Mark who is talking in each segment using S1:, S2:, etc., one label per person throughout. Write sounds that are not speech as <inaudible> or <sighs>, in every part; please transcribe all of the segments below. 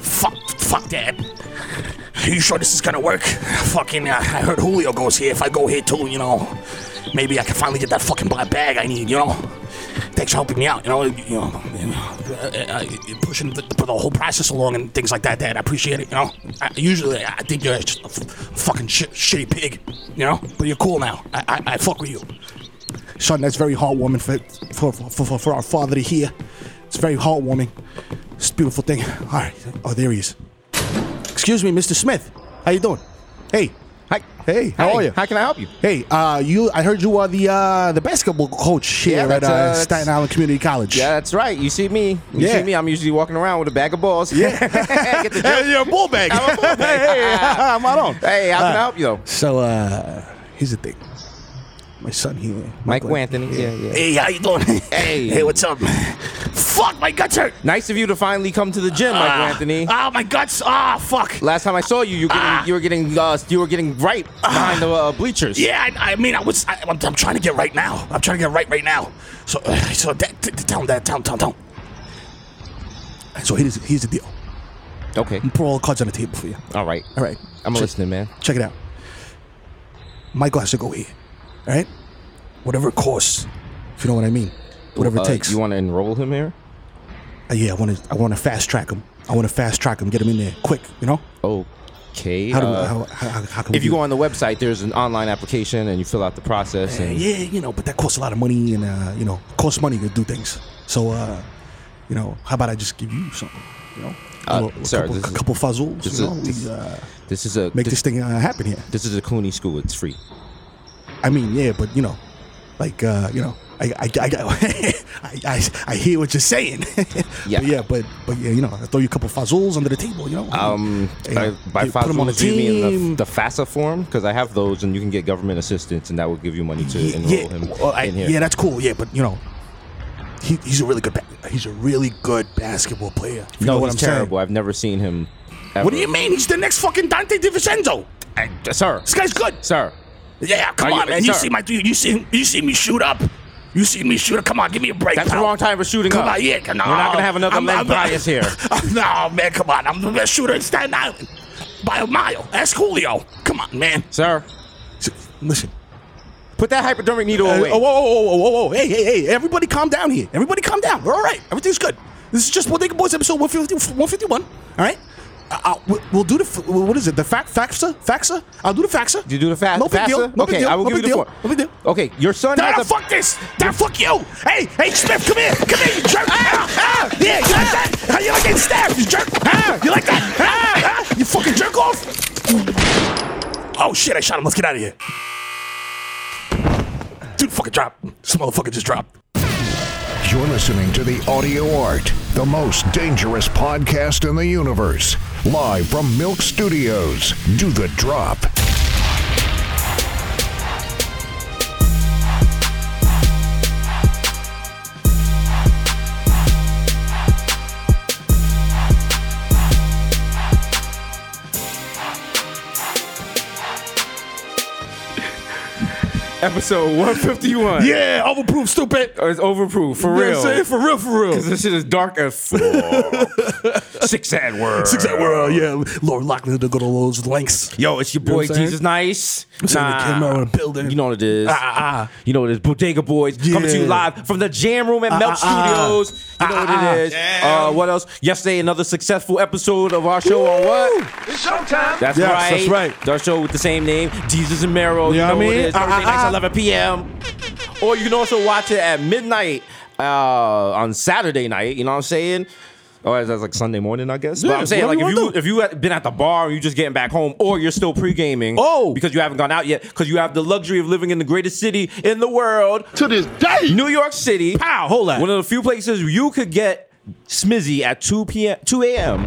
S1: Fuck, fuck that. Are you sure this is gonna work? Fucking, uh, I heard Julio goes here. If I go here too, you know, maybe I can finally get that fucking black bag I need, you know? Thanks for helping me out, you know? You know, you know uh, uh, uh, pushing the, the whole process along and things like that, Dad. I appreciate it, you know? I, usually, I think you're just a f- fucking shit, shitty pig, you know? But you're cool now. I, I, I fuck with you.
S2: Son, that's very heartwarming for, for, for, for, for our father to hear. It's very heartwarming. It's a beautiful thing. All right. Oh, there he is. Excuse me, Mr. Smith. How you doing? Hey.
S3: Hi.
S2: Hey, how
S3: Hey,
S2: are you?
S3: How can I help you?
S2: Hey, uh, you. I heard you are the uh, the basketball coach here
S3: Yeah,
S2: at
S3: that's,
S2: uh,
S3: uh, that's-
S2: Staten Island Community College.
S3: Yeah, that's right. You see me. You
S2: Yeah.
S3: see me. I'm usually walking around with a bag of balls. <laughs> Yeah. Get
S2: <laughs>
S3: the
S2: Hey, you're a bull bag.
S3: I'm a bull bag. <laughs>
S2: hey, I'm out on.
S3: Hey, how can I help you though?
S2: So uh, here's the thing. My son here,
S3: Mike
S2: Michael-
S3: Anthony. Yeah, yeah.
S1: Hey, how you doing?
S3: Hey.
S1: Hey, what's up? Fuck, my guts hurt.
S3: Nice of you to finally come to the gym, Mike
S1: Ah.
S3: Anthony.
S1: Ah, my guts. Ah, fuck.
S3: Last time I saw you, you were getting, you were getting, uh, you were getting right behind the uh, bleachers.
S1: Yeah, I, I mean, I was. I, I'm, I'm trying to get right now. I'm trying to get right right now. So, uh, so that, t- t- tell him that. Tell him. Tell him. Tell him.
S2: So here's here's the deal.
S3: Okay.
S2: I'm put all the cards on the table for you.
S3: All right.
S2: All right.
S3: I'm
S2: Check-
S3: listening, man.
S2: Check it out. Michael has to go here. All right. Whatever it costs, if you know what I mean. Whatever
S3: Uh,
S2: it takes.
S3: You want to enroll him here?
S2: Uh, yeah, I want to. I want to fast track him. I want to fast track him. Get him in there quick. You know.
S3: Okay.
S2: How do?
S3: uh,
S2: how, how, how, how can
S3: if
S2: we
S3: you
S2: do
S3: go on the website, there's an online application, and you fill out the process. And
S2: yeah, you know, but that costs a lot of money, and uh, you know, costs money to do things. So, uh, you know, how about I just give you something? You know, a,
S3: Uh,
S2: little- a
S3: sir,
S2: couple,
S3: this
S2: a
S3: is-
S2: couple fuzzles.
S3: this
S2: you
S3: is-
S2: know,
S3: this-
S2: we, uh,
S3: this is a
S2: make
S3: this,
S2: this thing uh, happen here.
S3: this is a Cooney school. It's free.
S2: I mean, yeah, but you know, like uh, you know, I I I, <laughs> I, I, I hear what you're saying. <laughs>
S3: Yeah.
S2: but yeah, but but yeah, you know, I throw you a couple fuzzles under the table. You know,
S3: Um,
S2: You know,
S3: I- by
S2: you put 'em on the
S3: Fazul, do you mean
S2: team.
S3: the, the FAFSA form? Because I have those, and you can get government assistance, and that will give you money to enroll
S2: yeah,
S3: him
S2: well, I-
S3: in here.
S2: yeah, that's cool. Yeah, but you know, he, he's a really good ba- he's a really good basketball player. if you
S3: no,
S2: know what
S3: he's
S2: I'm saying.
S3: terrible. I've never seen him. Ever.
S1: What do you mean? He's the next fucking Dante DiVincenzo.
S3: I, sir?
S1: This guy's good.
S3: Sir,
S1: Yeah, come
S3: Are you-
S1: on, man. You
S3: sir.
S1: see my dude. You see you see me shoot up. You see me shoot up. Come on, give me a break.
S3: that's the
S1: pal.
S3: wrong time for shooting
S1: Come
S3: up.
S1: on, yeah,
S3: We're
S1: no,
S3: not gonna have another
S1: I'm- <laughs>
S3: leg
S1: I'm-
S3: bias here.
S1: no, man, come on. I'm the best shooter in Staten Island by a mile. Ask Julio. Come on, man.
S3: Sir,
S2: So, listen.
S3: put that hypodermic needle
S2: Uh,
S3: away.
S2: oh, whoa, whoa, whoa, whoa, whoa, hey, hey, hey, everybody calm down here. Everybody calm down. We're all right. Everything's good. This is just One Dick Boys episode 150, 151, all right? Uh, uh, we- we'll do the, f- what is it, the fact, faxer? Faxer? I'll do the faxer.
S3: Did you do the fast?
S2: No big deal.
S3: FAFSA?
S2: No
S3: okay,
S2: big deal.
S3: I will
S2: no
S3: give
S2: big
S3: you
S2: deal.
S3: the form.
S2: No big deal.
S3: Okay, your son
S1: Nah,
S3: has a.
S1: fuck this. Nah, fuck you. Hey, hey, Smith, come here. Come here, you jerk. Ah, ah, yeah, you like that? How you like getting stabbed, you jerk? Ah, you like that? Ah, ah, you fucking jerk off. Oh, shit, I shot him. Let's get out of here. Dude, fucking drop. This motherfucker just dropped.
S4: You're listening to the Audio Art, the most dangerous podcast in the universe. Live from Milk Studios. Do the drop.
S3: episode 151.
S1: Yeah, overproof, stupid.
S3: Or It's overproof, Uh, for
S1: You know what I'm saying? For real, for real.
S3: this shit is dark as
S2: <laughs>
S3: Six ad words.
S1: Six that world, yeah. Lord Lockman to go to those lengths.
S3: Yo, it's your
S2: know
S3: boy
S2: what I'm saying?
S3: Jesus Nice.
S2: saying they came out of the building.
S3: You know what it is.
S1: Ah, ah,
S3: You know what it is. Bodega Boys coming to you
S2: Yeah. Ah,
S3: live from the Jam Room at Melk Studios. You know what it is. Uh, what else? Yesterday, another successful episode of our show on what? It's showtime. That's
S2: Yes,
S3: right.
S2: that's right.
S3: Our show with the same name, Jesus and Mero.
S2: You
S3: you
S2: know what I
S3: know what
S2: mean?
S3: it is. Thursday
S2: Ah, ah,
S3: nights,
S2: ah.
S3: 11 p.m. Or you can also watch it at midnight uh, on Saturday night. You know what I'm saying? Or that's like Sunday morning, I guess. but
S2: Yeah,
S3: I'm saying, like,
S2: whatever
S3: if
S2: you
S3: you
S2: wanna do.
S3: if you had been at the bar and you just getting back home, or you're still pre gaming,
S2: Oh.
S3: because you haven't gone out yet, because you have the luxury of living in the greatest city in the world,
S5: to this day.
S3: New York City.
S2: Pow, hold that.
S3: One of the few places you could get Smizzy at 2 p.m. 2 a.m.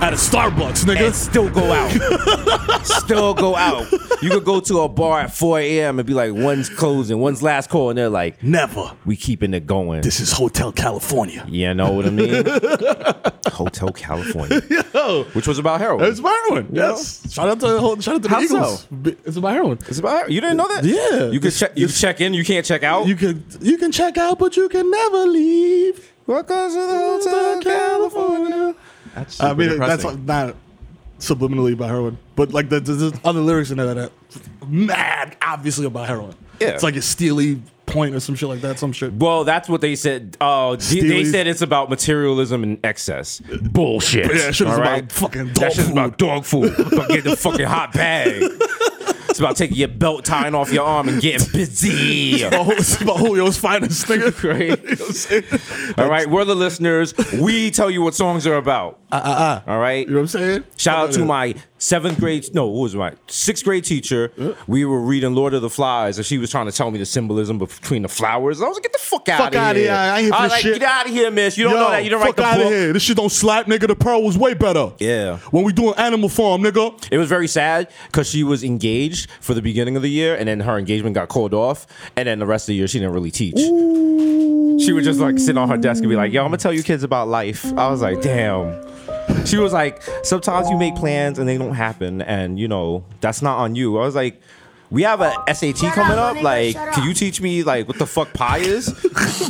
S1: At a Starbucks, nigga.
S3: and still
S2: <laughs>
S3: go out. still go out. You could go to a bar at 4 a.m. and be like, one's closing, one's last call, and they're like,
S1: Never.
S3: we keeping it going.
S1: This is Hotel California.
S3: You know what
S2: <laughs>
S3: I mean? Hotel California, which was about heroin.
S2: Oh, It's my heroin. Yes. Shout out to the whole- shout out to the
S3: How
S2: Eagles.
S3: so?
S2: B- It's my heroin.
S3: It's about heroin. You didn't know that?
S2: Yeah.
S3: You can check. You can check in. You can't check out.
S2: You can you can check out, but you can never leave.
S3: Welcome to the
S2: Hotel California.
S3: That's
S2: I mean, that's
S3: depressing.
S2: not subliminally about heroin, but like the, the, the other lyrics in there that are mad, obviously about heroin.
S3: Yeah.
S2: it's like a steely point or some shit like that. Some shit.
S3: Well, that's what they said. Oh, they- they
S2: Steely's-
S3: said it's about materialism and excess. Bullshit.
S2: Yeah, that shit was
S3: All
S2: about
S3: right?
S2: fucking
S3: That
S2: dog
S3: shit's
S2: food.
S3: about dog
S2: <laughs>
S3: food. about getting a fucking hot bag. It's about taking your belt, tying off your arm, and getting
S2: <laughs>
S3: busy.
S2: About Ju- it's about Julio's finest, nigga. <laughs>
S3: Right? All right, we're the listeners. We tell you what songs are about. Uh uh uh. All right.
S2: You know what I'm saying?
S3: Shout out to my seventh grade, no, what was my sixth grade teacher. We were reading Lord of the Flies, and she was trying to tell me the symbolism between the flowers. I was like, get the fuck out
S2: Fuck
S3: of
S2: outta
S3: here.
S2: here. I ain't here for
S3: was like,
S2: shit.
S3: get out of here, miss. You don't know that. You don't write
S2: fuck
S3: the
S2: out
S3: book.
S2: of here. This shit don't slap, nigga. The pearl was way better.
S3: Yeah.
S2: When we doing Animal Farm, nigga.
S3: It was very sad because she was engaged for the beginning of the year, and then her engagement got called off, and then the rest of the year she didn't really teach. She would
S2: <laughs>
S3: just like sit on her desk and be like, "Yo, I'm gonna tell you kids about life." I was like, "Damn." She was like, "Sometimes you make plans and they don't happen, and you know that's not on you." I was like. We have a SAT coming up. Like, can you teach me like what the fuck
S2: <laughs>
S3: pi is?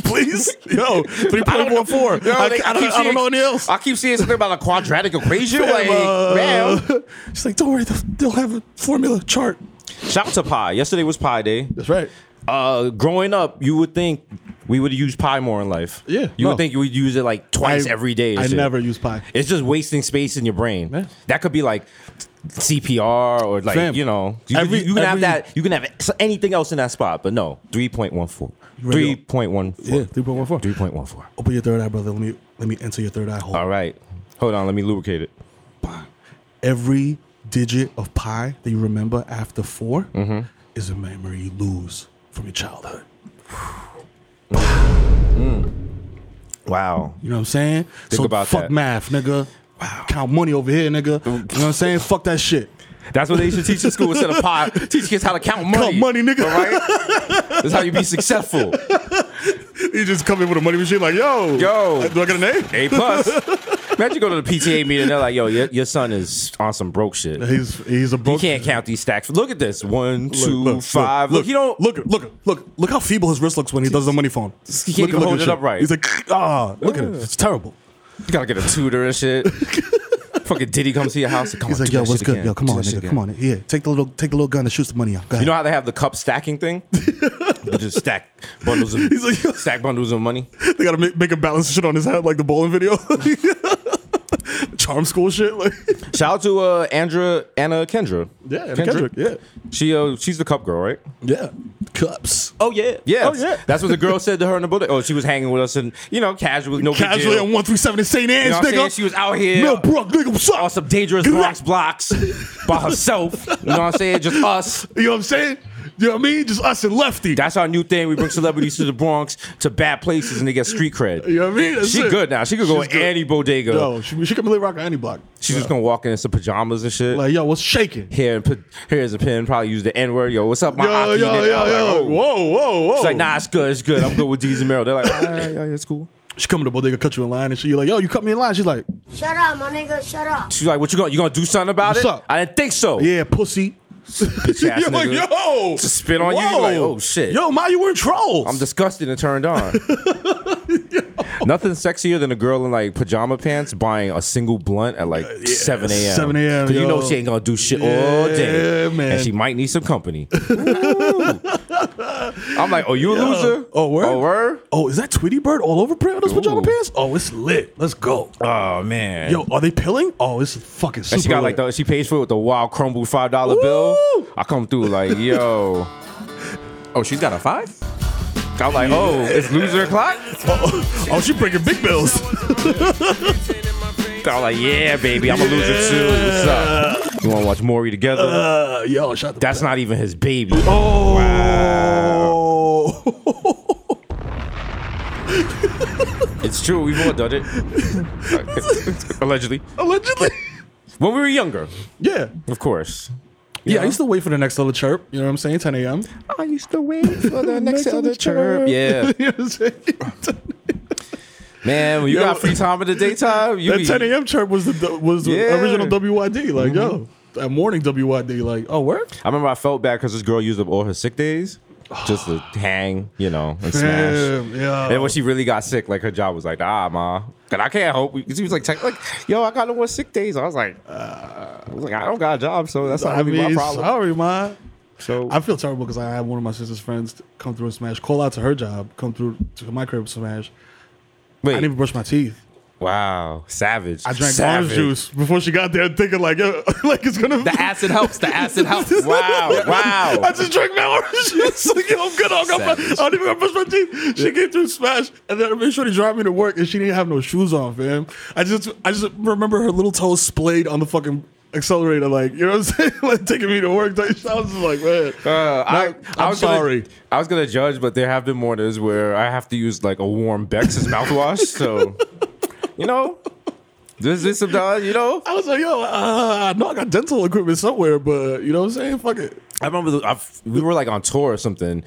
S2: Please, yo, three point one four.
S3: Yo,
S2: I, I, don't,
S3: they- keep
S2: I don't
S3: seeing-
S2: know any else.
S3: I keep seeing something about a quadratic equation. like, man,
S2: Uh, She's like, don't worry, they'll, they'll have a formula chart.
S3: shout out to pi. Yesterday was pi day.
S2: That's right.
S3: uh, growing up, you would think we would use pie more in life.
S2: Yeah,
S3: you
S2: no.
S3: would think you would use it like twice
S2: I-
S3: every day. or
S2: I
S3: shit.
S2: never use pi.
S3: It's just wasting space in your brain.
S2: Yeah.
S3: That could be like CPR or like
S2: Fam,
S3: you know you, could-
S2: every-
S3: you can have
S2: every-
S3: that you can have s- anything else in that spot, but no three point one four.
S2: ready
S3: Three point one four.
S2: Yeah, 3.14.
S3: Three point one four.
S2: Open your third eye, brother. Let me let me enter your third eye hole.
S3: All right, hold on. Let me lubricate it.
S2: Every digit of pi that you remember after 4
S3: Mm-hmm.
S2: is a memory you lose from your childhood.
S3: Wow.
S2: You know what I'm saying? so
S3: about
S2: fuck
S3: that.
S2: math, nigga. Count money over here, nigga. You know what I'm saying? fuck that shit.
S3: That's what they should teach in school instead of
S2: <laughs>
S3: pie. Teach kids how to count money.
S2: Count money, nigga.
S3: All <laughs> right. That's how you be successful.
S2: You just come in with a money machine, like, yo,
S3: Yo.
S2: do I get an A?
S3: A plus. Imagine you go to the PTA meeting. They're like, "Yo, your, your son is on some broke shit. He
S2: He's he's a broke.
S3: can't count these stacks. Look at this. One,
S2: Look,
S3: two,
S2: look,
S3: five. Look,
S2: Look,
S3: he don't.
S2: look, look, look, look how feeble his wrist looks when he does the money phone.
S3: He can't even
S2: look at
S3: hold
S2: this
S3: it
S2: shit.
S3: upright.
S2: He's like, ah, look at it. It's terrible.
S3: You gotta get a tutor
S2: <laughs>
S3: and shit. Fucking Diddy comes to your house. Come
S2: He's
S3: on,
S2: like,
S3: do
S2: yo,
S3: that
S2: what's
S3: shit
S2: good?
S3: again.
S2: Yo, come
S3: Do
S2: on,
S3: that shit
S2: nigga,
S3: again.
S2: come on. Yeah, take the little, take the little gun and shoot the money out. Go
S3: You
S2: ahead.
S3: know how they have the cup stacking
S2: <laughs>
S3: thing? They just stack bundles of
S2: He's like, yo.
S3: stack bundles of money.
S2: they gotta make, make a balance shit on his head like the bowling video, <laughs> charm school shit. Like,
S3: Shout out to uh, Andra Anna Kendra.
S2: yeah,
S3: She uh, she's the cup girl, right?
S2: yeah, cups.
S3: Oh yeah, yeah.
S2: Oh, yeah.
S3: That's what the girl said to her in the bullet. Oh, she was hanging with us and you know, casual, no big
S2: Casually
S3: deal.
S2: on one three seven in St. Anne's,
S3: You know what I'm saying?
S2: nigga.
S3: She was out here.
S2: Millbrook, nigga, what's up?
S3: on some dangerous
S2: Get
S3: Bronx
S2: out.
S3: blocks
S2: <laughs>
S3: by herself. You know what I'm saying? Just us.
S2: You know what I'm saying? You know what I mean? Just us and Lefty.
S3: That's our new thing. We bring celebrities to the Bronx to bad places and they get street cred.
S2: you know what I mean? That's
S3: She
S2: it.
S3: good now. She could go
S2: She's
S3: to any bodega.
S2: Yo, she, she can really rock on any block.
S3: She's just gonna walk in in some pajamas and shit.
S2: Like, yo, what's shaking?
S3: here and put here's a pin. Probably use the N word. Yo, what's up, my
S2: Yo,
S3: auntie?
S2: yo,
S3: Then
S2: yo,
S3: I'm like,
S2: yo.
S3: oh.
S2: Whoa, whoa, whoa.
S3: It's like nah, it's good, it's good. I'm good with D's and Merrill. They're like, all right, yeah, yeah, it's cool.
S2: She come to the bodega, cut you in line, and she like, yo, you cut me in line. She's like,
S6: Shut up, my nigga, shut up.
S3: She's like, what you gonna you gonna do something about
S2: What's
S3: it?
S2: up?
S3: I didn't think so.
S2: yeah, pussy.
S3: Bitch ass
S2: You're like,
S3: nigga.
S2: <laughs> yo.
S3: To spit on you, you're like, oh, shit.
S2: Yo, Ma, you were in trolls.
S3: I'm disgusted and
S2: <laughs>
S3: turned on. Nothing sexier than a girl in like pajama pants buying a single blunt at like 7 a.m.
S2: 7 a.m.,
S3: 'Cause You know
S2: yo.
S3: she ain't gonna do shit all
S2: Yeah,
S3: day.
S2: man.
S3: And she might need some company. Ooh. I'm like, oh, you a loser?
S2: Oh, word?
S3: Oh, word?
S2: Oh, is that Tweety Bird all over pra- those pajama
S3: Ooh.
S2: pants? Oh, it's lit. Let's go.
S3: Oh, man.
S2: Yo, are they pilling? Oh, it's fucking super
S3: and she got like
S2: lit.
S3: the, she pays for it with the wild crumble $5 bill.
S2: Ooh.
S3: I come through like,
S2: <laughs>
S3: yo. Oh, she's got a five? I'm like, oh, it's loser o'clock?
S2: <laughs> Oh, oh, she breaking big
S3: <laughs>
S2: bills.
S3: I'm like, yeah, baby, I'm a loser too. What's up? You wanna watch Maury together?
S2: Uh, yo, shut the
S3: That's not even his baby.
S2: Oh. Wow.
S3: It's true. We've all done it. <laughs> <laughs> Allegedly.
S2: Allegedly.
S3: When we were younger,
S2: yeah.
S3: of course.
S2: Yeah, I used to wait for the next other chirp. You know what I'm saying? 10 a.m.
S3: I used to wait for the
S2: next other chirp.
S3: Yeah.
S2: <laughs> You know what I'm saying?
S3: Man, when you
S2: Yo.
S3: got free time in the daytime, <laughs> you
S2: that
S3: be-
S2: 10 a.m. chirp was the was the
S3: Yeah. Mm-hmm.
S2: original WYD. Like, yo, that morning WYD. Like, oh, where?
S3: I remember I felt bad because this girl used up all her sick days just to hang, you know, and smash.
S2: Damn, yeah.
S3: And when she really got sick, like her job was like, ah, ma. And I can't help. you." She was like, tech- like, yo, I got no more sick days. I was like, uh, I was like, I don't got a job, so that's not
S2: I
S3: gonna be
S2: mean,
S3: my problem.
S2: sorry, ma.
S3: So
S2: I feel terrible because I had one of my sister's friends come through and smash, call out to her job, come through to my crib smash. I
S3: wait,
S2: didn't even brush my teeth.
S3: wow, savage.
S2: I drank
S3: savage
S2: orange juice before she got there, thinking like, yo, <laughs> like it's gonna.
S3: The acid helps.
S2: <laughs>
S3: The acid helps. Wow, wow.
S2: I just drank my orange juice. <laughs> Like, yo, I'm good. I'm good. I
S3: Savage.
S2: don't even gotta brush my teeth. She came through smash, and then I made sure to drive me to work, and she didn't have no shoes on, fam. I just, I just remember her little toes splayed on the fucking accelerator, like you know what I'm saying, <laughs> like taking me to work. Like, I was just like, man,
S3: Uh, I,
S2: Not-
S3: I
S2: I'm
S3: was gonna-
S2: sorry.
S3: I was gonna judge, but there have been mornings where I have to use like a warm Bex <laughs> as mouthwash. so, you know, there's this sometimes, you know.
S2: I was like, yo, uh, I know I got dental equipment somewhere, but you know what I'm saying? Fuck it.
S3: I remember the, I, we were like on tour or something,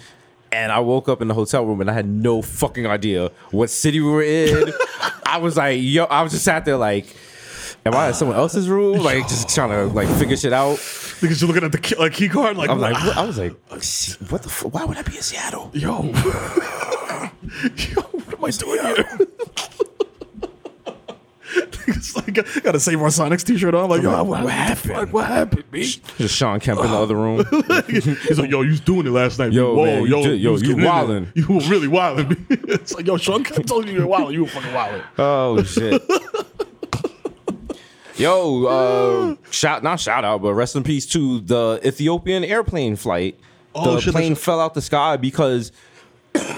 S3: and I woke up in the hotel room and I had no fucking idea what city we were <laughs> in. I was like, yo, I was just sat there like, am I in someone else's <sighs> room? Like, just trying to like figure shit out.
S2: Because you're looking at the key, like, key card, like,
S3: I'm like,
S2: ah,
S3: what- I was like, what the? F- why would I be in Seattle?
S2: <laughs> yo, yo, what am I doing here? <laughs> it's like, I gotta save our Sonics t-shirt on. Like, yo, what, what happened? what happened, bitch?
S3: Just Sean Kemp in the other <laughs> room.
S2: <laughs> He's like, yo, you was doing it last night.
S3: Yo,
S2: Whoa,
S3: man, you
S2: yo,
S3: did- yo,
S2: was
S3: you
S2: getting in there.
S3: wildin'.
S2: You were really wilding. <laughs> it's like, yo, Sean Kemp told you you were wilding. You were fucking wilding.
S3: Oh shit. <laughs> Yo, uh, shout not shout out, but rest in peace to the Ethiopian airplane flight.
S2: Oh,
S3: the
S2: shit,
S3: plane
S2: that's-
S3: fell out the sky because <laughs>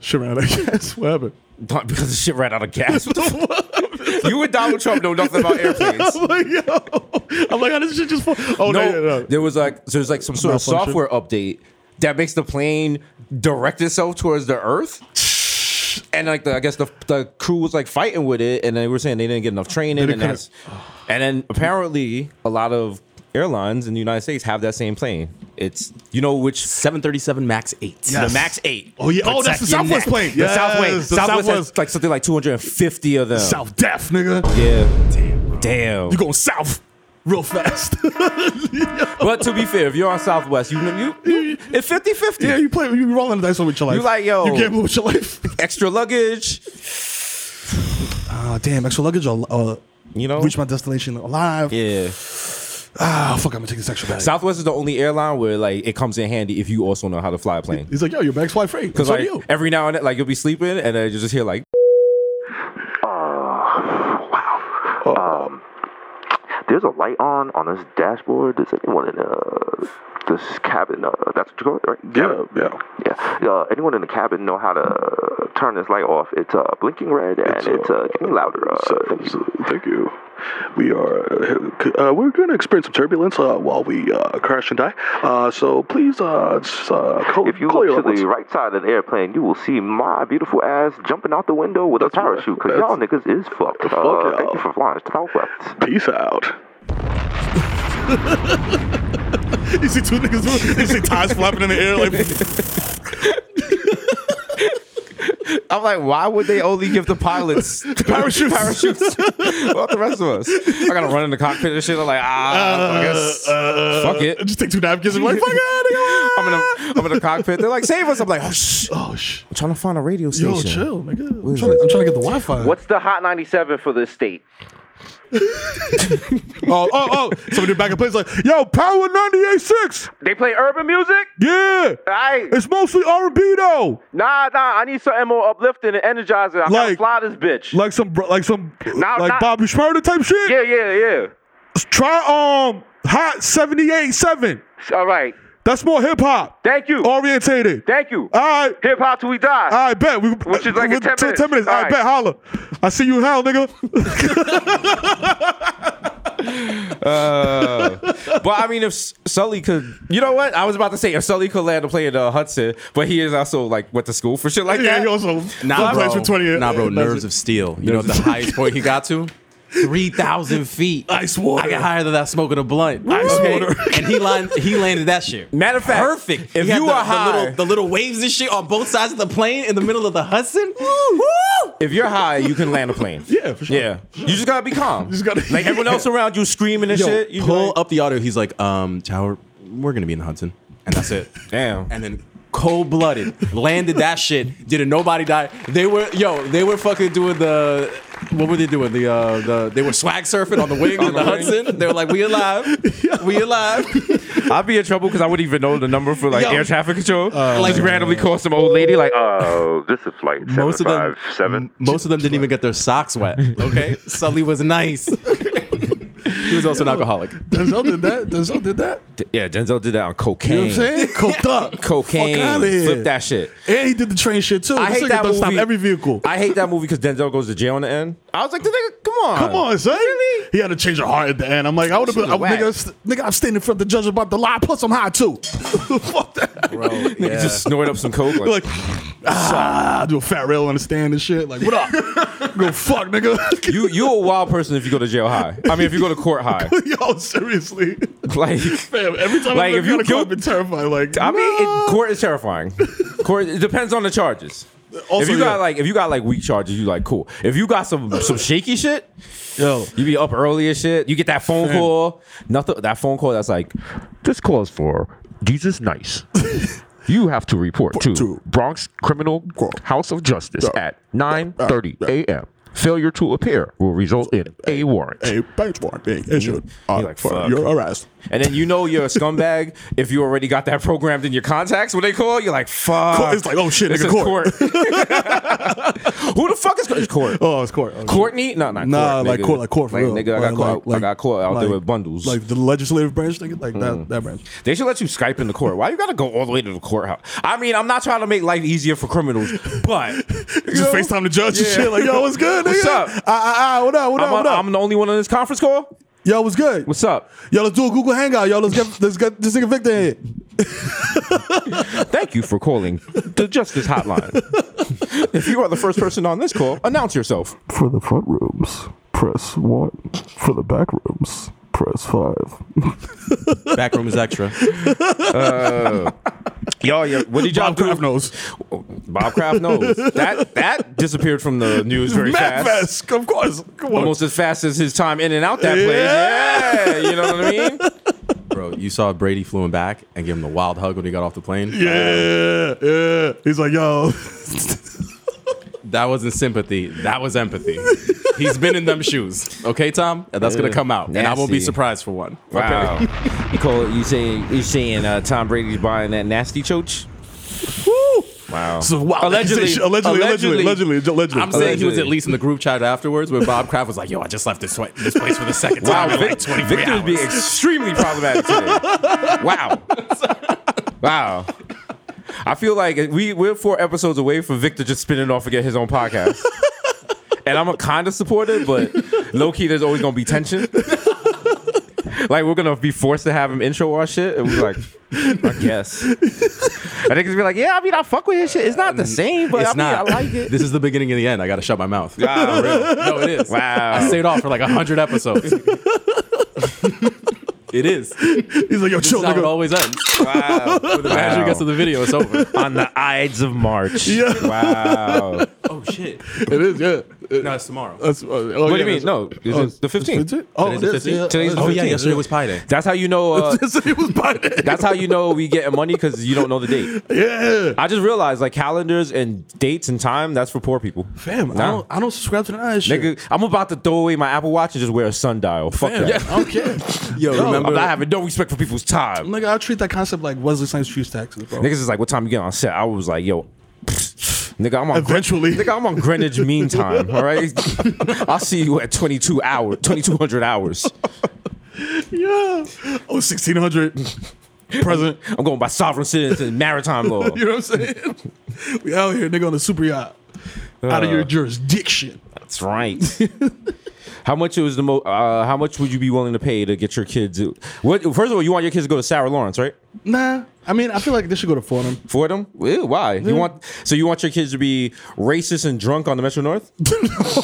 S2: Shit, man, I guess. What happened?
S3: not because the shit ran out of gas. What the fuck? you and Donald Trump know nothing about
S2: <laughs>
S3: airplanes.
S2: I'm like, yo. I'm like, how did this shit just fall? Oh, no, no, no.
S3: No, there was like so there's like some sort of
S2: Malfunction.
S3: software update that makes the plane direct itself towards the earth. And like the, I guess the, the crew was like fighting with it, and they were saying they didn't get enough training, and
S2: couldn't-
S3: that's, and then apparently a lot of airlines in the United States have that same plane. It's you know which
S1: 737 Max 8.
S2: Yes.
S1: The Max 8.
S2: Oh, yeah. Oh,
S1: Protect
S2: that's the
S1: your
S2: Southwest
S1: neck.
S2: plane.
S3: the Southwest,
S2: the
S3: Southwest,
S2: Southwest.
S3: has like something like 250 of them.
S2: South Def, nigga.
S3: Yeah, damn, damn.
S2: You going south real fast.
S3: <laughs> But to be fair, if you're on Southwest, you you, you it's 50 50.
S2: yeah, you play, you rolling the dice with your life.
S3: You like, yo.
S2: You gamble with your life.
S3: Extra luggage,
S2: Ah, damn, extra luggage or uh,
S3: you know.
S2: reach my destination alive.
S3: yeah.
S2: Ah, fuck, I'm gonna take this extra bag.
S3: Southwest is the only airline where like it comes in handy if you also know how to fly a plane.
S2: He's like, yo, your bag's fly free. So
S3: Because
S2: do
S3: like
S2: you.
S3: every now and then, like you'll be sleeping and then you just hear like, <laughs>
S7: Oh,
S8: Oh.
S7: Um, There's a light on on this dashboard. Does anyone in uh, this cabin? Uh, that's what you call it, right? Yeah, yeah, yeah. Uh, anyone in the cabin know how to uh, turn this light off? It's uh, blinking red and it's, uh, getting louder. Uh, thank you.
S8: Thank you. We are uh, uh, we're going to experience some turbulence uh, while we uh, crash and die. Uh, so please, uh, s- uh, call,
S7: If you
S8: call your
S7: look
S8: loved ones.
S7: to the right side of the airplane, you will see my beautiful ass jumping out the window with a
S8: That's right.
S7: parachute. Cause
S8: That's-
S7: y'all niggas is fucked.
S8: Fuck
S7: uh, thank
S8: y'all.
S7: you for flying Southwest.
S8: Peace out.
S2: <laughs> You see two niggas doing, you see ties flapping in the air. Like,
S3: I'm like, why would they only give the
S2: <laughs>
S3: pilots parachutes? parachutes. <laughs> what about the rest of us? I gotta run in the cockpit and shit. I'm like, ah, I
S2: Uh.
S3: guess
S7: Uh,
S3: fuck it.
S2: just take two napkins and be like,
S7: <laughs>
S2: fuck it.
S3: I'm in a, I'm in a cockpit. They're like, save us. I'm like, oh shh.
S2: Oh, shit.
S3: I'm trying to find a radio station.
S2: Yo, chill, nigga. I'm trying, to, I'm trying to get the Wi Fi.
S9: What's the Hot 97 for this state?
S2: Oh, oh, oh. Somebody back in place like, yo, Power 98.6.
S9: They play urban music?
S2: Yeah.
S9: I
S2: It's mostly R&B, though.
S9: nah nah. I need something more uplifting and energizing. I'm
S2: Like-
S9: gonna fly this bitch.
S2: Like some, like some,
S9: Nah,
S2: like
S9: nah.
S2: Bobby Schmurder type shit.
S9: yeah yeah yeah.
S2: Try um Hot 78.7.
S9: All right.
S2: That's more hip hop.
S9: Thank you.
S2: Orientated.
S9: Thank you.
S2: All right.
S9: Hip hop till we die.
S2: All right, bet. We,
S9: Which is like in 10 minutes.
S2: All right,
S9: All right.
S2: bet. Holla. I see you in hell, nigga.
S3: Uh, but I mean, if S- Sully could, you know what? I was about to say if Sully could land to play at uh, Hudson, but he is also like went to school for shit
S2: <laughs>
S3: like
S2: yeah,
S3: that.
S2: he also
S10: Nah,
S2: plays
S10: bro.
S2: for 20
S10: Nah, bro.
S2: that's
S10: Nerves
S2: it.
S10: of steel. You know what the highest point he got to? 3,000 feet.
S2: Ice water.
S10: I got higher than that smoking a blunt. Ice
S2: water.
S10: And he, lined, he landed that shit.
S3: Matter of fact,
S10: Perfect.
S3: if
S10: He had
S3: you
S10: the,
S3: are
S10: the
S3: high-
S10: little, the little waves and shit on both sides of the plane in the middle of the Hudson.
S3: If you're high, you can land a plane.
S2: <laughs> Yeah, for sure.
S3: Yeah, you just gotta be calm.
S2: just gotta-
S3: like everyone else around you screaming and
S10: Yo,
S3: shit. You
S10: pull
S3: like,
S10: up the audio. He's like, um, Tower, we're gonna be in the Hudson, and that's it.
S3: <laughs> Damn.
S10: And then cold blooded landed that shit. Didn't nobody die? They were yo, they were fucking doing the. What were they doing? The uh, the they were swag surfing on the
S3: <laughs>
S10: wing in the Hudson. They were like, "We alive, we alive."
S3: I'd be in trouble because I wouldn't even know the number for like
S10: Yo.
S3: air traffic control.
S2: Uh,
S10: Like-
S3: just randomly call some old lady like, uh,
S7: Oh, this is flight
S10: Most of them,
S7: 757.
S10: most of them didn't even get their socks wet.
S3: <laughs>
S10: Okay, Sully was nice. he was also an alcoholic.
S2: Denzel did that. Denzel did that.
S3: yeah, Denzel did that on cocaine.
S2: You know what I'm saying? Coked up.
S3: Cocaine,
S2: Fuck outta here.
S3: flip that shit.
S2: And he did the train shit too.
S3: I
S2: This
S3: hate
S2: nigga
S3: that
S2: done
S3: movie.
S2: Stop every vehicle.
S3: I hate that movie because Denzel goes to jail in the end. I was like, this nigga, come on,
S2: Come on, son. He had to change her heart at the end. I'm like, I would have been, I,
S3: Whack.
S2: nigga, s- nigga, I'm standing in front of the judge about the lie. Plus, I'm high too. <laughs> Fuck that. <laughs>
S10: Bro,
S3: Nigga just snort up some coke. Like,
S2: Like, ah, do a fat rail on the stand and shit. Like, what
S3: <laughs>
S2: up? Go fuck, nigga.
S3: you, you a wild person if you go to jail high. I mean, if you go to court high.
S2: <laughs> Yo, seriously.
S3: Like,
S2: Fam, every time
S3: Like,
S2: I've
S3: if you
S2: been
S3: guilt-
S2: I've been terrified. Like,
S3: I mean,
S2: nah.
S3: it, court is terrifying. court it depends on the charges.
S2: Also,
S3: if you
S2: yeah.
S3: got like if you got like weak charges, you like cool. If you got some some shaky shit,
S2: Yo.
S3: you be up early and shit. You get that phone call, nothing. That phone call that's like,
S9: This calls for
S2: <laughs>
S9: Jesus Nice. You have to report to, Bronx Criminal House of Justice at 9:30 a.m. Failure to appear will result in a warrant.
S2: a bench warrant being issued uh,
S3: like,
S2: for
S3: fuck.
S2: your arrest.
S3: and then you know you're a scumbag if you already got that programmed in your contacts when they call. You're like, fuck.
S2: It's like, oh, shit,
S3: It's
S2: nigga,
S3: a
S2: court. <laughs>
S3: Who the fuck is it's court?
S2: Oh, it's court. Okay.
S3: Courtney? No, not
S2: Nah,
S3: court,
S2: like
S3: nigga.
S2: court, like court for real.
S3: Nigga, I got
S2: Like-
S3: caught.
S2: like-
S3: I got caught out there
S2: like-
S3: with bundles. Mm.
S2: Like the legislative branch, nigga, like that, that branch.
S3: They should let you Skype in the court. Why you gotta go all the way to the courthouse? I mean, I'm not trying to make life easier for criminals,
S2: <laughs>
S3: but you know,
S2: Just FaceTime the judge and
S3: Yeah.
S2: shit. Like, yo, what's good, nigga?
S3: What's up?
S2: Ah, ah, ah, what up, what up,
S3: I'm,
S2: what up?
S3: I'm the only one on this conference call.
S2: yo, what's good?
S3: What's up?
S2: Yo, let's do a Google Hangout. Yo, let's get let's get this nigga Victor in here.
S3: Thank you for calling the
S2: <laughs>
S3: Justice Hotline. if you are the first person on this call, announce yourself.
S8: For the front rooms, press one. For the back rooms, press five.
S10: Back room is extra.
S3: Y'all, yeah, what did y'all
S2: Bob Kraft
S3: do?
S2: knows.
S3: Bob Kraft knows that that disappeared from the news very
S2: Mad
S3: fast.
S2: Fest, of course. Come on.
S3: Almost as fast as his time in and out that
S2: Yeah.
S3: place. Yeah, you know what
S2: <laughs>
S3: I mean.
S10: Bro, you saw Brady flew him back and gave him the wild hug when he got off the plane.
S2: Yeah, yeah. He's like, yo,
S10: That wasn't sympathy. That was empathy. He's been in them shoes. Okay, Tom? And that's gonna come out. And I won't be
S3: Nasty.
S10: surprised for one.
S3: Wow.
S10: <laughs>
S3: you call it, you say you saying uh, Tom Brady's buying that nasty choach? Wow.
S2: so wow. <laughs>
S3: Allegedly.
S2: allegedly, allegedly, allegedly, allegedly.
S10: I'm saying he was
S3: Allegedly.
S10: at least in the group chat afterwards where Bob Kraft was like, yo, I just left this, wa- this place for the second time in like 23
S3: Victor's
S10: hours.
S3: being extremely problematic today.
S10: <laughs>
S3: wow. Wow. I feel like we, we're four episodes away from Victor just spinning off and get his own
S10: <laughs>
S3: podcast. and I'm a kind of supporter, but low key, there's always going to be tension. like, we're going to be forced to have him intro our shit. And we're like, I
S10: <laughs>
S3: guess. I think it's be like, yeah, I mean, I fuck with his shit. It's not the same, <laughs> but I
S10: it's
S3: mean,
S10: not.
S3: I like it.
S10: This is the beginning and the end. I gotta shut my mouth.
S3: Wow, really?
S10: <laughs> No, it is.
S3: Wow.
S10: I stayed off for like
S3: <laughs>
S10: 100 episodes. it is.
S2: He's like, yo,
S10: This
S2: chill,
S10: is how it
S2: nigga.
S10: always ends.
S3: Wow.
S10: The manager gets to the video, it's over.
S3: <laughs> On the Ides of March. Wow.
S10: Oh, shit.
S2: It is, yeah. It-
S10: No, it's tomorrow.
S2: that's- oh, oh,
S3: What do
S2: yeah,
S3: you mean?
S2: that's-
S3: No, it's
S2: oh,
S3: the 15th.
S2: Oh,
S10: Today's
S2: it
S10: the
S2: is.
S10: 15th?
S2: yeah.
S3: Today's the
S10: Oh, yeah,
S3: 15th.
S10: yesterday was Pi Day.
S3: <laughs> That's how you know.
S2: <laughs>
S3: Uh,
S2: It was by then.
S3: <laughs> that's how you know we getting money because you don't know the date.
S2: Yeah.
S3: I just realized like calendars and dates and time. That's for poor people.
S2: Fam, I
S3: Nah.
S2: don't I don't subscribe to the eyes shit.
S3: Nigga, I'm about to throw away my Apple Watch and just wear a sundial. Fuck
S2: Fam,
S3: that.
S2: I don't care.
S3: <laughs>
S10: Yo, remember-
S3: I'm not having no respect for people's time.
S2: Nigga, I treat that concept like Wesley Snipes treats taxes, bro.
S3: Niggas is like, what time you get on set? I was like, yo. <sniffs> Nigga, I'm on Gren-
S2: Eventually.
S3: nigga, I'm on Greenwich Mean Time. All right, <laughs> I'll see you at 22 hours, 2200 hours.
S2: Yeah. Oh, 1600. Present.
S3: I'm going by sovereign citizen maritime law.
S2: <laughs> You know what I'm saying? <laughs> We
S3: Uh.
S2: out here, nigga, on a super yacht. out of your jurisdiction.
S3: That's right. How much was the mo- uh, How much would you be willing to pay to get your kids? What first of all, you want your kids to go to Sarah Lawrence, right?
S2: Nah, I mean, I feel like this should go to Fordham.
S3: <laughs> Fordham? Ew, why? You want so you want your kids to be racist and drunk on the Metro North?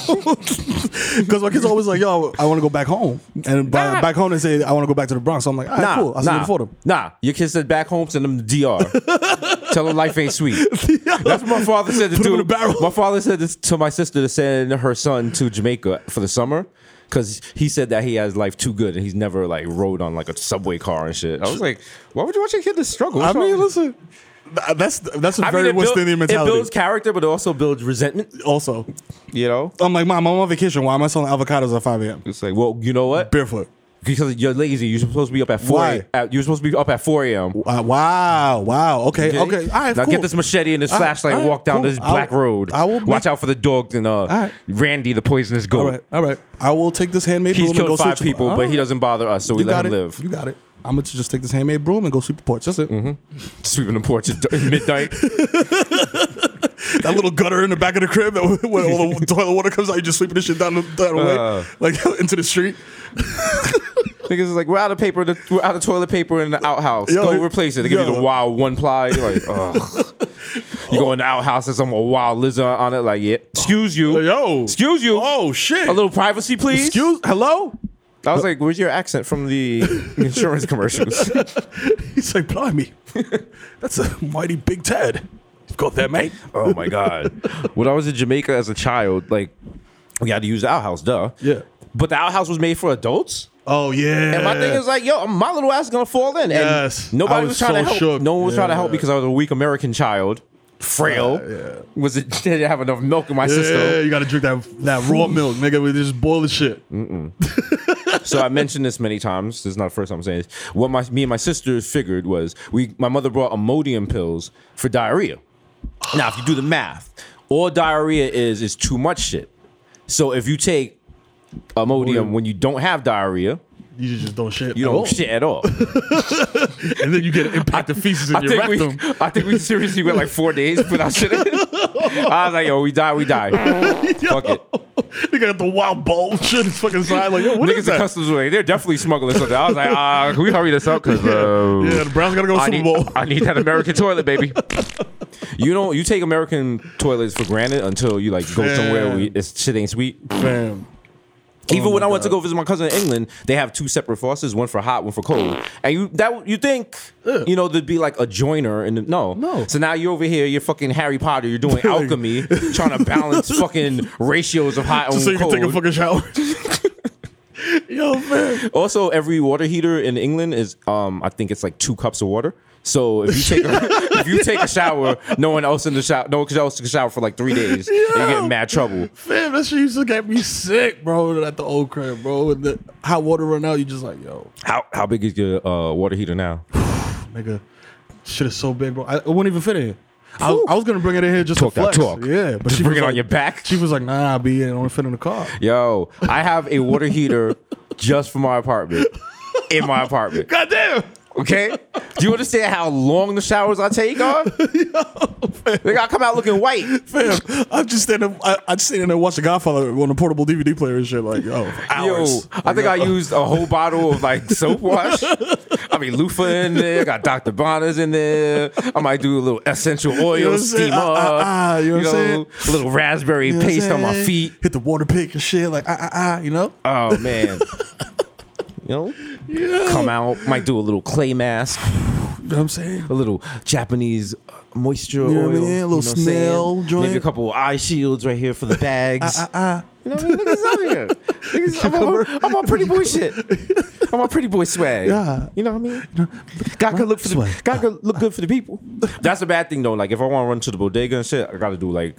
S11: Because my kids always like, yo, I want to go back home. And by,
S3: Nah.
S11: back home, they say, I want to go back to the Bronx. So I'm like, all right, cool. I'll see you
S3: nah,
S11: in Fordham.
S2: <laughs>
S3: nah. Your kids said back home, send them to DR. Tell them life ain't sweet. That's what my father said to do. My father said this to my sister to send her son to Jamaica for the summer. Cause he said that he has life too good and he's never like rode on like a subway car and shit. I was like, why would you want your kid to struggle?
S2: I
S3: What's wrong
S2: mean,
S3: with-
S2: listen, th- that's that's a
S3: I mean,
S2: very
S3: it
S2: West
S3: build-
S2: Indian
S3: It
S2: mentality.
S3: builds character, but it also builds resentment.
S2: also,
S3: You know,
S2: I'm like, mom, I'm on vacation. Why am I selling avocados at 5 a.m.?
S3: It's like, well, you know what?
S2: Barefoot.
S3: Because you're lazy. You're supposed to be up at four.
S2: Why?
S3: At, you're supposed to be up at four a.m.
S11: Uh, wow, wow. Okay, okay. All right,
S3: now
S11: cool.
S3: get this machete and this
S11: All right,
S3: flashlight.
S11: all
S3: and
S11: right,
S3: walk down
S11: cool.
S3: this black
S11: I'll-
S3: road.
S11: I will
S3: Watch out for the dog and uh,
S11: right.
S3: Randy, the poisonous goat.
S11: All right, all right. I will take this handmade
S3: He's
S11: broom and go
S3: killed five
S11: sweep-
S3: people,
S11: All
S3: but he
S11: right.
S3: doesn't bother us, so we
S11: you
S3: let
S11: got
S3: him
S11: it.
S3: live. Mm-hmm.
S11: You got it. I'm going to just take this handmade broom and go sweep the porch. That's it.
S3: Sweeping the porch at midnight.
S2: that little gutter in the back of the crib that <laughs> when all
S3: <laughs>
S2: the toilet water comes out, you just sweeping this shit down the, down the
S3: Uh.
S2: way, like <laughs> into the street.
S3: Niggas is like, we're out of paper. We're out of toilet paper in the outhouse.
S2: Yo,
S3: go replace it. They give you
S2: yo.
S3: the wild one ply.
S2: <laughs>
S3: You're like, ugh. You go in the outhouse and some wild lizard on it. Like, yeah. Excuse you.
S2: Yo,
S3: Excuse you.
S2: oh shit!
S3: A little privacy, please.
S2: Excuse, hello.
S3: I was like, "Where's your <laughs> accent from <laughs>
S2: <laughs>
S3: the insurance commercials?"
S2: He's like, blimey, <laughs> that's a mighty big Ted. You've got that, mate.
S3: oh my god! When I was in Jamaica as a child, like we had to use the outhouse, duh.
S2: Yeah.
S3: But the outhouse was made for adults,
S2: Oh yeah.
S3: and my thing is like, yo, my little ass is gonna fall in,
S2: Yes.
S3: and
S2: I
S3: nobody
S2: was
S3: was, trying
S2: so
S3: to help.
S2: shook.
S3: No one was trying to help
S2: Yeah.
S3: because I was a weak American child, frail. Was it <laughs> didn't have enough milk in my
S2: yeah,
S3: system?
S2: you got to drink that that raw milk, nigga. We just boil the shit.
S3: so I mentioned this many times. This is not the first time I'm saying this. What my me and my sister figured was we my mother brought Imodium pills for diarrhea. Now, if you do the math, all diarrhea is is too much shit. So if you take Imodium when you don't have diarrhea,
S2: You just don't shit.
S3: you
S2: at
S3: don't
S2: all.
S3: shit
S2: <laughs>
S3: at all.
S2: and then you get impacted feces in
S3: I
S2: your
S3: think,
S2: <laughs>
S3: we,
S2: rectum.
S3: I think we seriously went like four days without <laughs> shitting. I was like, yo, we die, we die. Fuck it.
S2: They got the wild bulb <laughs> shit in his fucking side. Like, yo, what
S3: Niggas
S2: is
S3: at
S2: that?
S3: customs were like, they're definitely smuggling something. I was like, uh,
S9: Can we hurry this up? Because uh,
S2: Yeah, the Browns gotta go to
S9: I
S2: Super
S9: need,
S2: Bowl.
S9: I need that American
S2: <laughs>
S9: toilet, baby.
S3: You don't you take American toilets for granted until you like go somewhere where it's shit ain't sweet.
S2: Fam. Oh
S3: Even when I went to go visit my cousin in England, they have two separate faucets, one for hot, one for cold. And you that you think you know there'd be like a joiner and no.
S2: No.
S3: So now you're over here, you're fucking Harry Potter,
S2: <laughs>
S3: you're doing alchemy, trying to balance fucking ratios of hot and
S2: Just so you
S3: cold.
S2: can take a fucking
S3: <laughs>
S2: shower. yo, man.
S3: also, every water heater in England is um I think it's like two cups of water. So if you take a, <laughs> if you take a shower, no one else in the shower, no one else can shower for like three days. and You get in mad trouble.
S2: Fam, that shit used to get me sick, bro, at the old crib, bro. And the hot water run out, you just like, yo,
S3: How how big is your uh, water heater now?
S2: nigga, shit is so big, bro. I, it wouldn't even fit in here. I, I was gonna bring it in here just
S3: Talk
S2: to
S3: that
S2: flex.
S3: talk.
S2: Yeah, but
S3: Just
S2: she
S3: bring
S2: was
S3: it on
S2: like-
S3: your back.
S2: She was like, "Nah, I be in. I don't fit in the car."
S3: Yo, I have a water heater just for my apartment. In my apartment.
S2: Goddamn.
S3: Okay? Do you understand how long the showers I take are?
S2: <laughs>
S3: They gotta come out looking white.
S2: Fam, I'm just standing. I, I just standing there watching Godfather on a portable DVD player and shit. Like,
S3: <laughs>
S2: yo,
S3: Yo,
S2: hours.
S3: I <laughs> think I used a whole bottle of like
S2: <laughs>
S3: soap wash. I mean, loofah in there. Got Dr. Bonner's in there. I might do a little essential oil
S2: what I'm saying?
S3: steamer.
S2: Ah, ah, ah, you know what I'm saying?
S3: a little raspberry
S2: You know what I'm
S3: paste on my
S2: saying?
S3: feet.
S2: Hit the water pick and shit. Like, ah, ah, ah. You know. <laughs>
S3: Oh man. You know, come out, might do a little clay mask,
S2: You know what I'm saying?
S3: a little Japanese uh, moisture
S2: know what
S3: oil,
S2: I mean? A little
S3: what I'm saying?
S2: snail joint.
S3: maybe a couple eye shields right here <laughs> for the bags.
S2: Ah,
S3: You know what I mean? Ah, Look at this out here. <laughs> Niggas- I'm, on, I'm on pretty boy shit. I'm on pretty boy swag.
S2: Yeah.
S3: you know what I mean. God could look for the
S2: Swag.
S3: God could look good for the people. That's a bad thing though. Like if I want to run to the bodega and shit, I gotta do like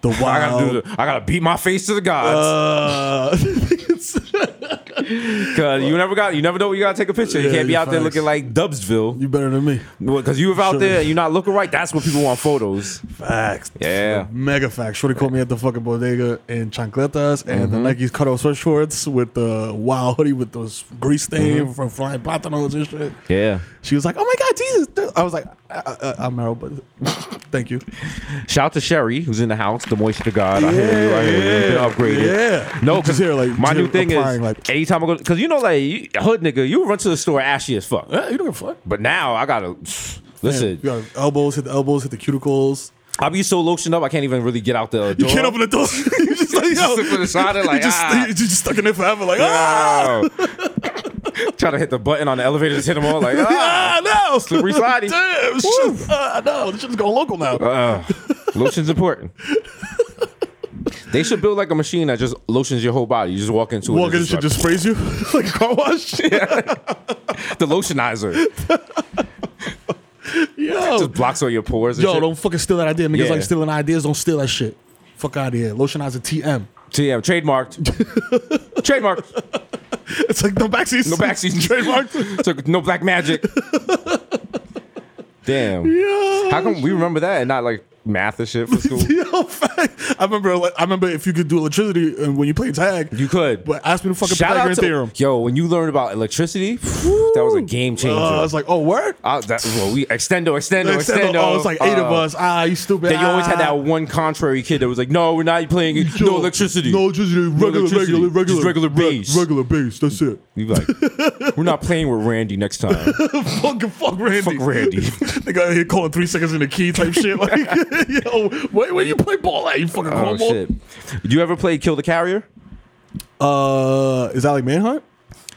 S2: The
S3: I
S2: wild.
S3: Uh,
S2: Ah.
S3: gotta do. The, I gotta beat my face to the gods.
S2: Uh,
S3: Cause you never got, you never know when you gotta take a picture. You
S2: Yeah,
S3: can't be
S2: you
S3: out there
S2: facts.
S3: looking like
S2: <laughs>
S3: Dubsville.
S2: You better than me.
S3: Because you were out
S2: Sure.
S3: there and you're not looking right. That's what people want photos.
S2: Facts.
S3: Yeah.
S2: Mega facts. Shorty called me at the fucking bodega in chancletas and
S3: Mm-hmm.
S2: the Nike's cutoff sweatshorts with the wow hoodie with those grease stain
S3: Mhm.
S2: from flying Pantanos and shit.
S3: Yeah.
S2: She was like, "Oh my god, Jesus!" dude." I was like, I, I, "I'm Meryl, but <laughs> thank you."
S3: Shout out to Sherry, who's in the house, the moisture god. I hear you, I hear you.
S2: Yeah,
S3: You've been upgraded.
S2: yeah.
S3: No,
S2: Just
S3: because
S2: here, like,
S3: my new
S2: just
S3: thing is
S2: applying, like-
S3: anytime I go, because you know, like, you- hood nigga, you run to the store ashy as fuck.
S2: you don't give a fuck.
S3: But now I gotta,
S2: Man,
S3: listen,
S2: you got elbows hit the elbows, hit the cuticles.
S3: I'll be so lotioned up, I can't even really get out the door.
S2: You can't open the door. <laughs> you just like, yo,
S3: Sit for the side and
S2: you
S3: like,
S2: just,
S3: ah.
S2: you just stuck in there forever. Like, "Ah,
S3: Wow.
S2: <laughs>
S3: Try to hit the button on the elevator, just hit them all like, ah,
S2: ah, no,
S3: Slippery slidey.
S2: Damn, shit. Ah, no, this shit's going local now.
S3: uh, lotion's important. They should build like a machine that just lotions your whole body. You just walk into it.
S2: Walk in
S3: and
S2: and shit
S3: like-
S2: just sprays you <laughs> like a car
S3: <laughs>
S2: wash.
S3: the lotionizer.
S2: Yo.
S3: Just blocks all your pores. And
S2: Yo,
S3: shit.
S2: don't fucking steal that idea. Niggas
S3: Yeah.
S2: like stealing ideas. Don't steal that shit. Fuck out of here. Lotionizer TM.
S3: TM trademarked. trademarked.
S2: <laughs> It's like no backseats.
S3: No backseat
S2: <laughs> Trademarked.
S3: <laughs> So no black magic.
S2: <laughs>
S3: Damn.
S2: Yo.
S3: How come we remember that and not like math and shit for
S2: <laughs>
S3: school?
S2: Yo, fact. I remember. Like, I remember if you could do electricity and when you play tag,
S3: You could.
S2: but ask me <laughs> the fucking
S3: Shout out
S2: Pythagorean
S3: to
S2: theorem.
S3: yo. When you learned about electricity, that was a game changer.
S2: Uh, I was like, oh, word.
S3: I- that, well, we extendo, extendo,
S2: Like,
S3: extendo.
S2: oh, it's like eight of
S3: Uh,
S2: us. Ah, you stupid.
S3: Then you always had
S2: Ah.
S3: that one contrary kid that was like, "No, we're not playing.
S2: Yo,
S3: no electricity.
S2: No electricity. Regular,
S3: electricity.
S2: regular, regular,
S3: Just regular
S2: Re-
S3: bass.
S2: Regular bass. That's it. <laughs>
S3: You like, we're not playing with Randy next time.
S2: fuck, fuck Randy.
S3: Fuck Randy.
S2: <laughs> they got here calling three seconds in the key type shit. Like, <laughs> yo, wait, where you play ball at? You fucking
S3: oh
S2: cornball.
S3: shit! You ever play Kill the Carrier?
S2: Uh, is that like manhunt?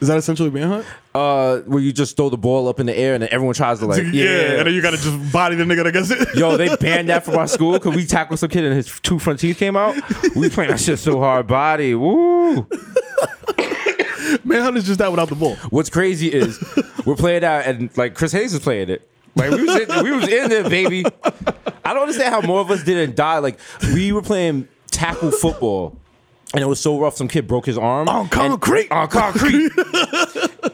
S2: Is that essentially manhunt?
S3: Uh, where you just throw the ball up in the air and then everyone tries to like, yeah.
S2: and then you gotta just body the nigga that gets it. <laughs>
S3: Yo, they banned that from our school because we tackled some kid and his two front teeth came out. We playing that shit so hard, body. Woo!
S2: manhunt is just that without the ball.
S3: What's crazy
S2: <laughs>
S3: is we're playing that and like Chris Hayes was playing it. Like we was in, we was in there, baby. I don't understand how more of us didn't die. Like we were playing tackle football. And it was so rough. Some kid broke his arm
S2: On concrete.
S3: And,
S2: <laughs>
S3: on concrete,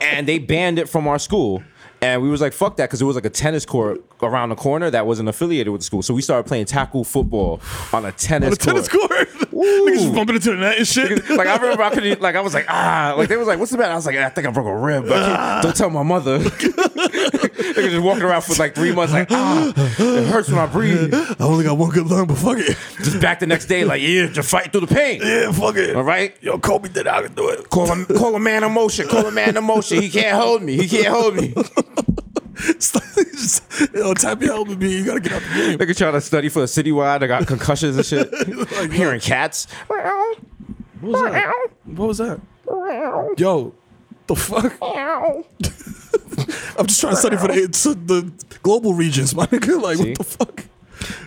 S3: and they banned it from our school. And we was like, "Fuck that!" Because it was like a tennis court around the corner that wasn't affiliated with the school. So we started playing tackle football on a tennis
S2: On a tennis court. Niggas just bumping into the net and shit.
S3: like I remember, I could like I was like ah, like they was like, "What's the matter?" I was like, "I think I broke a rib." But I can't- don't tell my mother. <laughs> they were just walking around for like three months, like ah, it hurts when I breathe.
S2: I only got one good lung, but fuck it. <laughs>
S3: Just back the next day, like yeah, just fight through the pain.
S2: Yeah, fuck it.
S3: All right,
S2: Yo, Kobe did it. I can do it. <laughs>
S3: call a, call a man emotion. Call a man emotion. He can't hold me. He can't hold me.
S2: Just, Yo, tap your helmet, B. You gotta get out the game.
S3: Nigga trying to study for a citywide. I got concussions and shit.
S2: Like,
S3: Hearing cats.
S2: What was that? What was that? Yo, the fuck? I'm just trying to study for the, it's, uh, the global regions, my nigga. Like,
S3: See?
S2: what the fuck? <laughs>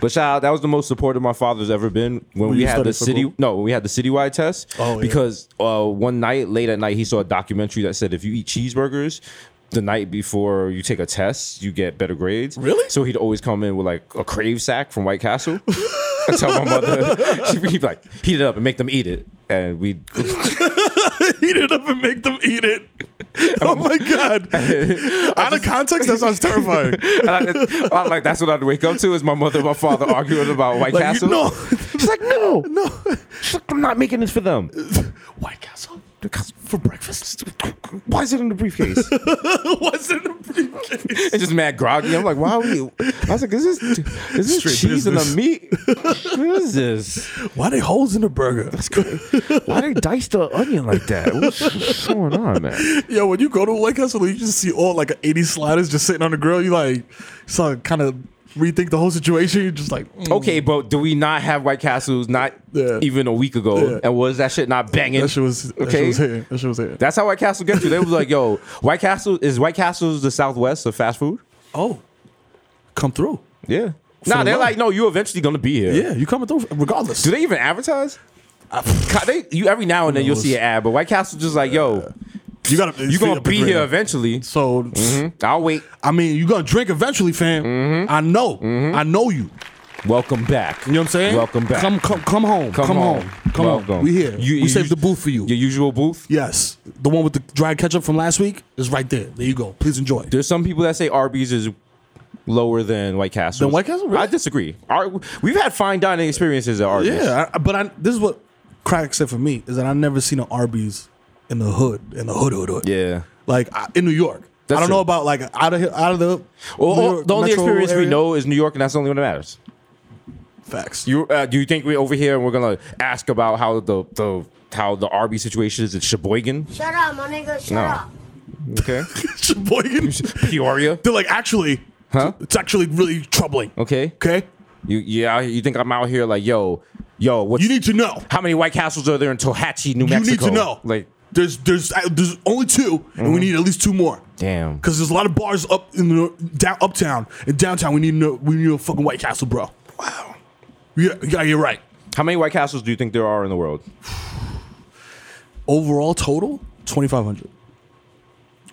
S3: But shout out, that was the most supportive my father's ever been when
S2: When
S3: we
S2: you
S3: had the
S2: studied for
S3: city.
S2: Globe?
S3: No, when we had the citywide test.
S2: Oh, yeah.
S3: because uh, one night late at night, he saw a documentary that said if you eat cheeseburgers. The night before you take a test, you get better grades.
S2: Really?
S3: So he'd always come in with like a crave sack from White Castle. <laughs> I tell
S2: <laughs>
S3: my mother, <laughs> she'd be like, heat it up and make them eat it. And we
S2: Heat it up and make them eat it. <laughs> Oh my <laughs> god! Out of context, that sounds <laughs> terrifying.
S3: And I, I'm like, that's what I'd wake up to is my mother and my father arguing about White
S2: Like,
S3: Castle.
S2: you, no,
S3: She's like, no.
S2: no. <laughs>
S3: She's like, I'm not making this for them.
S2: White Castle.
S3: For breakfast? Why is it in the briefcase? <laughs>
S2: What's in the briefcase?
S3: it's just mad groggy. I'm like, why are we? I was like, is this, is this
S2: Straight
S3: cheese and
S2: business.
S3: a meat? What is this?
S2: Why they holes in the burger?
S3: Why they dice the onion like that? What's, what's going on, man?
S2: <laughs> Yo, when you go to White Castle, you just see all like 80 sliders just sitting on the grill. You like, so kind of rethink the whole situation. You're just like, mm,
S3: Okay, but do we not have White Castles not
S2: Yeah.
S3: even a week ago?
S2: Yeah.
S3: And was that shit not banging?
S2: that shit was okay. That shit was hitting. That shit was hitting.
S3: That's how White Castle gets you. They was like, yo, White Castle is White Castle's the Southwest of fast food?
S2: oh, come through.
S3: Yeah. Nah,
S2: the
S3: they're
S2: money.
S3: like, no, you're eventually gonna be here.
S2: Yeah, you coming through regardless. Ah,
S3: Do they even advertise? Ca- they, you every now and then you'll see an ad, but White Castle just like, yo,
S2: you gotta.
S3: you gonna be here Mm-hmm. eventually.
S2: So
S3: I'll wait.
S2: I mean, you gonna drink eventually, fam.
S3: Mm-hmm.
S2: I know. I know you.
S3: Welcome back.
S2: You know what I'm saying?
S3: Welcome back.
S2: Come come come home. Come, home. Come
S3: Welcome.
S2: home. We here.
S3: You-
S2: we
S3: you-
S2: saved the booth for you.
S3: Your usual booth.
S2: yes. the one with the dried ketchup from last week is right there. There you go. Please enjoy.
S10: There's some people that say Arby's is lower than White Castle.
S2: Than White Castle?
S10: I disagree. Ar- we've had fine dining experiences at Arby's.
S2: Yeah, I, but I, this is what Crack said for me is that I've never seen an Arby's in the hood, in the hood, hood, hood.
S10: Yeah.
S2: Like I, in New York. I
S10: That's
S2: don't
S10: true.
S2: know about like out of here, out of the.
S10: Well,
S2: New
S10: all-
S2: York
S10: the only
S2: metro
S10: experience
S2: area.
S10: we know is New York, and that's the only one that matters.
S2: Facts. <laughs>
S10: You uh, do you think we're over here and we're gonna ask about how the the how the Arby situation is in Sheboygan?
S6: Shut up, my nigga. Shut
S10: No.
S6: up.
S10: Okay,
S2: Sheboygan,
S10: Peoria.
S2: They're like actually,
S10: huh?
S2: It's actually really troubling.
S10: Okay.
S2: Okay.
S10: You yeah. You think I'm out here like yo, yo? What's,
S2: You need to know.
S10: how many White Castles are there in Tohatchee, New
S2: You
S10: Mexico?
S2: need to know.
S10: Like
S2: There's there's uh, there's only 2 and
S10: Mm-hmm.
S2: we need at least two more.
S10: damn.
S2: Cause there's a lot of bars up in the down uptown and downtown. We need no, we need a fucking White Castle, bro. Wow. Yeah, yeah, you're right.
S10: How many White Castles do you think there are in the world?
S2: Overall total twenty five hundred.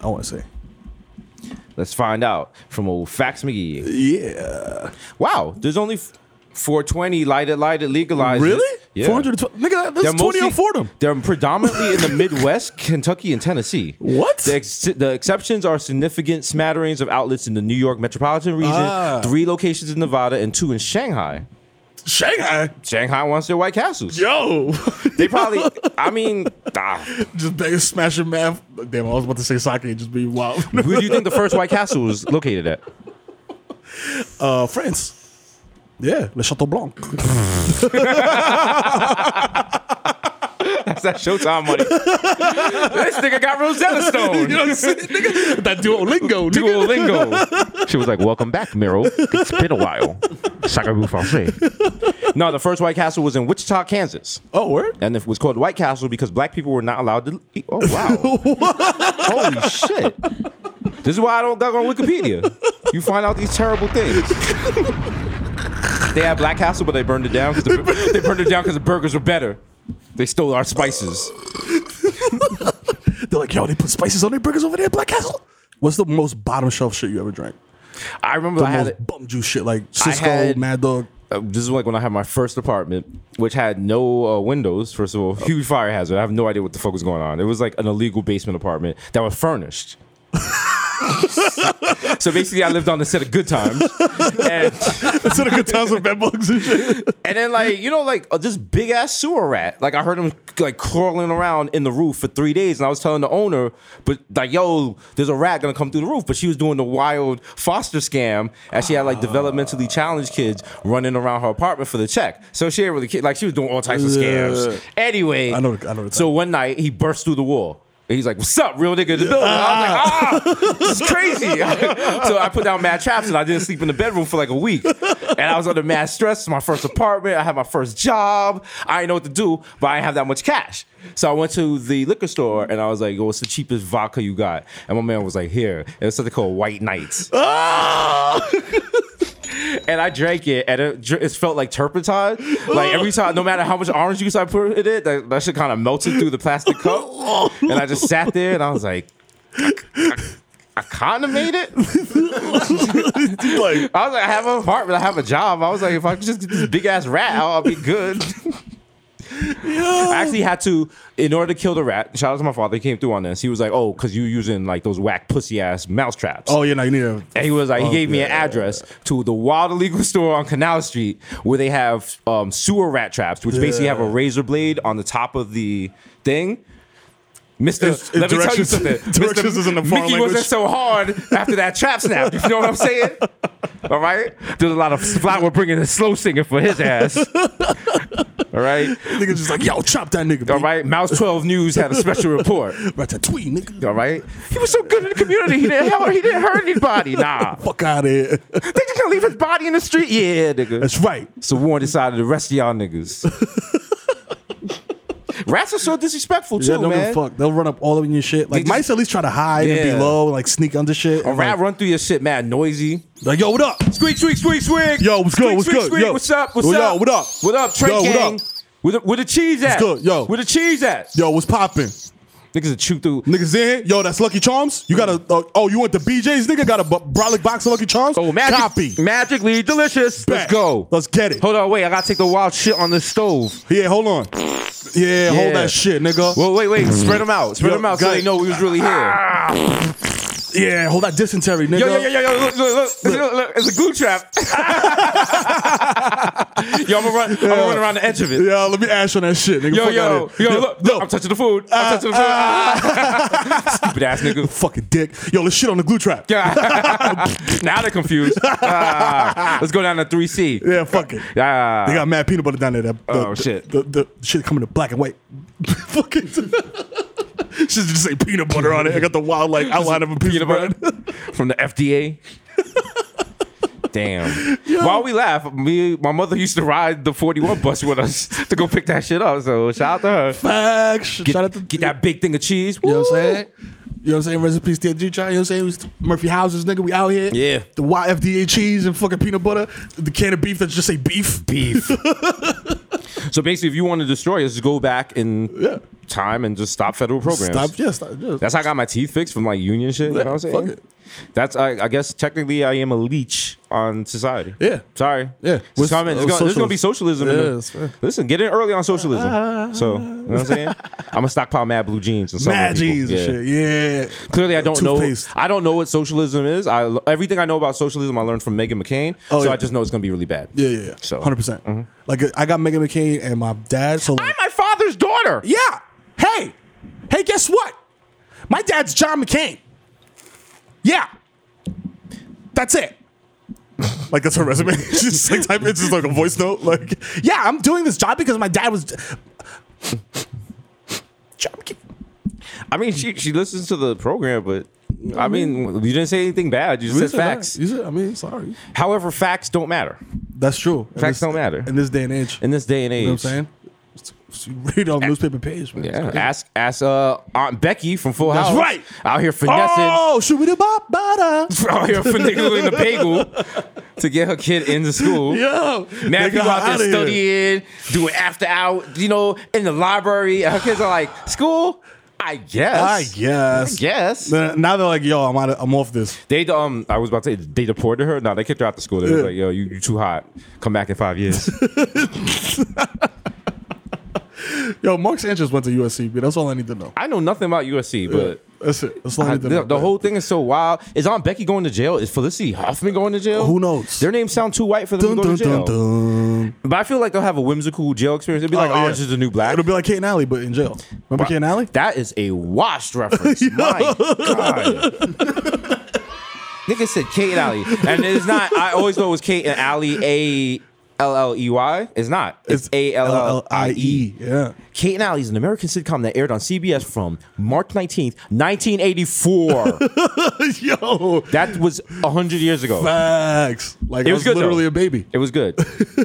S2: I want to say.
S10: Let's find out from old Fax McGee.
S2: Yeah.
S10: Wow, there's only f- 420 lighted, lighted, legalized.
S2: Really?
S10: Yeah.
S2: 412 nigga, that's 20 on Fordham.
S10: They're predominantly in the Midwest, <laughs> Kentucky, and Tennessee.
S2: What?
S10: The, ex- the exceptions are significant smatterings of outlets in the New York metropolitan region,
S2: Ah.
S10: three locations in Nevada, and two in Shanghai.
S2: Shanghai.
S10: Shanghai wants their White Castles.
S12: Yo, <laughs>
S10: They probably, I mean, <laughs> ah.
S12: just bang smashing math. Damn, I was about to say sake and just be wild.
S10: where do you think the first White Castle was located at?
S2: <laughs>
S12: <laughs>
S2: Uh, France. Yeah, Le Chateau <laughs> Blanc.
S10: That's that Showtime money. <laughs> this nigga got
S2: <laughs>
S10: Rosetta Stone.
S12: You know what I'm saying? Nigga, that Duolingo, nigga.
S2: <laughs>
S10: Duolingo.
S3: She was like, "Welcome back, Meryl. It's been a while." Sakabu Francais.
S10: No, the first White Castle was in Wichita, Kansas.
S2: Oh, word?
S10: And it was called White Castle because black people were not allowed to eat. Oh,
S3: <laughs>
S10: wow. Holy shit. <laughs> This is why I don't dug on Wikipedia. You find out these terrible things. they had Black Castle, but they burned it down because the, bur- they burned it down because the burgers were better. They stole our spices.
S2: They're like, yo, they put spices on their burgers over there at Black Castle. What's the most bottom shelf shit you ever drank?
S10: I remember
S2: The
S10: I had
S2: most
S10: it.
S2: bum juice shit, like Cisco,
S10: had-
S2: Mad
S10: <laughs>
S2: Dog.
S10: uh, this is like when I had my first apartment, which had no uh, windows. First of all, <laughs> huge fire hazard. I have no idea what the fuck was going on. It was like an illegal basement apartment that was furnished. <laughs> so basically, I lived on the set of Good Times, and,
S12: Instead of good times with bed bugs and shit.
S10: and then like you know like uh, this big ass sewer rat. Like I heard him like crawling around in the roof for three days, and I was telling the owner, but like yo, there's a rat gonna come through the roof. But she was doing the wild foster scam, and she had like developmentally challenged kids running around her apartment for the check. So she ain't really kid like she was doing all types of scams.
S2: Yeah. <laughs>
S10: Anyway,
S2: I know the- I know the
S10: so one night he burst through the wall. And He's like, "What's up, real nigga?" in The building. I was like, "Ah, this is crazy." <laughs> so I put down mad traps, and I didn't sleep in the bedroom for like a week. And I was under mad stress. It's my first apartment. I had my first job. I didn't know what to do, but I didn't have that much cash. So I went to the liquor store, and I was like, "Yo, what's the cheapest vodka you got?" And my man was like, "Here." It was something called White Knights. <laughs> and I drank it, and it, dr- it felt like turpentine. Like every time, no matter how much orange juice I put in it, that, that shit kind of melted through the plastic cup. And I just sat there, and I was like, I, I, I kind of made it.
S12: like,
S10: I was like, I have an apartment, I have a job. I was like, if I could just get this big ass rat out, I'll be good. I actually had to, in order to kill the rat. Shout out to my father, he came through on this. He was like, "Oh, because you using like those whack pussy ass mouse traps."
S2: Oh, yeah, no, you need a.
S10: And he was like, he
S2: Oh,
S10: gave me an
S2: yeah.
S10: address to the wild illegal store on Canal Street where they have um, sewer rat traps, which basically have a razor blade on the top of the thing. Mister,
S12: It's- it
S10: let me tell you
S12: directions-
S10: something.
S12: <laughs> directions
S10: Mr.
S12: is in the foreign
S10: Mickey wasn't
S12: language.
S10: so hard after that trap snap. You know what
S12: <laughs>
S10: I'm saying? All right. There's a lot of flat. We're bringing the slow singer for his ass. <laughs> All right.
S2: Niggas just like, yo, chop that nigga.
S10: All right. Mouse 12 News had a special report.
S2: Ratatouille, nigga.
S10: All right. He was so good in the community. He didn't help. He didn't hurt anybody. Nah.
S2: Fuck out of here. <laughs>
S10: They just gonna leave his body in the street? Yeah, nigga.
S2: That's right.
S10: So Warren decided the rest of
S3: <laughs>
S10: y'all niggas. Rats are so disrespectful too,
S2: yeah, don't
S10: man.
S2: give a fuck. They'll run up all up in your shit. Like,
S10: just-
S2: mice at least try to hide and
S10: Yeah.
S2: be low and like sneak under shit.
S10: A
S2: And,
S10: rat
S2: like,
S10: run through your shit, mad noisy.
S2: like, yo, what up?
S10: Squeak, squeak, squeak, squeak.
S2: Yo, what's good?
S10: Squeak,
S2: What's
S10: squeak,
S2: good?
S10: squeak.
S2: Yo.
S10: What's up? What's
S2: Yo,
S10: up?
S2: what up?
S10: What up, Trey
S2: Yo, what
S10: Gang?
S2: up?
S10: Where the, where the cheese at?
S2: good? Yo.
S10: Where the cheese at?
S2: Yo, what's poppin'?
S10: Niggas would chew through.
S2: Niggas in? Yo, that's Lucky Charms? You got a, uh, oh, you went to BJ's? Nigga got a b- brolic box of Lucky Charms?
S10: Oh, magic,
S2: Copy.
S10: magically delicious.
S2: Bet.
S10: Let's go.
S2: Let's get it.
S10: Hold on, wait. I gotta take the wild shit on the stove.
S2: Yeah, hold on. Yeah, hold that shit, nigga.
S3: Well, wait, wait. Spread them out. Spread
S2: Yo,
S3: them out so
S2: guys-
S3: they know we was really here.
S2: Yeah, hold that dysentery, nigga.
S3: Yo, Ah, yo, yo, yo, yo, look, look, look, look, look, look, it's a glue <laughs> trap. yo, I'm gonna run, I'm gonna run around the edge of it.
S2: Yeah, let me ash on that shit, nigga. Fuck
S3: Yo,
S2: outta
S3: yo,
S2: here.
S3: yo, look, Ah, look, I'm touching the food. I'm touching the food. <laughs>
S2: Stupid ass nigga. Fucking dick. Yo, let's shit on the glue trap.
S3: Yeah. now they're confused. Ah, let's go down to 3C.
S2: Yeah, fuck it.
S3: Ah.
S2: They got mad peanut butter down there. The, the-
S3: Oh,
S2: the-
S3: shit.
S2: The, the, shit coming in black and white. <laughs> fucking. <laughs> Shit just say peanut butter on it. I got the wild like outline of a piece peanut butter.
S3: <laughs> from the FDA. Damn. While we laugh, me my mother used to ride the 41 bus with us <laughs> to go pick that shit up. So shout out to her.
S2: Facts.
S3: Get, get that big thing of cheese.
S2: You know what I'm saying? You know what I'm saying? Rest in peace, DFG child. You know what I'm saying? It was Murphy Houses, nigga. We out here.
S3: Yeah.
S2: The YFDA cheese and fucking peanut butter. The can of beef that just say beef.
S3: Beef. <laughs> So basically, if you want to destroy us, just go back in time and just stop federal programs.
S2: Stop. Yeah, stop. Yeah.
S3: That's how I got my teeth fixed from like union shit. You know what I'm
S2: fuck
S3: saying? That's I, I guess technically I am a leech on society.
S2: Yeah.
S3: Sorry. Yeah.
S2: What's-
S3: It's coming. It's
S2: oh,
S3: gonna, there's gonna be
S2: socialist.
S3: socialism. in
S2: Yeah,
S3: the-
S2: that's fair. Ah.
S3: Listen, get in early on socialism. So you know what I'm saying? I'm gonna stockpile mad blue jeans and
S2: Mad jeans and shit. Yeah.
S3: Clearly, I don't know.
S2: Toothpaste.
S3: I don't know what socialism is. I lo- everything I know about socialism I learned from Megan McCain.
S2: Oh,
S3: so
S2: yeah.
S3: I just know it's gonna be really bad.
S2: Yeah, yeah, yeah.
S3: So mm-hmm.
S2: 100%. percent Like, I got Megan McCain and my dad. So, like,
S3: I'm my father's daughter.
S11: Yeah. Hey. Hey, guess what? My dad's John McCain. Yeah. That's it.
S2: like that's her resume. <laughs> She's just like type it's just like a voice note. Like, <laughs>
S11: Yeah, I'm doing this job because my dad was John McCain.
S3: I mean, she she listens to the program, but I mean, you didn't say anything bad. You just said facts.
S2: You said, I mean, sorry.
S3: However, facts don't matter.
S2: That's true. In this-
S3: Facts don't matter
S2: In this day and age.
S3: in this day and age.
S2: You know what I'm saying? So you read on the newspaper page, man.
S3: Yeah, ask ask uh, Aunt Becky from Full House.
S2: right.
S3: out here finessing,
S2: Oh, should we do bop bada?
S3: <laughs> out here
S2: <laughs>
S3: finagling the bagel to get her kid into school.
S2: Yo,
S3: <laughs> Now
S2: nigga,
S3: people out
S2: outta
S3: there
S2: here.
S3: studying, doing after hour, you know, in the library. And her kids are like, school. I guess.
S2: I guess.
S3: guess.
S2: Then- Now they're like, yo, I'm out of, I'm off this.
S3: They um, I was about to say they deported her. No, they kicked her out the school. They was
S2: Yeah.
S3: like, "Yo, you you too hot. Come back in five <laughs> years."
S2: Yo, Mark Sanchez went to USC, but that's all I need to know.
S3: I know nothing about USC, but
S2: That's it. That's all I
S3: I-
S2: need to know.
S3: the, the whole thing is so wild. Is Aunt Becky going to jail? Is Felicity Huffman going to jail?
S2: Who knows?
S3: Their names sound too white for
S2: Dun,
S3: them to go
S2: dun,
S3: to jail.
S2: dun, dun.
S3: But I feel like they'll have a whimsical jail experience. It'll be like
S2: Oh, yeah.
S3: Orange is the New Black.
S2: It'll be like Kate and Alley, but in jail. Remember
S3: Wow.
S2: Kate and Alley?
S3: That is a washed <laughs> reference. My God. Nigga said Kate and Alley. And it's not, I always know it was Kate and Alley, A L L E Y. It's not. It's A L L I E.
S2: Yeah. <laughs>
S3: Kate and Alley is an American sitcom that aired on CBS from March 19th, <laughs> 1984.
S2: Yo,
S3: that was 100 years ago.
S2: facts. Like
S3: It
S2: I
S3: was
S2: was
S3: good,
S2: literally
S3: though.
S2: a baby.
S3: It was good. Wah,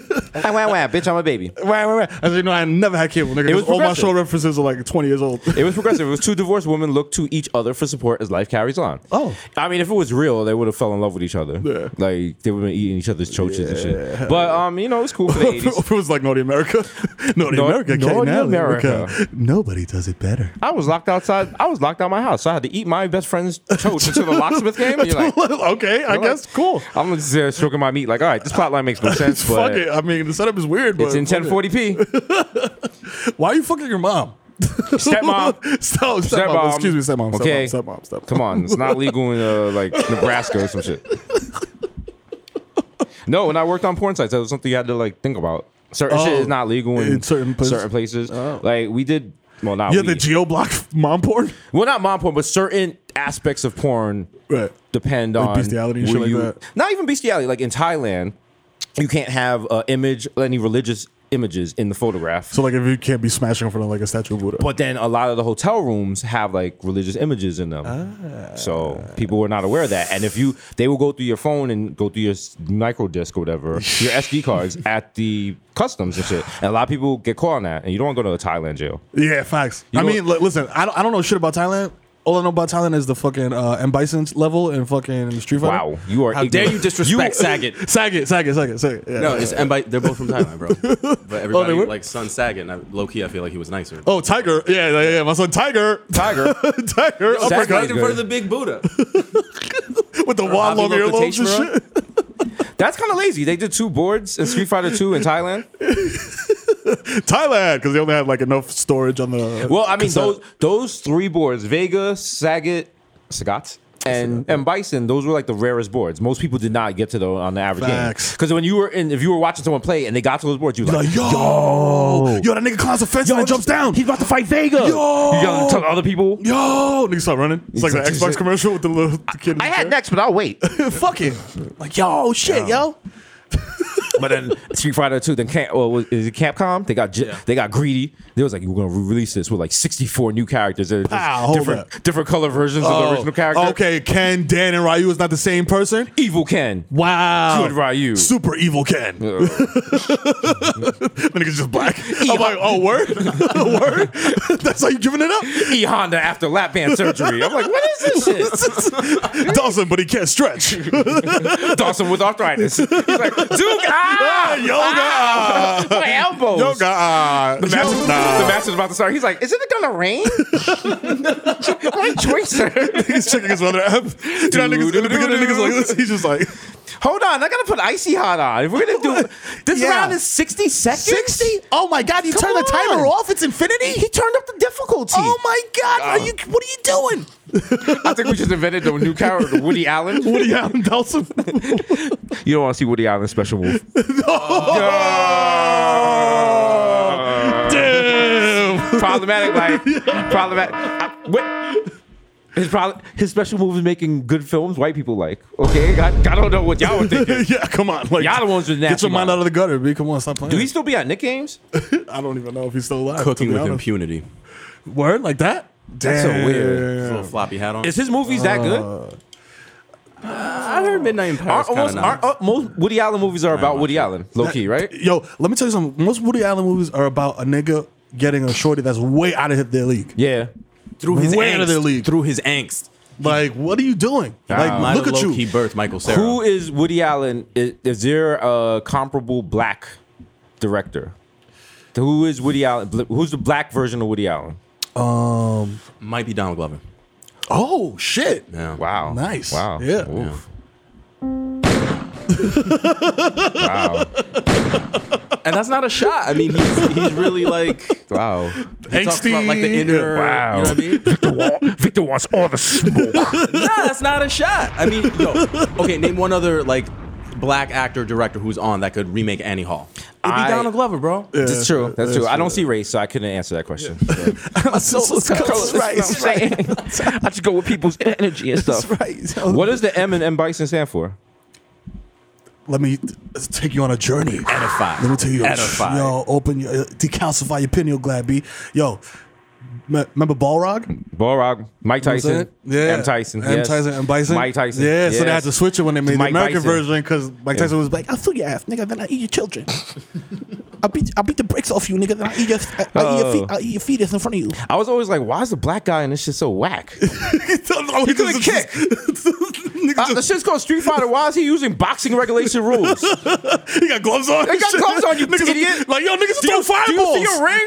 S3: wah, wah, bitch, I'm a baby.
S2: Right, right, right. As you know, I never had cable. Nigga,
S3: It was
S2: all my
S3: progressive.
S2: show references are like 20 years old.
S3: It was progressive. It was two divorced women look to each other for support as life carries on.
S2: Oh.
S3: I mean, if it was real, they would have fell in love with each other.
S2: Yeah.
S3: Like they would have been eating each other's choaches and shit. But um, you know, it's cool for <laughs> the eighties.
S2: <laughs> it was like Naughty America. <laughs> Naughty
S3: Nau-
S2: America. Kate
S3: Naughty
S2: and Alley.
S3: America.
S2: Okay. Nobody does it better.
S3: I was locked outside. I was locked out my house. So I had to eat my best friend's choach until the locksmith came. And you're like,
S2: <laughs> okay, I
S3: you're like-
S2: guess. Cool.
S3: <laughs> I'm just uh, stroking my meat. Like, all right, this plotline makes no <laughs> sense,
S2: <laughs>
S3: but
S2: Fuck it. I mean, the setup is weird, but
S3: it's in
S2: fuck it.
S3: 1040p.
S2: Why are you fucking your mom? <laughs>
S3: Stepmom.
S2: Stop, stepmom.
S3: Stepmom.
S2: Excuse me, stepmom.
S3: Okay.
S2: Stepmom. Stepmom. stepmom.
S3: Come on, it's not legal in uh, like Nebraska or some shit. No, when I worked on porn sites, that was something you had to like think about. Certain
S2: Oh.
S3: shit is not legal in,
S2: In certain places?
S3: places. Oh. Like we did, well not
S2: You
S3: we,
S2: had the geo block <laughs> mom porn?
S3: well not mom porn, but certain aspects of porn
S2: Right.
S3: depend
S2: Like
S3: on
S2: bestiality and
S3: will
S2: shit like
S3: you-
S2: that.
S3: Not even bestiality. Like in Thailand, you can't have uh, image any religious images in the photograph.
S2: So like if you can't be smashing in front of like a statue of Buddha.
S3: But then a lot of the hotel rooms have like religious images in them.
S2: Ah.
S3: So people were not aware of that. And if you, they will go through your phone and go through your s- micro disk or whatever,
S2: <laughs>
S3: your SD cards at the customs and shit. And a lot of people get caught on that. And you don't want to go to a Thailand jail.
S2: Yeah, facts.
S3: You
S2: I
S3: know-
S2: mean, li- listen, I don't, I don't know shit about Thailand. All I know about Thailand is the fucking uh, M Bison's level and fucking Street Fighter.
S3: Wow. You are
S10: How dare you
S3: ignorant. <laughs>
S10: disrespect Saget?
S2: Saget, Saget, Saget, Saget. Yeah.
S10: No, it's and by, they're both from Thailand, bro.
S3: <laughs> Oh,
S10: But everybody
S2: were?
S10: like Son Saget. And low key, I feel like he was nicer.
S2: oh, Tiger. Yeah, yeah, yeah. My son Tiger.
S3: Tiger.
S2: <laughs> Tiger.
S10: Saget
S2: uppercut
S10: right in front of the big Buddha.
S2: with the wad long
S10: Avi
S2: earlobes and
S10: Lokiteshvara.
S2: shit. <laughs>
S3: That's kind of lazy. They did two boards in Street Fighter 2 in Thailand.
S2: Thailand because they only had like enough storage on the.
S3: Well, I mean
S2: cassette.
S3: those those three boards, Vega, Sagat, Sagat. And, and Bison, those were like the rarest boards. Most people did not get to those on the average
S2: Facts.
S3: game. Because when you were in, if you were watching someone play and they got to those boards, you were like,
S2: Like, yo,
S3: yo,
S2: yo, that nigga climbs a fence and then jumps down.
S3: he's about to fight Vega.
S2: Yo,
S3: You gotta tell other people.
S2: yo, nigga start running. It's like the
S3: It's-
S2: Xbox commercial with the little the kid.
S9: I had next, but I'll wait.
S2: <laughs> fuck it. Like yo, shit, yo.
S3: But then Street Fighter Two, then Camp, well, was- is it Capcom? They got j- they got greedy. They was like, we're gonna release this with like sixty four new characters. They're just
S2: Pow, hold Oh,
S3: different different color versions of
S9: Oh.
S3: the original character.
S2: okay, Ken, Dan, and Ryu is not the same person.
S3: Evil Ken.
S2: Wow.
S3: Good Ryu.
S2: Super evil Ken. <laughs> the nigga's just
S9: <laughs>
S2: black. I'm like, oh, word? <laughs> word? That's how you giving it up?
S3: E Honda after lap band surgery. I'm like, what is
S2: <laughs>
S3: this
S2: Dawson, but he can't
S9: <laughs>
S2: stretch.
S3: shit? <laughs> Dawson with <laughs> arthritis. He's like, Duke, ah,
S2: Ah, yoga.
S3: ah, <laughs> my elbows.
S2: Yoga. <laughs> uh,
S3: The
S2: yo-
S3: master's,
S2: nah.
S3: the master's about to start. He's like, is it gonna <laughs> rain? my
S10: <laughs>
S3: tracer.
S2: He's checking his weather
S3: <laughs>
S2: app. You know, that niggas, in the beginning, niggas like this. He's just like,
S3: Hold on, I gotta put icy hot on. If we're <laughs> gonna do this
S11: Yeah.
S3: round is sixty seconds.
S11: 60? Oh my god, you
S3: Come
S11: turned the timer
S3: on.
S11: off? It's infinity?
S3: He turned up the difficulty.
S11: Oh my god, are you, what are you doing? <laughs>
S3: I think we just invented the new character, Woody Allen.
S2: Woody Allen
S3: <laughs>
S2: Dawson.
S9: You don't want to see Woody Allen's special move.
S2: <laughs> Damn.
S3: problematic,
S2: <laughs>
S3: like problematic. I- what- His problem, his special move is making good films white people like. Okay, I, I don't know what y'all
S2: <laughs>
S3: were thinking.
S2: yeah, come on. Like,
S3: Y'all the ones with
S2: Get
S3: nasty
S2: your mind
S3: mouth.
S2: out of the gutter, B. Come on, stop playing.
S3: Do he still be at Nick games?
S2: I don't even know if he's still alive. to
S10: Cooking
S2: be
S10: with
S2: honest.
S10: impunity.
S2: Word? Like that?
S3: That's so weird.
S10: Little floppy hat on.
S3: Is his movies that good?
S10: Uh, I heard Midnight in
S3: Aren't
S10: Paris.
S3: almost, aren't, uh, most Woody Allen movies are about Woody Allen, low key, right?
S2: Yo, let me tell you something. Most Woody Allen movies are about a nigga getting a shorty that's way out of their league.
S3: Yeah.
S10: through his
S2: way
S10: angst,
S2: out of their league.
S10: Through his angst.
S2: Like, what are you doing?
S10: Might
S2: Like, look
S10: have
S2: at you.
S10: low-key birthed Michael Cera.
S3: Who is Woody Allen? Is, is there a comparable black director? Who is Woody Allen? bl- Who's the black version of Woody Allen?
S10: might be Donald Glover.
S2: Um, oh shit!
S10: Yeah.
S3: Wow.
S2: Nice.
S3: Wow.
S2: Yeah.
S3: Oof. wow.
S10: And that's not a shot. I mean, he's, he's really like
S3: Wow.
S10: he talks about like the
S2: Angsty.
S10: inner.
S9: Wow.
S10: You know what I mean?
S9: Victor, wa- Victor wants all the smoke.
S10: nah, that's not a shot. I mean, yo, okay, name one other like black actor director who's on that could remake Annie Hall. It'd be
S3: I- <laughs>
S10: Donald Glover, bro.
S3: That's true. That's true. I don't see race, so I couldn't answer that question. <laughs>
S11: That's right. That's right.
S9: I just go with people's energy and stuff.
S11: That's right.
S3: What does the M and M Bison stand for?
S2: Let me t- take you on a journey.
S10: Edify.
S2: Let me tell you.
S10: Edify.
S2: Yo, open your uh, decalcify your pineal gland, B. Yo, me- remember Balrog?
S3: Balrog, Mike Tyson,
S2: Yeah.
S3: M Tyson,
S2: M.
S3: yes.
S2: Tyson and Bison.
S3: Mike Tyson.
S2: Yeah, so they had to
S3: yes.
S2: switch it when they made
S3: Mike
S2: the American
S3: Tyson.
S2: version because Mike Tyson was like,
S11: I'll fill your ass, nigga, then I eat your
S3: <laughs>
S11: children. I'll beat, I'll beat the brakes off you, nigga, then I eat your, I, I eat
S3: Oh.
S11: your, feet, I eat your fetus in front of
S3: <laughs>
S11: you.
S3: I was always like, why is the black guy in this shit
S2: <laughs>
S3: so whack?
S2: oh, he <laughs>
S3: couldn't kick.
S2: Nigga
S3: Uh, the shit's called Street Fighter. Why is he using boxing regulation
S2: <laughs>
S3: rules?
S2: just- he got gloves on.
S3: They got gloves on, you
S2: niggas
S3: idiot.
S2: Like, yo, niggas
S3: Do
S2: throw
S3: you, do
S2: fireballs.
S3: you see a
S2: <laughs>
S3: ring?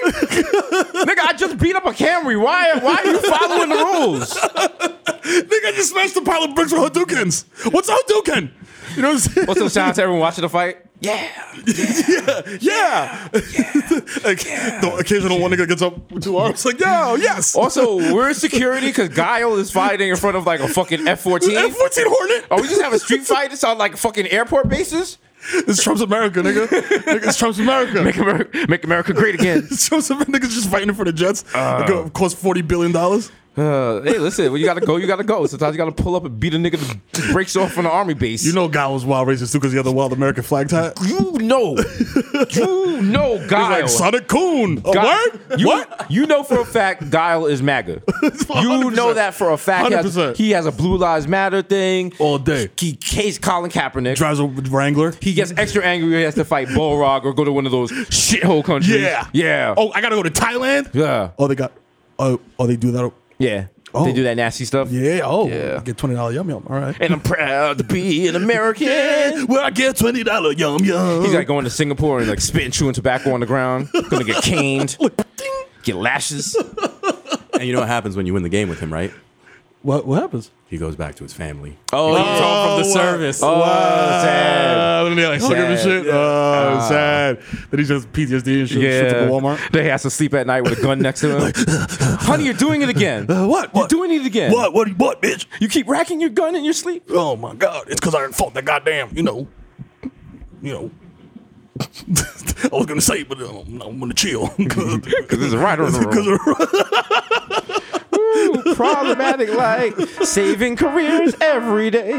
S3: Nigga, I just beat up a Camry. Why, why are you following the rules?
S2: Nigga just smashed a pile of bricks with Hadoukens. What's a Hadouken? You know what I'm saying?
S3: <laughs> What's up, shout out to everyone watching the fight?
S2: yeah. like, the occasional one nigga gets up with two arms, like, yo, yes.
S3: Also, we're in security because Guile is fighting in front of like a fucking
S2: <laughs>
S3: F 14.
S2: F-14 Hornet.
S3: Are we just having street fights on like fucking airport bases?
S2: It's Trump's America,
S3: <laughs>
S2: nigga. Nigga, it's Trump's America.
S9: Make America, make America great again.
S2: it's <laughs> Trump's America. Niggas just fighting for the Jets. It go- cost forty billion dollars.
S3: Uh, <laughs> hey, listen, when you gotta go, you gotta go. Sometimes you gotta pull up and beat a nigga that breaks off from the army base.
S2: You know, guy was wild racist too because he had the wild American flag tie. He's
S3: you know, you know, Guile.
S2: like Sonic Coon. A
S3: Guile-
S2: word?
S3: You,
S2: what?
S3: You know for a fact Guile is MAGA. you
S2: 100%.
S3: know that for a fact. He has,
S2: 100%.
S3: he has a Blue Lives Matter thing.
S2: All day.
S3: He hates Colin Kaepernick.
S2: Drives a Wrangler. <laughs>
S3: he gets extra angry when he has to fight Balrog or go to one of those shithole countries.
S2: Yeah.
S3: Yeah.
S2: Oh, I gotta go to Thailand.
S3: Yeah.
S2: Oh, they got. Oh, oh, they do that.
S3: Yeah. They
S2: Oh.
S3: do that nasty stuff.
S2: Yeah. Oh,
S3: Yeah.
S2: Get twenty dollars. Yum yum. All right.
S3: And I'm proud to be
S2: <laughs>
S3: an American.
S2: Well, I get twenty dollar yum yum.
S3: He's like going to Singapore and like spitting chewing tobacco on the ground. Gonna get
S2: <laughs>
S3: caned. Get lashes.
S10: And you know what happens when you win the game with him, right?
S2: What what happens?
S13: He goes back to his family.
S3: <laughs>
S10: Oh, he's home from the service.
S13: Oh,
S2: wow.
S13: sad.
S2: And they like hug him and
S13: Sad.
S2: shit. Oh, sad. Then he just PTSD and shit. shit to Walmart.
S3: They has to sleep at night with a gun next to him.
S2: <laughs>
S3: Honey, you're doing it again.
S2: Uh, what?
S3: You're doing it again.
S1: What? What? What, bitch?
S3: You keep racking your gun in your sleep.
S1: Oh my god! It's because I didn't fought that goddamn. You know. You
S2: <laughs>
S1: know. I was gonna say, but um, I'm gonna
S2: <laughs>
S1: chill because
S3: there's a rider in the room. Problematic, like saving careers every day.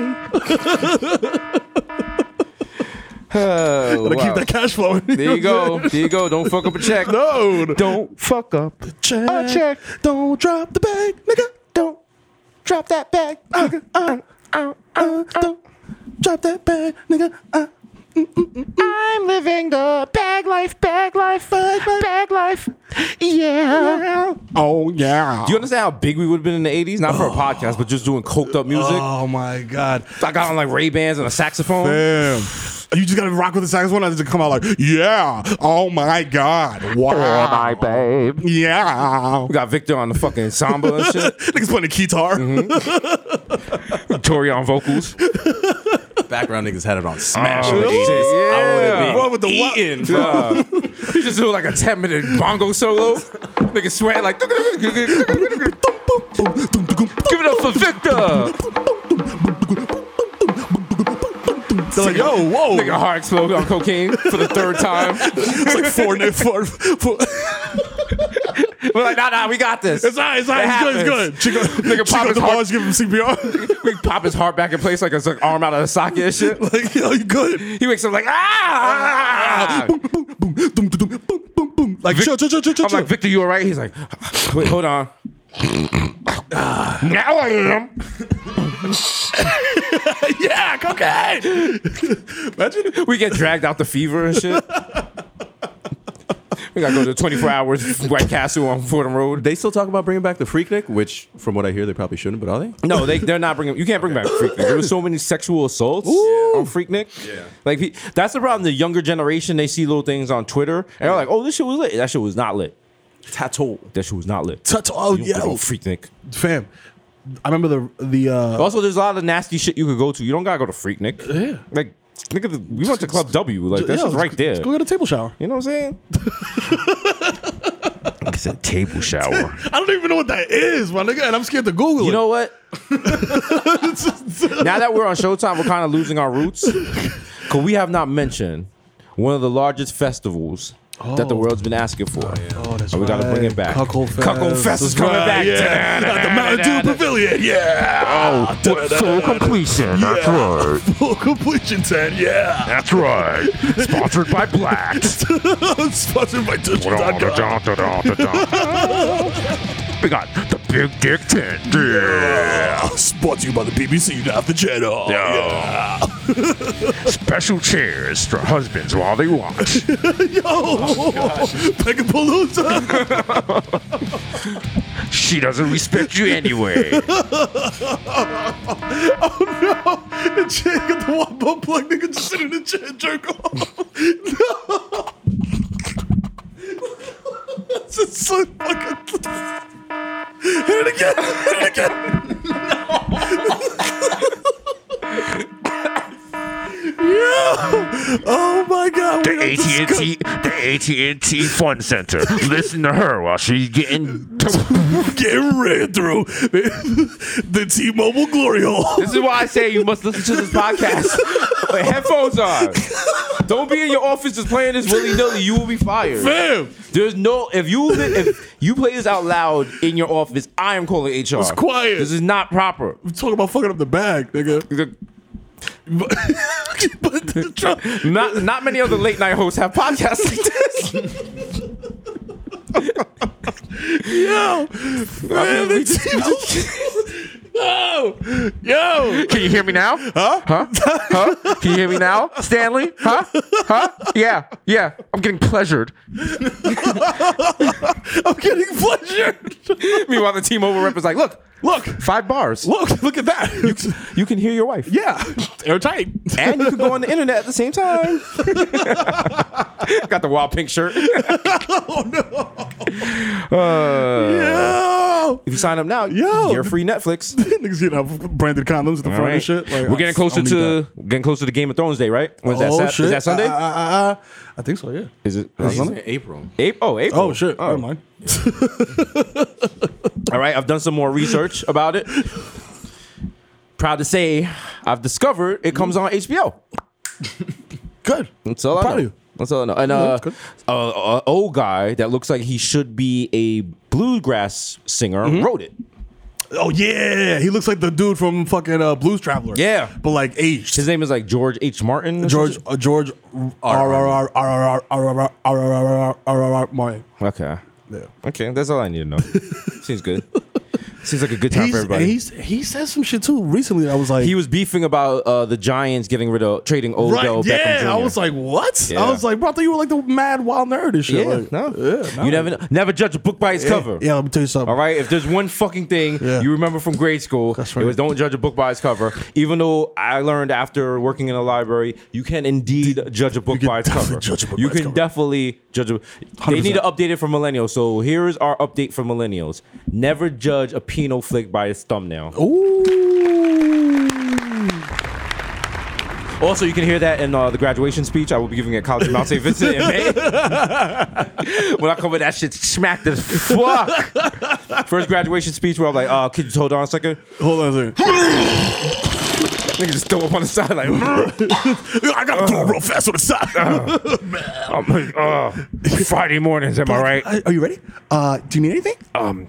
S3: Oh,
S2: Gotta
S3: wow.
S2: keep that cash flowing.
S3: <sighs>
S2: <laughs>
S3: There you go. There you go. Don't fuck up a check.
S2: No.
S3: Don't fuck up the
S2: check.
S3: a check.
S2: Don't drop the bag, nigga.
S3: Don't drop that bag. nigga. Uh, uh, uh, don't
S2: drop that bag, nigga. Uh.
S3: I'm living the bag life, bag life, bag, life. Yeah.
S2: Oh yeah.
S3: Do you understand how big we would have been in the 80s? Not for a podcast, but just doing coked up music.
S2: Oh my god.
S3: I got on like Ray Bans and a saxophone.
S2: Damn. You just gotta rock with the saxophone and just come out like, yeah. Oh my god. Wow.
S3: my babe.
S2: Yeah.
S3: We got Victor on the fucking samba and shit. <laughs>
S2: Niggas playing the guitar.
S3: Mm-hmm. Tori on vocals.
S10: Background niggas had it on smash.
S3: Oh,
S10: in the
S3: shit.
S10: 80s. I would
S3: Yeah.
S10: have been
S2: What with the what?
S10: eating.
S3: Uh, he just doing like a 10 minute bongo solo. Nigga sweat like. Give it up for Victor.
S2: They're like, yo, whoa.
S3: Nigga hard explode on cocaine for the third time. <laughs>
S2: It's like four, ni- four, four.
S3: We're like, nah, nah, we got this.
S2: It's all right, it's all right. It's good, it's good. Chico,
S3: Nigga pop
S2: Chico
S3: his
S2: the
S3: heart.
S2: bars, give him CPR.
S3: We pop his heart back in place like it's like arm out of the socket and shit.
S2: <laughs> like, yo, you good.
S3: He wakes up like ah.
S2: Boom, boom, boom, boom, boom, boom, boom, boom, boom. Like, chill, chill, chill, chill, chill.
S3: I'm like Victor, you all right? He's like, wait, hold on. <laughs> Ah. now I am.
S2: <laughs>
S1: yeah, cocaine.
S2: Imagine
S3: We get dragged out the fever and shit. We gotta go to 24 hours White Castle on Fordham Road.
S13: They still talk about bringing back the Freaknik, which, from what I hear, they probably shouldn't. But are they?
S3: No, they they're not bringing. You can't bring back Freaknik. There was so many sexual assaults on Freaknik. Yeah, like he, that's the problem. The younger generation they see little things on Twitter and they're like, "Oh, this shit was lit. That shit was not lit.
S10: Tattoo.
S3: That shit was not lit.
S2: Tut- oh,
S3: You
S2: yeah.
S3: don't go Freaknik."
S2: Fam, I remember the, the, uh,
S3: Also, there's a lot of nasty shit you could go to. You don't gotta go to Freaknik. Yeah, like nigga, the, we went to Club W. Like that's
S2: yeah,
S3: just
S2: let's-
S3: right there.
S2: Let's go get a table shower.
S3: You know what I'm saying? it's a table shower.
S2: I don't even know what that is, my nigga, and I'm scared to Google
S3: You
S2: it.
S3: know
S2: <laughs>
S3: what? now that we're on Showtime, we're kind of losing our roots because we have not mentioned one of the largest festivals that the world's been asking for.
S2: Oh, that's
S3: And we got to bring it back.
S2: Cuckold Fest.
S3: Cuckold Fest is
S2: That's
S3: coming
S2: right,
S3: back.
S2: Uh, Yeah. <laughs> At the Mountain Dew Pavilion. <laughs> Yeah. Oh,
S9: Full completion. That's right.
S2: <laughs> full completion 10. Yeah.
S9: That's right. Sponsored
S2: <laughs>
S9: by Blacks.
S2: Sponsored by Digital.com.
S9: we got the Big Dick Tent. Yeah.
S1: Brought to you by the BBC, not the channel.
S9: Oh, Special chairs for husbands while they watch.
S2: Yo. Pegapalooza.
S9: she doesn't respect you anyway.
S2: oh, no. The chick at the Wampa plug nigga just sitting in the chair and jerk off. <laughs> no. That's just so fucking. Hit it again. Hit it again. <laughs> Yo! Oh my god! <laughs>
S9: The
S2: we are
S9: AT and
S2: disgusting.
S9: T, the AT and T Fun Center. Listen to her while she's getting.
S2: Getting ran through the, the T-Mobile glory hole.
S3: This is why I say you must listen to this podcast <laughs> with headphones on. Don't be in your office just playing this willy nilly. You will be fired.
S2: Fam,
S3: There's no if you if you play this out loud in your office, I am calling HR. It's
S2: quiet.
S3: This is not proper.
S2: we talking about fucking up the bag,
S9: <laughs>
S2: nigga. But, but the Trump,
S3: Not not many other late night hosts have podcasts like this.
S2: yo,
S3: <laughs>
S2: man, the T-Mobile. Yo, yo,
S9: Can you hear me now? Huh? Huh? Huh? Can you hear me now, Stanley? Huh? Huh? Yeah, yeah. I'm getting pleasured.
S2: I'm getting pleasure.
S3: Meanwhile, the T-Mobile rep is like, "Look,
S2: Look,
S3: five bars.
S2: look, look at that.
S3: You can hear your wife,
S2: Yeah, airtight.
S3: and you can go on the internet at the same time." <laughs> Got the wild pink shirt.
S2: Yo,
S3: If you sign up now,
S2: Yo.
S3: you're free Netflix.
S2: Niggas getting up branded condoms at the
S3: All
S2: front
S3: right.
S2: and shit. Like,
S3: We're getting closer to getting closer to Game of Thrones Day, right? When's that?
S2: Oh,
S3: Sat-
S2: shit.
S3: Is that Sunday?
S2: Uh, uh, uh, uh, I think so. Yeah.
S3: Is it?
S2: That's
S3: is it-
S2: Sunday?
S10: April.
S3: April. Oh, April.
S2: Oh shit. Never mind.
S3: All right, I've done some more research about it. Proud to say, I've discovered it comes on HBO.
S2: Good.
S3: That's all I
S2: Proud of
S3: know.
S2: you.
S3: That's all I know. And
S2: Yeah,
S3: uh,
S2: that's good.
S3: a, a old guy that looks like he should be a bluegrass singer
S2: Mm-hmm.
S3: wrote it.
S2: Oh yeah, he looks like the dude from fucking uh, Blues Traveler.
S3: Yeah,
S2: but like aged.
S3: His name is like George H. Martin. or
S2: George
S3: something?
S2: uh, George R R R R R R R R R R R R Martin.
S3: Okay.
S2: Yeah.
S3: Okay, that's all I need
S2: <laughs>
S3: to know. Seems good. Seems like a good time
S2: He's,
S3: for
S2: and
S3: everybody.
S2: he's he said some shit too recently. that I was like,
S3: he was beefing about uh, the Giants getting rid of trading Odell
S2: right,
S3: Beckham
S2: yeah.
S3: Jr.
S2: I was like, what?
S3: Yeah.
S2: I was like, bro, I thought you were like the mad wild nerd and shit.
S3: Yeah,
S2: like,
S3: no.
S2: yeah, no.
S3: You never know- never judge a book by its
S2: Yeah,
S3: cover.
S2: Yeah, let me tell you something.
S3: All right. If there's one fucking thing
S2: Yeah.
S3: you remember from grade school, it was don't judge a book by its cover. Even though I learned after working in a library, you can indeed judge a book by its cover.
S2: judge a book
S3: you
S2: by its
S3: can
S2: cover.
S3: definitely judge. A, they need to update it for millennials. So here is our update for millennials: never judge a penal flick by its thumbnail. Also, you can hear that in uh, the graduation speech I will be giving at College of Mount St. Vincent in May. <laughs> when I cover that shit, smacked as fuck. First graduation speech where I'm like, uh, could you hold on a second?
S2: Hold on a second.
S3: <laughs> Nigga just throw up on the side like, <laughs> "Brr."
S2: I gotta throw real fast on the
S3: <laughs> Uh,
S2: side.
S3: I'm like, uh, Friday mornings, am I right?
S2: Uh, Are you ready? Uh, do you need anything?
S3: Um,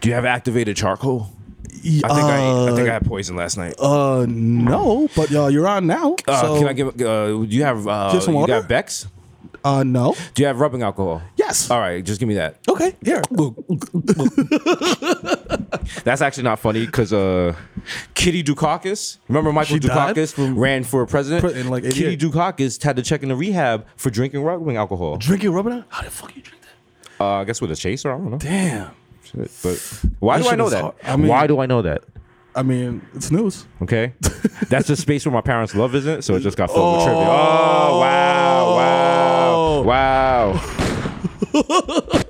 S3: do you have activated charcoal? I think I, ate- I think I had poison last night.
S2: Uh, no, but uh, you're on now.
S3: Uh,
S2: so,
S3: can I give? Uh, do you have? Uh,
S2: Just some
S3: you
S2: water?
S3: got Bex?
S2: Uh, no.
S3: Do you have rubbing alcohol?
S2: Yes.
S3: All right, just give me that.
S2: Okay. Here.
S3: That's actually not funny because uh, Kitty Dukakis, remember Michael
S2: She died
S3: Dukakis
S2: from-
S3: ran for president?
S2: Pre- in, like,
S3: Kitty
S2: 88.
S3: Dukakis had to check into rehab for drinking right wing alcohol.
S2: Drinking rubber. now? How the fuck you drink that?
S3: Uh, I guess with a chaser, I don't know.
S2: Damn.
S3: But why
S2: That
S3: do I
S2: shit
S3: know
S2: is
S3: that?
S2: hard. I mean-
S3: why do I know that?
S2: I mean, it's news.
S3: Okay, <laughs> that's the space where my parents' love isn't, so it just got filled with trivia. Oh wow,
S2: Oh.
S3: wow, wow!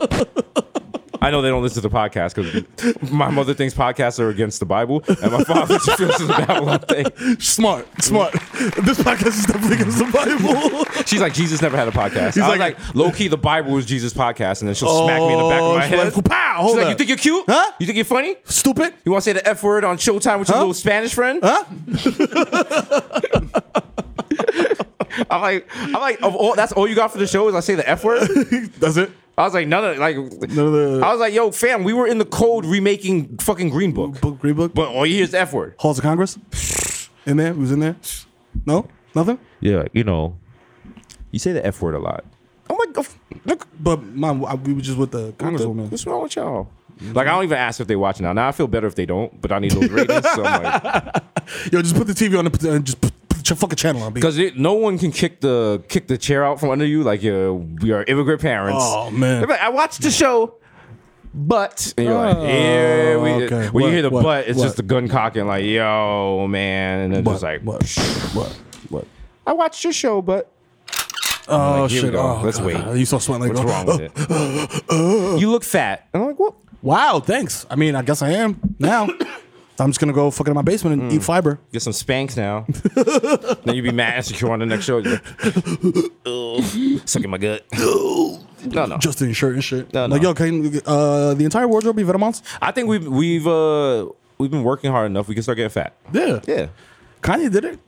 S3: <laughs> I know they don't listen to the podcast because my mother thinks podcasts are against the Bible, and my father just <laughs> feels the Babylon thing.
S2: Smart. Smart. <laughs> this podcast is definitely against the Bible.
S3: She's like, Jesus never had a podcast.
S2: He's
S3: I was like,
S2: like-
S3: low key, the Bible was Jesus' podcast, and then she'll smack me in the back of
S2: Oh,
S3: my
S2: she's
S3: head.
S2: like, "Pow,
S3: she's
S2: hold
S3: like, you
S2: up."
S3: think you're cute?
S2: Huh?
S3: You think you're funny?
S2: Stupid.
S3: You want to say the F word on Showtime with your little Spanish friend?
S2: Huh?
S3: <laughs> I'm like, I'm like, of all that's all you got for the show is I say the F word.
S2: That's it.
S3: I was like, none of like,
S2: of the-
S3: I was like, yo, fam, we were in the cold remaking fucking Green Book,
S2: Book, green book.
S3: but all you hear is the F word.
S2: Halls of Congress. In there. Who's in there? No. Nothing.
S9: Yeah, you know,
S3: You say the F word a lot. I'm like, "Of- look,
S2: But mom, I, we were just with the congresswoman.
S3: what's wrong with y'all? Like, I don't even ask if they watch now. Now I feel better if they don't, but I need <laughs> those ratings. so I'm like,
S2: Yo, just put the TV on the, and just put, put the ch- fucking channel on. B.
S3: Because no one can kick the kick the chair out from under you like your your immigrant parents.
S2: Oh, man.
S3: They're like, I watched the show, but and you're like, yeah, we,
S2: Oh, okay.
S3: when you
S2: What,
S3: hear the
S2: what,
S3: but, it's
S2: what?
S3: just the gun cocking like, yo, man, and then
S2: What?
S3: just like,
S2: what? What? What?
S3: I watched your show, but
S2: Oh
S3: like, here we
S2: shit!
S3: go.
S2: Oh,
S3: Let's
S2: God.
S3: wait.
S2: You so sweating
S3: what's
S2: like <laughs>
S3: wrong with it? you look fat, and I'm like, what?
S2: Wow, thanks. I mean, I guess I am now. I'm just gonna go fucking in my basement
S3: Mm.
S2: and eat fiber.
S3: Get some
S2: <laughs>
S3: spanks now. then you'd be mad insecure on the next show. You're like, "Ugh, sucking
S2: <laughs>
S3: my gut. No, no.
S2: Just in shirt and shit.
S3: No,
S2: like,
S3: no.
S2: yo, can uh, the entire wardrobe be Vitamons?
S3: I think we've we've uh we've been working hard enough. We can start getting fat.
S2: Yeah.
S3: Yeah.
S2: Kanye did it.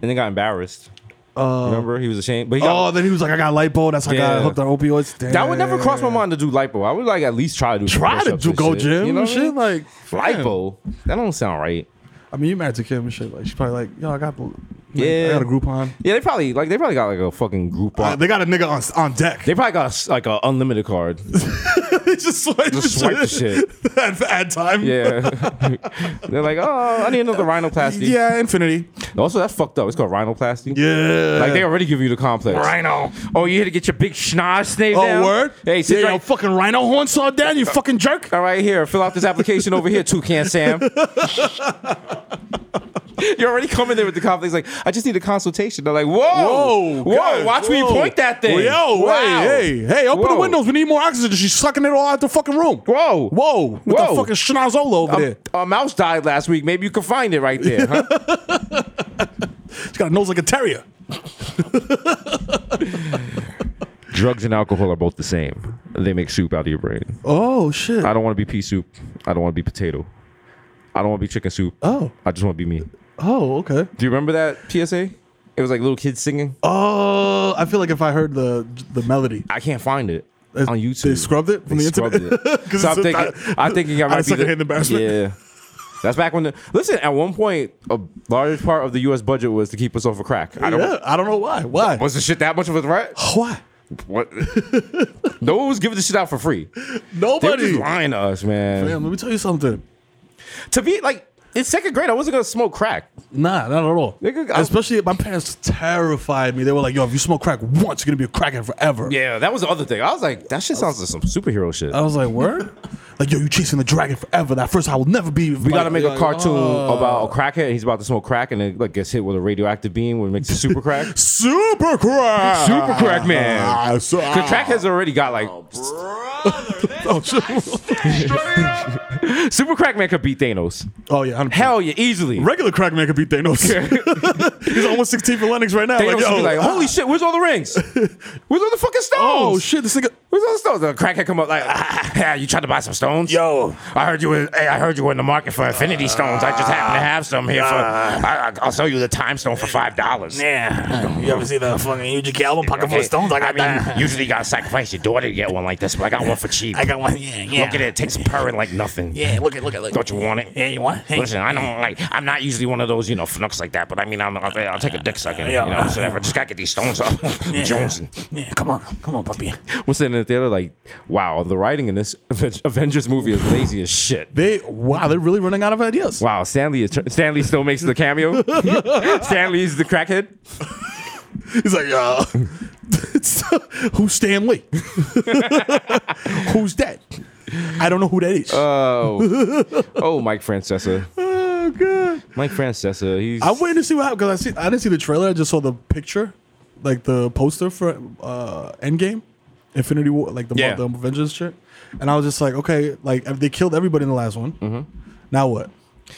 S3: And then got embarrassed. Remember, he was ashamed. But he got,
S2: Uh, Oh, then he was like, I got lipo. That's how I
S3: Yeah.
S2: got hooked on opioids.
S3: that would never cross my
S2: Damn.
S3: mind to do lipo. I would like at least try to do some
S2: Try to
S3: push-ups
S2: do
S3: and
S2: go
S3: shit.
S2: gym
S3: You
S2: and
S3: know what I
S2: shit.
S3: mean?
S2: Like damn.
S3: lipo. That don't sound right.
S2: I mean, you married to Kim and shit. Like, she's probably like, yo, I got, like,
S3: Yeah.
S2: I got a Groupon.
S3: Yeah, they probably like they probably got like a fucking group
S2: Uh,
S3: on.
S2: they got a nigga on on deck. <laughs>
S3: They probably got a s- like a unlimited card.
S2: they just swiped
S3: Just swipe the shit.
S2: <laughs> at, at time.
S3: Yeah, <laughs> they're like, oh, I need another rhinoplasty.
S2: Yeah, infinity.
S3: Also, that's fucked up. It's called rhinoplasty.
S2: Yeah.
S3: Like they already give you the complex.
S2: Rhino.
S3: Oh, you here to get your big schnoz snake
S2: Oh,
S3: down?
S2: word?
S3: Hey, sit
S2: yeah,
S3: right-
S2: yo, fucking rhino horn saw down, you fucking jerk.
S9: <laughs>
S3: All right, here, fill out this application over here, Toucan Sam. You're already coming there with the conflict. Like, I just need a consultation. They're like, Oh. whoa, whoa, whoa
S2: God,
S3: watch me
S2: whoa.
S3: point that thing.
S2: Yo,
S3: Wow.
S2: hey, hey, hey, open the
S3: Whoa.
S2: windows. We need more oxygen. She's sucking it all out the fucking room.
S3: Whoa.
S2: <laughs> Whoa. With
S3: Whoa.
S2: the fucking schnozola over
S3: Um,
S2: there.
S3: A mouse died last week. Maybe you could find it right there. Huh?
S2: She's got a nose like a terrier.
S9: <laughs> Drugs and alcohol are both the same. They make soup out of your brain.
S2: Oh, shit.
S9: I don't want to be pea soup. I don't want to be potato. I don't want to be chicken soup.
S2: Oh.
S9: I just want to be me.
S2: Oh, okay.
S3: Do you remember that PSA? It was like little kids singing.
S2: Oh, I feel like if I heard the the melody.
S3: I can't find it on YouTube.
S2: They scrubbed it from
S3: They
S2: the
S3: scrubbed
S2: internet. <laughs>
S3: it.
S2: 'Cause
S3: so I'm
S2: it's a-
S3: thinking, I'm thinking I
S2: I
S3: might be
S2: suck
S3: the,
S2: at hand embarrassment.
S3: Yeah, that's back when the listen. At one point, a large part of the U.S. budget was to keep us off of crack. I don't.
S2: <laughs> yeah, I don't know why. Why?
S3: Was the shit that much of a threat?
S2: <laughs> Why?
S3: What? no one was giving the shit out for free. They were
S2: Nobody.
S3: just lying to us, man.
S2: Damn, let me tell you something.
S3: To be like in second grade, I wasn't gonna smoke crack.
S2: Nah, not at all.
S3: Nigga, I-
S2: Especially my parents terrified me. They were like, "Yo, if you smoke crack once, you're gonna be a crackhead forever."
S3: Yeah, that was the other thing. I was like, that shit sounds like some superhero shit.
S2: I was like,
S3: <laughs>
S2: "Word." like, yo, you chasing the dragon forever. That first, I will never be.
S3: We gotta make a
S2: uh,
S3: cartoon
S2: oh.
S3: about a crackhead. and He's about to smoke crack and then like gets hit with a radioactive beam, which makes it
S2: <laughs>
S3: super crack.
S2: super crack.
S3: super crack man.
S2: Ah, so-
S3: The crackheads already got like
S2: <laughs> Oh,
S3: <laughs>
S2: shit.
S3: super crack man could beat Thanos.
S2: oh yeah, 100%.
S3: Hell yeah, easily. <laughs>
S2: regular crack man could beat Thanos. <laughs> He's on 116 for Lennox right now.
S3: Thanos
S2: Like,
S3: would
S2: Oh, yo,
S3: be like, holy shit, where's all the rings? Where's all the fucking stones?
S2: oh shit, this nigga.
S3: Where's all the stones? The crackhead
S1: <laughs>
S3: come up like, ah, yeah, you tried to buy some stones? Yo, I heard you. Were, hey, I heard you were in the market for
S1: Uh,
S3: infinity stones. I just happen to have some here for. I, I'll sell you the time stone for five dollars.
S1: Yeah. You ever see the fucking UGK album, Pocket Full of Stones? I got that.
S3: usually you gotta sacrifice your daughter to get one like this, but I got one for cheap.
S1: I got one. Yeah, yeah.
S3: Look at it, it takes a purring like nothing.
S1: Yeah, look at, look at, look.
S3: Don't you want it?
S1: Yeah, you want? Hey.
S3: Listen, I don't like. I'm not usually one of those, you know, fnooks like that. But I mean, I'm, I'll, I'll take a dick sucking.
S1: Yeah.
S3: You know, so I just gotta get these stones up.
S1: <laughs> Yeah.
S3: Jones.
S1: Yeah, come on, come on, puppy.
S3: We're sitting in the theater like, wow, the writing in this Avengers movie is lazy as shit.
S2: They wow, they're really running out of ideas.
S3: Wow, Stanley is Stanley still makes the cameo. <laughs> Stanley is the crackhead.
S2: He's like,
S3: <laughs>
S2: uh, who's Stan Lee? who's that? I don't know who that is.
S3: Oh, oh, Mike <laughs> Francesa.
S2: oh god.
S3: Mike Francesa. He's
S2: I'm waiting to see what happens because I see I didn't see the trailer. I just saw the picture, like the poster for uh, Endgame, Infinity War, like the,
S3: Yeah.
S2: the Avengers shit. And I was just like, okay, like if they killed everybody in the last one.
S3: Mm-hmm.
S2: Now what?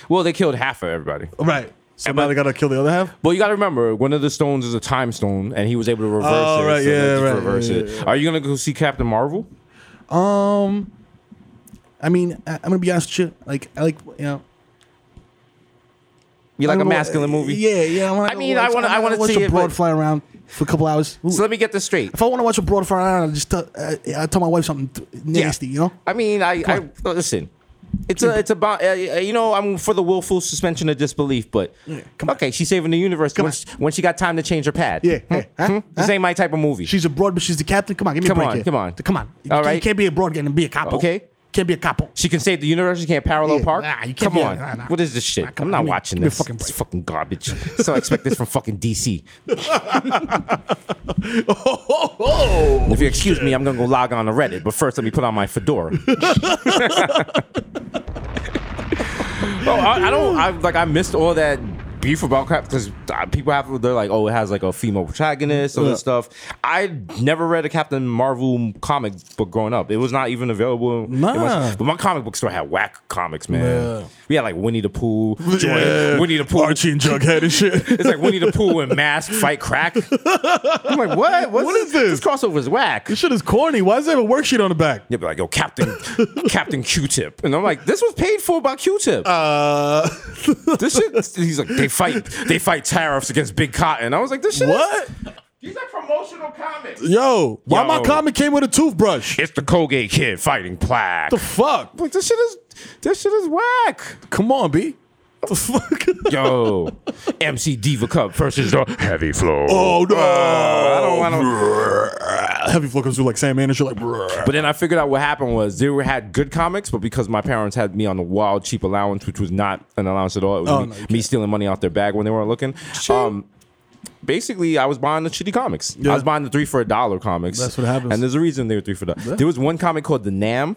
S3: well, they killed half of everybody.
S2: Right. So now they gotta kill the other half.
S3: Well, you got to remember, one of the stones is a time stone, and he was able to reverse
S2: Oh,
S3: it.
S2: right,
S3: they
S2: yeah,
S3: just
S2: right,
S3: reverse
S2: yeah,
S3: it.
S2: yeah,
S3: Are you gonna go see Captain Marvel?
S2: Um, I mean, I, I'm gonna be honest with you. Like, I like you know.
S3: You
S2: I
S3: like a
S2: don't know,
S3: masculine
S2: uh,
S3: movie?
S2: Yeah, yeah. wanna
S3: I
S2: go
S3: mean, I
S2: watch-
S3: wanna- I
S2: wanna
S3: wanna
S2: watch
S3: see
S2: a
S3: it,
S2: broad
S3: but-
S2: fly around for a couple hours.
S3: So let me get this straight.
S2: if I want to watch a broad fly around, I just tell, uh, I tell my wife something th-
S3: Yeah.
S2: nasty, you know.
S3: I mean, I, I listen. It's a, it's about uh, you know I'm for the willful suspension of disbelief, but okay, she's saving the universe when she, when she got time to change her pad. Hmm?
S2: Yeah, yeah, huh?
S3: this ain't my type of movie.
S2: She's a broad, but she's the captain. Come on, give me
S3: Come
S2: a break
S3: on,
S2: here.
S3: come on.
S2: come on. You
S3: All
S2: can't- You
S3: right.
S2: can't be a broad and be a capo.
S3: Okay.
S2: can't be a capo.
S3: She can save the universe. She can't parallel
S2: Yeah,
S3: park.
S2: nah, you can't
S3: come
S2: be-
S3: on,
S2: nah, nah.
S3: what is this shit?
S2: come
S3: I'm
S2: on,
S3: not
S2: give me-
S3: watching
S2: give me a
S3: this.
S2: fucking
S3: it's fucking garbage. so I expect this from
S2: <laughs>
S3: fucking DC. if you excuse me, I'm gonna go log on to Reddit. But first, let me put on my fedora. oh, I, I don't. I like. I missed all that beef about crap because people have. They're like, oh, it has like a female protagonist, all
S2: Yeah.
S3: this stuff. I never read a Captain Marvel comic book growing up. It was not even available. in my-
S2: Nah.
S3: but my comic book store had whack comics, man.
S2: Yeah.
S3: We had like Winnie the Pooh, Joy- Winnie the Pooh.
S2: Archie and Jughead and shit.
S3: <laughs> It's like Winnie the Pooh and Mask fight crack. I'm like, what? What's
S2: What is this?
S3: This crossover is whack.
S2: this shit is corny. Why does it have a worksheet on the back?
S3: Yeah, but like, yo, Captain Captain Q-Tip, and I'm like, this was paid for by Q-Tip.
S2: Uh, <laughs>
S3: this shit. He's like, they fight, they fight tariffs against Big Cotton. I was like, this shit. is-
S2: what?
S3: These are promotional comics.
S2: Yo, why my
S3: Yo.
S2: comic came with a toothbrush?
S3: It's the Colgate kid fighting plaque.
S2: the fuck?
S3: like this shit is, this shit is whack.
S2: Come on, B. What the fuck? <laughs>
S3: <laughs> Yo, MC Diva Cup versus the Heavy Flow.
S2: Oh no!
S3: Oh, I don't want to.
S2: <laughs> Heavy flow comes through like Sandman and shit, like. <laughs> bruh.
S3: But then I figured out what happened was they were- had good comics, but because my parents had me on a wild cheap allowance, which was not an allowance at all, it was
S2: Oh,
S3: me,
S2: no, you
S3: me stealing money out their bag when they weren't looking. Um, basically, I was buying the shitty comics. I was buying the three for a dollar comics.
S2: That's what happens.
S3: And there's a reason they were three for a dollar. There was one comic called The Nam.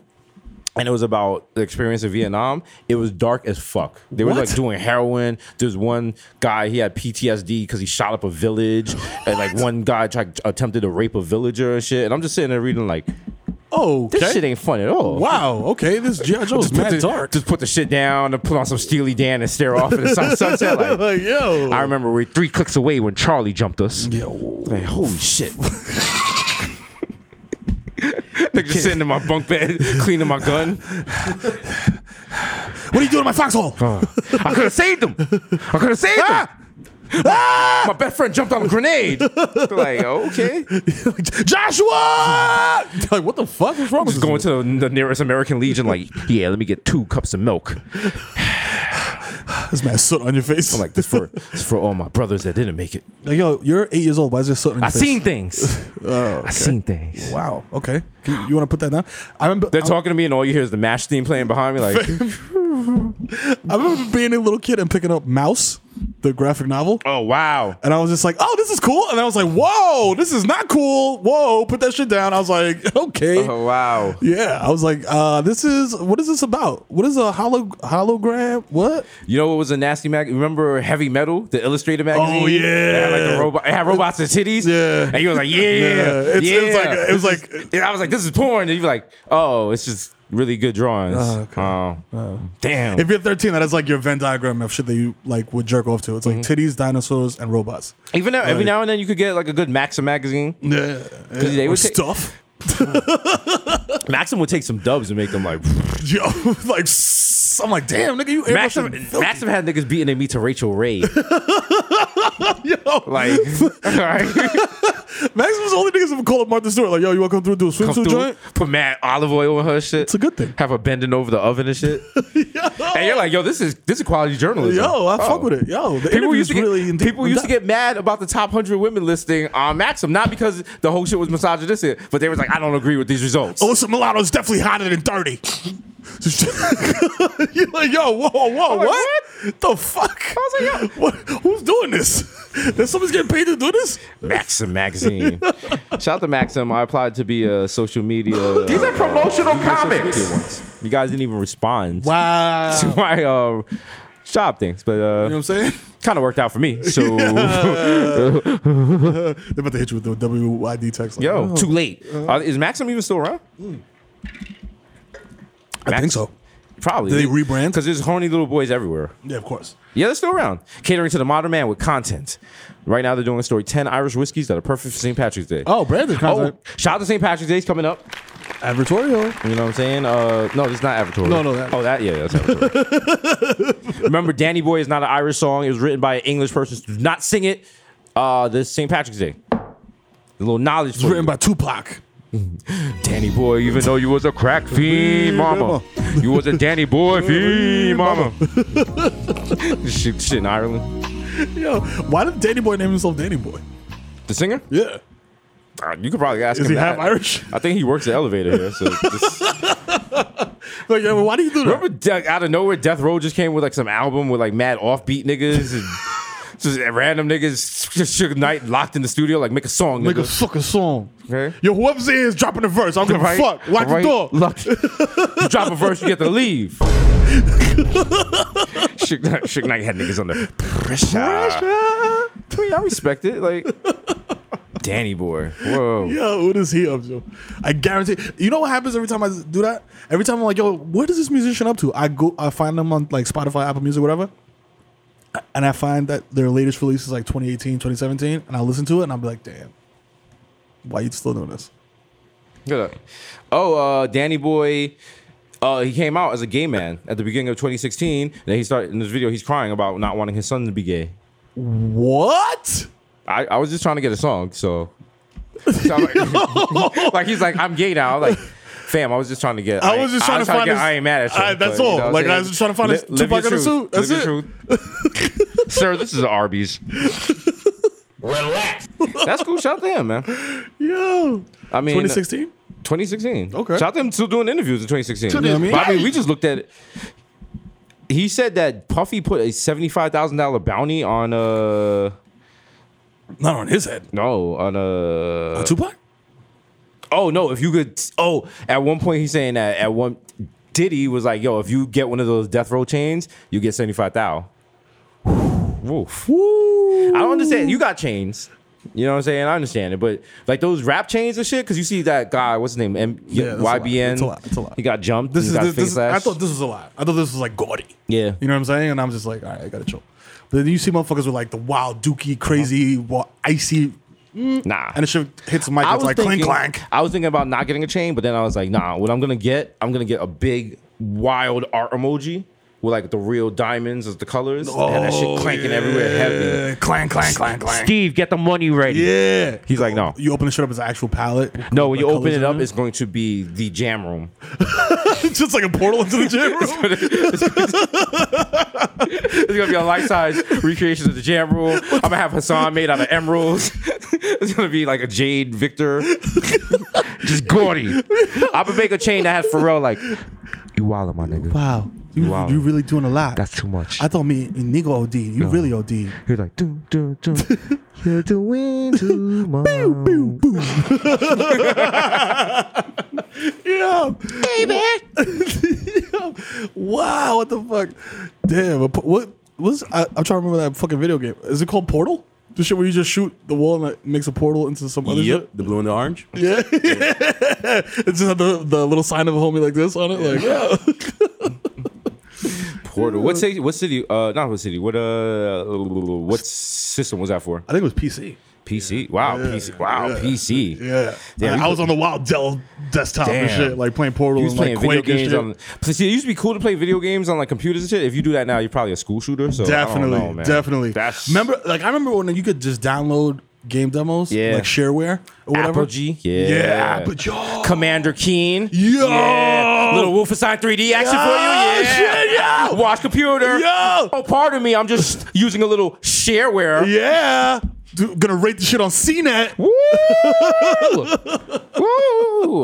S3: and it was about the experience in Vietnam. It was dark as fuck. They were
S13: What?
S3: like doing heroin. There's one guy he had PTSD because he shot up a village, and like one guy tried, attempted to rape a villager and shit. And I'm just sitting there reading like,
S2: oh,
S3: this shit ain't fun at all.
S2: Wow. Okay. This G.I. Joe's
S3: Just put
S2: mad
S3: the-
S2: dark.
S3: Just put the shit down and put on some Steely Dan and stare off into sun- sunset.
S11: <laughs>
S3: Like,
S2: yo.
S9: I remember we are three clicks away when Charlie jumped us.
S3: Like, holy
S11: <laughs>
S3: shit. Like just sitting in my bunk bed, <laughs> cleaning my gun.
S11: What are you doing in my foxhole?
S3: Uh,
S11: Ah!
S9: I could have saved him. I could have saved him.
S3: My best friend jumped on a grenade. <laughs> like, okay.
S11: <laughs>
S3: <laughs>
S11: Joshua!
S2: like, what the fuck was wrong
S3: Just going to the, the nearest American Legion, like, yeah, let me get two cups of milk.
S2: This man soot on your face.
S3: I'm like, this for this for all my brothers that didn't make it.
S2: Like, yo, you're eight years old. Why is there soot on your
S3: I
S2: face?
S3: seen things. <laughs>
S2: Oh,
S3: I seen things.
S2: Wow. Okay. Can you, want to put that down? I remember.
S3: They're
S2: I-
S3: talking to me, and all you hear is the MASH theme playing behind me. <laughs> Like,
S2: I remember being a little kid and picking up Mouse, the graphic novel.
S3: oh wow,
S2: And I was just like, oh, this is cool. And I was like, whoa, this is not cool. Whoa, put that shit down. I was like, <laughs> okay.
S3: oh wow.
S2: Yeah. I was like, uh, this is, what is this about? What is a holo, hologram? What?
S3: You know what was a nasty mag? Remember Heavy Metal, the Illustrated magazine?
S2: yeah.
S3: it had, like the robot. It had robots and titties.
S2: Yeah.
S3: and you were like, Oh, yeah,
S2: Yeah,
S3: yeah.
S2: it's- it's like- it was
S3: This is- and I was like, this is porn. And you were like, oh, it's just really good drawings.
S2: Oh,
S3: Oh,
S2: okay.
S3: damn.
S2: If you're 13, that is like your Venn diagram of shit that you like would jerk off to. It's like
S3: Mm-hmm.
S2: titties, dinosaurs, and robots.
S3: Even now, every
S2: Like-
S3: now and then, you could get like a good Maxim magazine.
S2: Yeah.
S3: 'Cause they
S2: Or
S3: would take-
S2: stuff. <laughs>
S3: Maxim would take some dubs and make them like.
S2: Yo, like, s- I'm like, damn, nigga, you
S3: Maxim,
S2: airbrushing filthy.
S3: Maxim had niggas beating their meat to Rachel Ray.
S2: <laughs> Yo,
S3: Like, all right,
S2: Max was the only niggas that call up Martha Stewart. Like, yo, you want to come through and do a
S3: come
S2: swimsuit
S3: through,
S2: joint?
S3: put mad olive oil on her shit. It's
S2: a good thing.
S3: Have her bending over the oven and
S2: <laughs>
S3: shit. And you're like, yo, this is this is quality journalism.
S2: Yo, I
S3: Oh.
S2: fuck with it. Yo, the
S3: People
S2: interview's
S3: used to get,
S2: really in-
S3: people used to
S2: in-
S3: get mad about the top hundred women listing on Maxim, not because the whole shit was misogynistic, but they was like, I don't agree with these results.
S2: Oh,
S11: Alyssa Milano is definitely hotter than 30.
S2: <laughs> You're like, yo, whoa, whoa,
S3: I'm like,
S2: what? The fuck? I was like, yo, <laughs> what? who's doing this? <laughs> That someone's getting paid to do this?
S3: Maxim magazine. <laughs> Shout out to Maxim. I applied to be a
S2: <laughs>
S3: social media.
S9: These are promotional
S3: media
S9: comics.
S3: ones. You guys didn't even respond
S2: Wow.
S3: <laughs> to my uh, job things, but
S2: You know
S3: uh,
S2: what I'm saying?
S3: kind of worked out for
S2: <laughs>
S3: me. So
S2: They're about to hit you with the WYD text. Like,
S3: yo,
S2: oh.
S3: too late. Uh, is Maxim even still around?
S2: I think so.
S3: Probably.
S2: Did they rebrand?
S3: Because there's horny little boys everywhere.
S2: Yeah, of course.
S3: Yeah, they're still around. Catering to the modern man with content. Right now, they're doing a story 10 Irish whiskeys that are perfect for St. Patrick's Day.
S2: Oh, Brandon
S3: Oh,
S2: content.
S3: shout out to St. Patrick's Day's coming up.
S2: Advertorial.
S3: You know what I'm saying? Uh, no, this is not Avatar.
S2: No, no, that-
S3: Oh, that yeah, that's Avatar.
S9: <laughs>
S3: Remember, Danny Boy is not an Irish song. It was written by an English person. Do not sing it. Uh, this St. Patrick's Day. A little knowledge
S2: It's
S3: for
S2: written
S3: you.
S2: by Tupac.
S3: Danny Boy. Even
S9: Even though you was
S3: <laughs>
S9: a crack fiend, mama. You was a Danny boy fiend, mama.
S3: shit, shit in Ireland.
S2: Yo, why did Danny Boy name himself Danny Boy?
S3: The singer?
S2: Yeah.
S3: Uh, you could probably ask
S2: Is
S3: him
S2: he half
S3: that.
S2: Irish? <laughs>
S3: I think he works the elevator here.
S9: <laughs>
S3: So just-
S2: Like, yo, why do you do that?
S3: remember, De- out of nowhere, Death Row just came with like some album with like mad offbeat niggas and <laughs> just random niggas. Just Suge Knight locked in the studio, like make a song.
S2: Make a
S3: nigga.
S2: fucking song.
S3: Okay.
S2: Yo, whoever's in here is dropping a verse. I don't give
S3: Right?
S2: a fuck. Lock
S3: Right?
S2: the door.
S3: Lock- <laughs> you drop a verse, you get
S2: <laughs>
S3: to leave. Suge Knight, Suge Knight had niggas under pressure. I mean, I respect it. Like Danny Boy. Whoa.
S2: Yo, what is he up to? I guarantee. You know what happens every time I do that? Every time I'm like, yo, what is this musician up to? I go, I find them on like Spotify, Apple Music, whatever, and I find that their latest release is like 2018, 2017, and I listen to it and I'll be like, damn, why you still doing this?
S3: Good. Oh, uh, Danny Boy. Uh, he came out as a gay man at the beginning of 2016. Then he started in this video. He's crying about not wanting his son to be gay.
S2: What?
S3: I, I was just trying to get a song, so, <laughs> So I'm like, <laughs> like, he's like, I'm gay now. I'm like, fam, I was just trying to get.
S2: I was just trying to find
S3: get-
S2: this-
S3: I ain't mad at you.
S2: I- that's
S3: but, you
S2: all.
S3: know what I'm
S2: Like, I
S3: saying?
S2: was just trying to find this
S3: Li- live your
S2: Tupac in a
S3: truth.
S2: suit. That's
S3: Live your
S2: it. <laughs>
S3: truth.
S9: Sir, this is Arby's.
S3: That's cool. Shout out to him, man.
S2: Yo,
S3: I mean,
S2: 2016.
S3: 2016.
S2: Okay.
S3: Shout out to him still doing interviews in 2016.
S2: To this
S3: But I mean,
S2: day.
S3: we just looked at it. He said that Puffy put a seventy-five thousand dollar bounty on uh
S2: Not on his head.
S3: no on uh
S2: Tupac.
S3: oh no if you could oh at one point he's saying that at one Diddy was like, yo, if you get one of those death row chains, you get 75 thou. Woof. I don't understand. You got chains. You know what I'm saying? I understand it, but like those rap chains and shit, because you see that guy, what's his name, M-
S2: Yeah, that's a lot.
S3: YBN.
S2: It's a lot. It's a lot.
S3: He got jumped.
S2: This
S3: he
S2: is,
S3: got
S2: this, this
S3: face
S2: is I
S3: lashed.
S2: thought this was a lot. I thought this was like gaudy.
S3: Yeah.
S2: You know what I'm saying? And I'm just like, all right, I gotta chill. But then you see motherfuckers with like the wild dookie, crazy, wa- icy.
S3: Nah.
S2: And it should hits mic. It's like clink clank.
S3: I was thinking about not getting a chain, but then I was like, nah, what I'm gonna get, I'm gonna get a big wild art emoji with like the real diamonds as the colors. and that
S2: Oh,
S3: shit clanking everywhere heavy.
S2: Clank, clank, clank, clank.
S3: Steve, get the money ready.
S2: Yeah.
S3: He's like, no.
S2: You open the shit up as an actual palette.
S3: No,
S2: Like
S3: when you open
S2: colors
S3: it
S2: in
S3: up, it's going to be the jam room.
S2: <laughs> it's just like a portal into the gym room.
S3: It's gonna be a life size recreation of the jam room. I'm gonna have Hassan made out of emeralds. <laughs> it's gonna be like a jade Victor, just gaudy. I'm gonna make a chain that has Pharrell like, you wildin', my nigga.
S11: Wow. <laughs> You,
S3: Wow.
S11: you really doing a lot.
S9: That's too much.
S11: I thought me and Nigo OD. You
S9: No.
S11: really
S2: <laughs>
S11: OD.
S9: You're like, doom, doom, doom. You're doing too much.
S2: Yeah, <laughs> baby. Wow, what the fuck? Damn, a po- what was I, I'm trying to remember that fucking video game. Is it called Portal? The shit where you just shoot the wall and it makes a portal into some other
S13: Yep,
S2: shit.
S13: the blue and the orange.
S2: Yeah, <laughs> it's just had the, the little sign of a homie like this on it. Like, <laughs> yeah.
S3: Portal. What city? What city? Uh, not what city. What uh? What system was that for?
S2: I think it was PC.
S3: PC. Wow. PC. Wow. PC.
S2: Yeah,
S3: Damn,
S2: I, I
S3: you-
S2: was on the wild Dell desktop and
S3: Damn.
S2: shit, like playing Portal
S3: You was
S2: and like
S3: playing video
S2: Quake and
S3: games
S2: shit.
S3: on. Plus, see, it used to be cool to play video games on like computers and shit. If you do that now, you're probably a school shooter. So I don't
S2: definitely,
S3: know, Oh, man.
S2: definitely.
S3: That's
S2: remember, like I remember when you could just download game demos,
S3: Yeah.
S2: like shareware or whatever.
S3: Apogee. Yeah.
S2: yeah, but yo,
S3: Commander Keen.
S2: Yo!
S3: Little Wolfenstein 3D action
S2: Yo,
S3: for you. Yeah.
S2: shit, yo!
S3: Watch computer.
S2: Yo!
S3: Oh, pardon me. I'm just using a
S2: <laughs>
S3: little shareware.
S2: Yeah. Dude, gonna rate the shit on E CNET.
S3: Woo!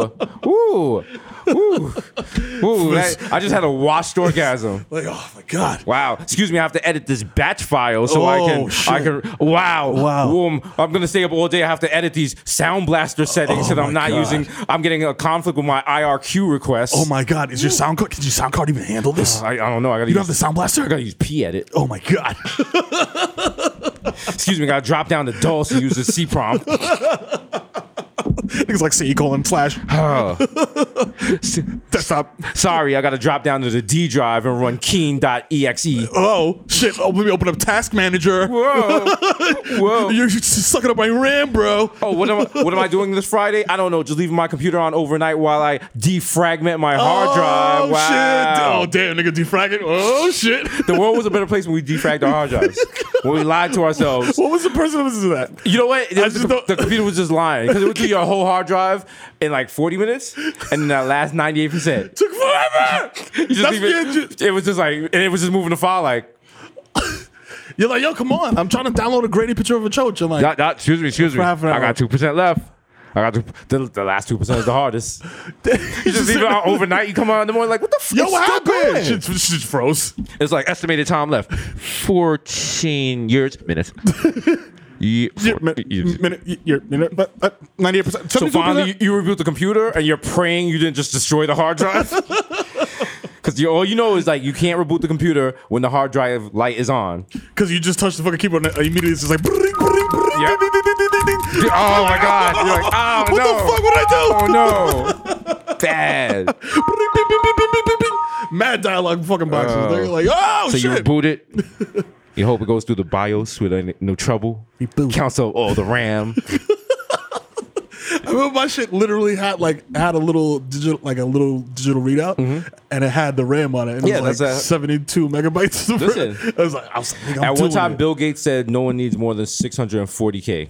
S3: Woo! Woo! Woo!
S2: <laughs>
S3: Woo! That- I just had a washed orgasm.
S2: Like, oh my God.
S3: Wow. Excuse me, I have to edit this batch file so I
S2: Oh,
S3: can I
S2: shit.
S3: can wow.
S2: Wow.
S3: Boom. I'm gonna stay up all day. I have to edit these sound blaster settings
S2: Oh
S3: that I'm
S2: my
S3: not
S2: God.
S3: using. I'm getting a conflict with my IRQ requests.
S2: Oh my God. Is your sound card? Can your sound card even handle this?
S3: I, I don't know. I gotta
S2: you
S3: use
S2: don't have the sound blaster?
S3: I gotta use P edit.
S2: Oh my God.
S3: Excuse me, I gotta drop down to DOS and use the
S2: <laughs>
S3: C prompt.
S2: Things like C colon slash
S3: Oh.
S2: <laughs> desktop.
S3: Sorry, I gotta drop down to the D drive and
S2: <laughs>
S3: run keen.exe.
S2: Oh shit. Oh, let me open up Task Manager.
S3: Whoa. Whoa.
S2: You're just sucking up my RAM, bro.
S3: Oh, what am I, what am I doing this Friday? I don't know. Just leaving my computer on overnight while I defragment my hard drive.
S2: Oh shit.
S3: Wow.
S2: Oh damn, nigga defragging. Oh shit.
S3: The world was a better place when we defragged our hard drives. when we lied to ourselves.
S2: what was the person that was to that?
S3: You know what? The,
S2: just don't-
S3: the computer was just lying because it would do your whole hard drive in like 40 minutes, and then that last 98 <laughs> percent,
S2: Took forever. That's the-
S3: it, it was just like, and it was just moving the file like.
S2: You're like, yo, come on. I'm trying to download a graded picture of a choach. I'm like,
S9: Dot, dot, excuse me, excuse me.
S2: For half an
S9: I
S2: hour.
S9: got 2% left.
S3: I got to, the, the last two percent is the <laughs> hardest. You
S2: <laughs>
S3: just leave it out overnight. You come out in the morning like, what the fuck?
S2: yo, what happened?
S3: It's,
S2: Shit, shit froze.
S9: It's like estimated time left 14 years,
S3: <laughs>
S9: minutes. Ye-
S2: Yeah,
S9: four-
S2: min-
S9: ye-
S2: minute, year, minute, but, uh, but 98%.
S3: so
S2: 72%.
S3: finally, you, you reboot the computer and you're praying you didn't just destroy the hard <laughs> drive. Because all you know is like you can't reboot the computer when the hard drive light is on.
S2: Because you just touched the fucking keyboard and it- immediately it's just like. brrring, brrring, brrring,
S3: Yeah.
S2: ding, ding, ding, ding, ding, ding.
S3: <laughs> Oh
S2: <laughs>
S3: my god! You're like, oh
S2: What
S3: no!
S2: the fuck would I do?
S3: Oh
S2: <laughs>
S3: no! <laughs> Bad.
S2: Brrring, bing, bing, bing, bing, bing, bing, bing. Mad dialogue fucking boxes.
S3: Oh.
S2: They're like, oh
S9: so you
S2: shit.
S9: reboot it. You hope it goes through the BIOS with any, no trouble.
S11: Reboot.
S9: Counts up all the RAM.
S2: I remember my shit literally had like had a little digital like a little digital readout, and it had the RAM on it, and
S3: Mm-hmm. Yeah,
S2: it was like
S3: that's a-
S2: seventy-two megabytes. <laughs> Of RAM.
S3: Listen.
S2: I was like, I was like, nigga, <laughs> I'm
S3: At one
S2: doing
S3: time,
S2: it.
S3: Bill Gates said no one needs more than <laughs> 640k.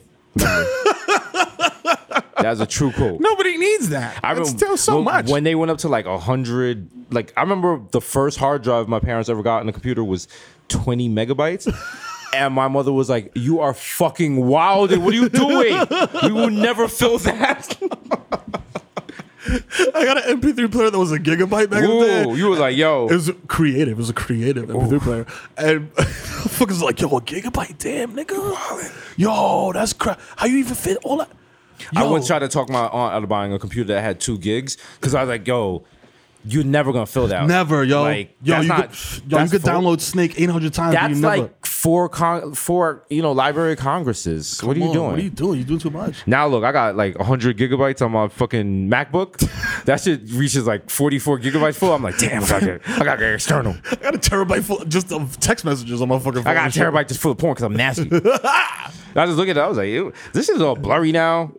S3: That's a true quote.
S11: Nobody needs that. I
S3: I
S11: That's
S3: remember
S11: still so
S3: when,
S11: much.
S3: when they went up to like hundred. Like I remember the first hard drive my parents ever got on a computer was
S2: <laughs>
S3: twenty megabytes. And my mother was like, "You are fucking wild! What are you doing? We will never fill that."
S2: <laughs> <laughs> I got an MP3 player that was a gigabyte back in the day.
S3: Ooh, you were like, "Yo,
S2: It was creative. It was a creative MP3 player. And <laughs> fuckers like, yo, a gigabyte, damn nigga. Yo, that's crap. How you even fit all that?
S3: I
S2: Yo.
S3: once tried to talk my aunt out of buying a computer that had two gigs because I was like, yo, you're never gonna fill that.
S2: Never, yo,
S3: Like,
S2: yo,
S3: that's
S2: you
S3: not-
S2: could, yo, you
S3: that's
S2: could
S3: full-
S2: download Snake eight hundred times. and
S3: That's
S2: you never,
S3: like four con- four you know Library of Congresses. what are you
S2: Come on,
S3: doing?
S2: What are you doing? You doing too much.
S3: Now look, I got like 100 gigabytes on my fucking MacBook. <laughs> that shit reaches like 44 gigabytes full. I'm like, damn, I got to <laughs> I got to external.
S2: <laughs> I got a terabyte full just of text messages on my fucking. phone.
S3: I got a
S2: and shit.
S3: terabyte just full of porn because I'm <laughs> nasty. I just look at it. I was like, Ew, this is all blurry <laughs> now.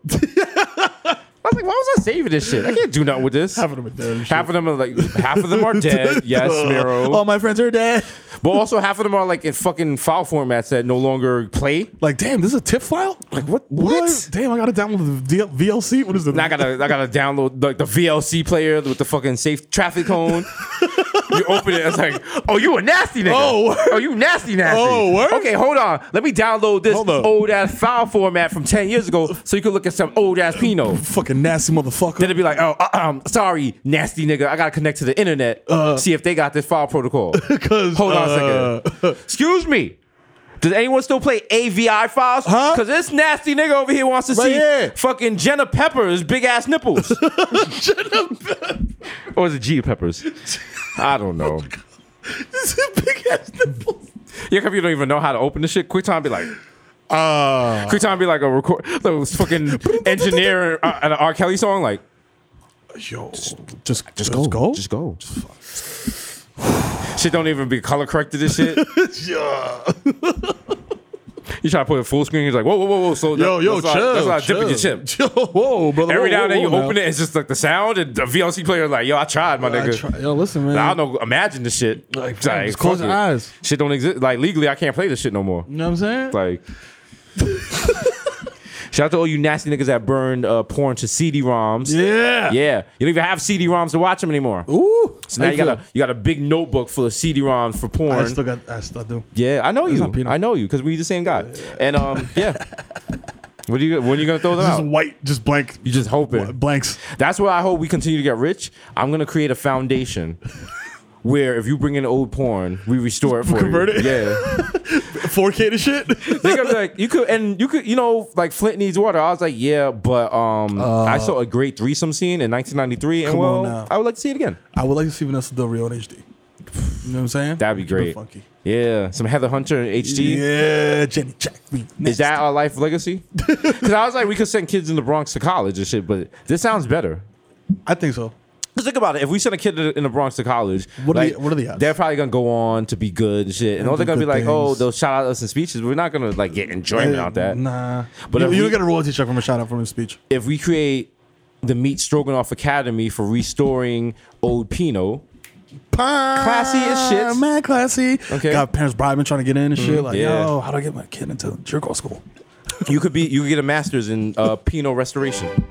S3: I was like, why was I saving this shit? I can't do nothing with this. Half of them are Uh, dead. <laughs> Half of them are like, half of <laughs> them are dead. Yes,
S2: <laughs>
S3: Miro.
S2: All my friends are dead.
S3: But also half of them are like in fucking file formats that no longer play.
S2: Like, damn, this is a tip file.
S3: Like, what? What?
S2: Damn, I gotta download the DL- VLC. What is it?
S3: And I gotta, I gotta download like the VLC player with the fucking safe traffic cone. you open it, it's like, oh, you a nasty nigga.
S2: Oh, word.
S3: oh, you nasty nasty.
S2: Oh, word.
S3: Okay, hold on. Let me download this
S2: Hold up.
S3: old ass file format from ten years ago, so you can look at some old ass Pino.
S2: Fucking nasty motherfucker. <laughs>
S3: Then it'd be like, oh, uh, um, sorry, nasty nigga. I gotta connect to the internet, see if they got this file protocol.
S2: Because
S3: Hold on a second. Excuse me. Does anyone still play AVI files? Huh? Because this nasty nigga over here wants to
S2: Right
S3: see
S2: here.
S3: fucking Jenna Pepper's big ass nipples. or is it G Peppers? I don't know.
S2: This is big ass nipples.
S3: Your computer don't even know how to open this shit. QuickTime be like, uh, QuickTime be like a record, those fucking engineer uh, and an R. Kelly song, like,
S2: Yo,
S11: Just, just
S3: go. Just go. <sighs> shit don't even be color corrected. This shit.
S2: yeah.
S3: You try to put it full screen. He's like, whoa, whoa, whoa, whoa. So
S2: Yo,
S3: that-
S2: yo,
S3: that's
S2: chill,
S3: Not, that's not dipping your
S2: chill.
S3: chip.
S2: Yo, whoa, brother.
S3: Every
S2: whoa,
S3: now and then
S2: whoa,
S3: you
S2: whoa,
S3: open
S2: now.
S3: it, it's just like the sound, and the VLC player like, yo, I tried, my
S2: I
S3: nigga.
S2: try- yo, listen, man.
S3: I don't know. Imagine this shit.
S2: Like,
S3: It's
S2: just close
S3: fuck
S2: your
S3: it.
S2: eyes.
S3: Shit don't exist. Like legally, I can't play this shit no more.
S2: You know what I'm saying? <laughs>
S3: Like. Shout out to all you nasty niggas that burned uh, porn to CD-ROMs.
S2: Yeah.
S3: <laughs> yeah. You don't even have CD-ROMs to watch them anymore.
S2: Ooh.
S3: so now
S2: I
S3: you got
S2: feel-
S3: a you got a big notebook full of CD-ROMs for porn.
S2: I still got. I still do.
S3: Yeah, I know you. I know you because we the same guy. And
S2: <laughs>
S3: um, yeah. What are you? When are you gonna throw them
S2: Just
S3: out?
S2: white, just blank,
S3: You just hoping.
S2: blanks.
S3: That's why I hope we continue to get rich. I'm gonna create
S2: <laughs>
S3: a foundation where if you bring in old porn, we restore it for
S2: Convert
S3: you.
S2: it? <laughs>
S3: Yeah,
S2: 4K to shit.
S3: they're gonna be like you could and you could you know like Flint needs water. I was like yeah, but um, I saw a great threesome scene in 1993, and
S2: Uh, Come on
S3: well,
S2: now.
S3: I would like to see it again.
S2: I would like to see Vanessa Del Rio in HD. You know what I'm saying?
S3: That'd be
S2: Keep it
S3: great.
S2: Funky.
S3: Yeah, some Heather Hunter in HD.
S2: Yeah, Jenny Jack. me
S3: Is
S2: next.
S3: that our
S2: <laughs>
S3: life legacy? Because I was like, we could send kids in the Bronx to college and shit, but this sounds better.
S2: I think so.
S3: Because think about it. If we send a kid in the Bronx to college,
S2: What are
S3: like,
S2: the- what are the odds?
S3: They're probably going to go on to be good and shit. And all
S2: do
S3: they're going to be
S2: good
S3: like, oh,
S2: things.
S3: they'll shout out us in speeches. We're not going to like get enjoyment out that.
S2: Nah.
S3: But
S2: But you,
S3: if
S2: you
S3: we-
S2: don't get a royalty check from a shout out from a speech.
S3: If we create the Meat Stroganoff Academy for restoring old Pino,
S2: Classy
S3: as shit.
S2: Man, classy.
S3: Okay. Mm-hmm.
S2: Got parents bribing, trying to get in and shit. Like,
S3: yeah.
S2: yo, how do I get my kid into jerk off school?
S3: you could be you could get a master's in uh, Pino restoration,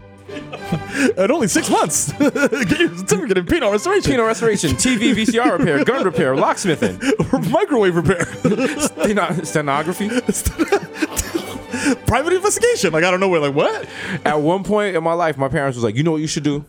S2: At only six months. <laughs> get your certificate in penal restoration.
S3: Pino restoration, TV VCR repair, gun repair, locksmithing,
S2: <laughs> Microwave repair.
S3: steno- stenography.
S2: Private investigation. Like, I don't know where. Like, what?
S3: At one point in my life, my parents was like, "You know what you should do?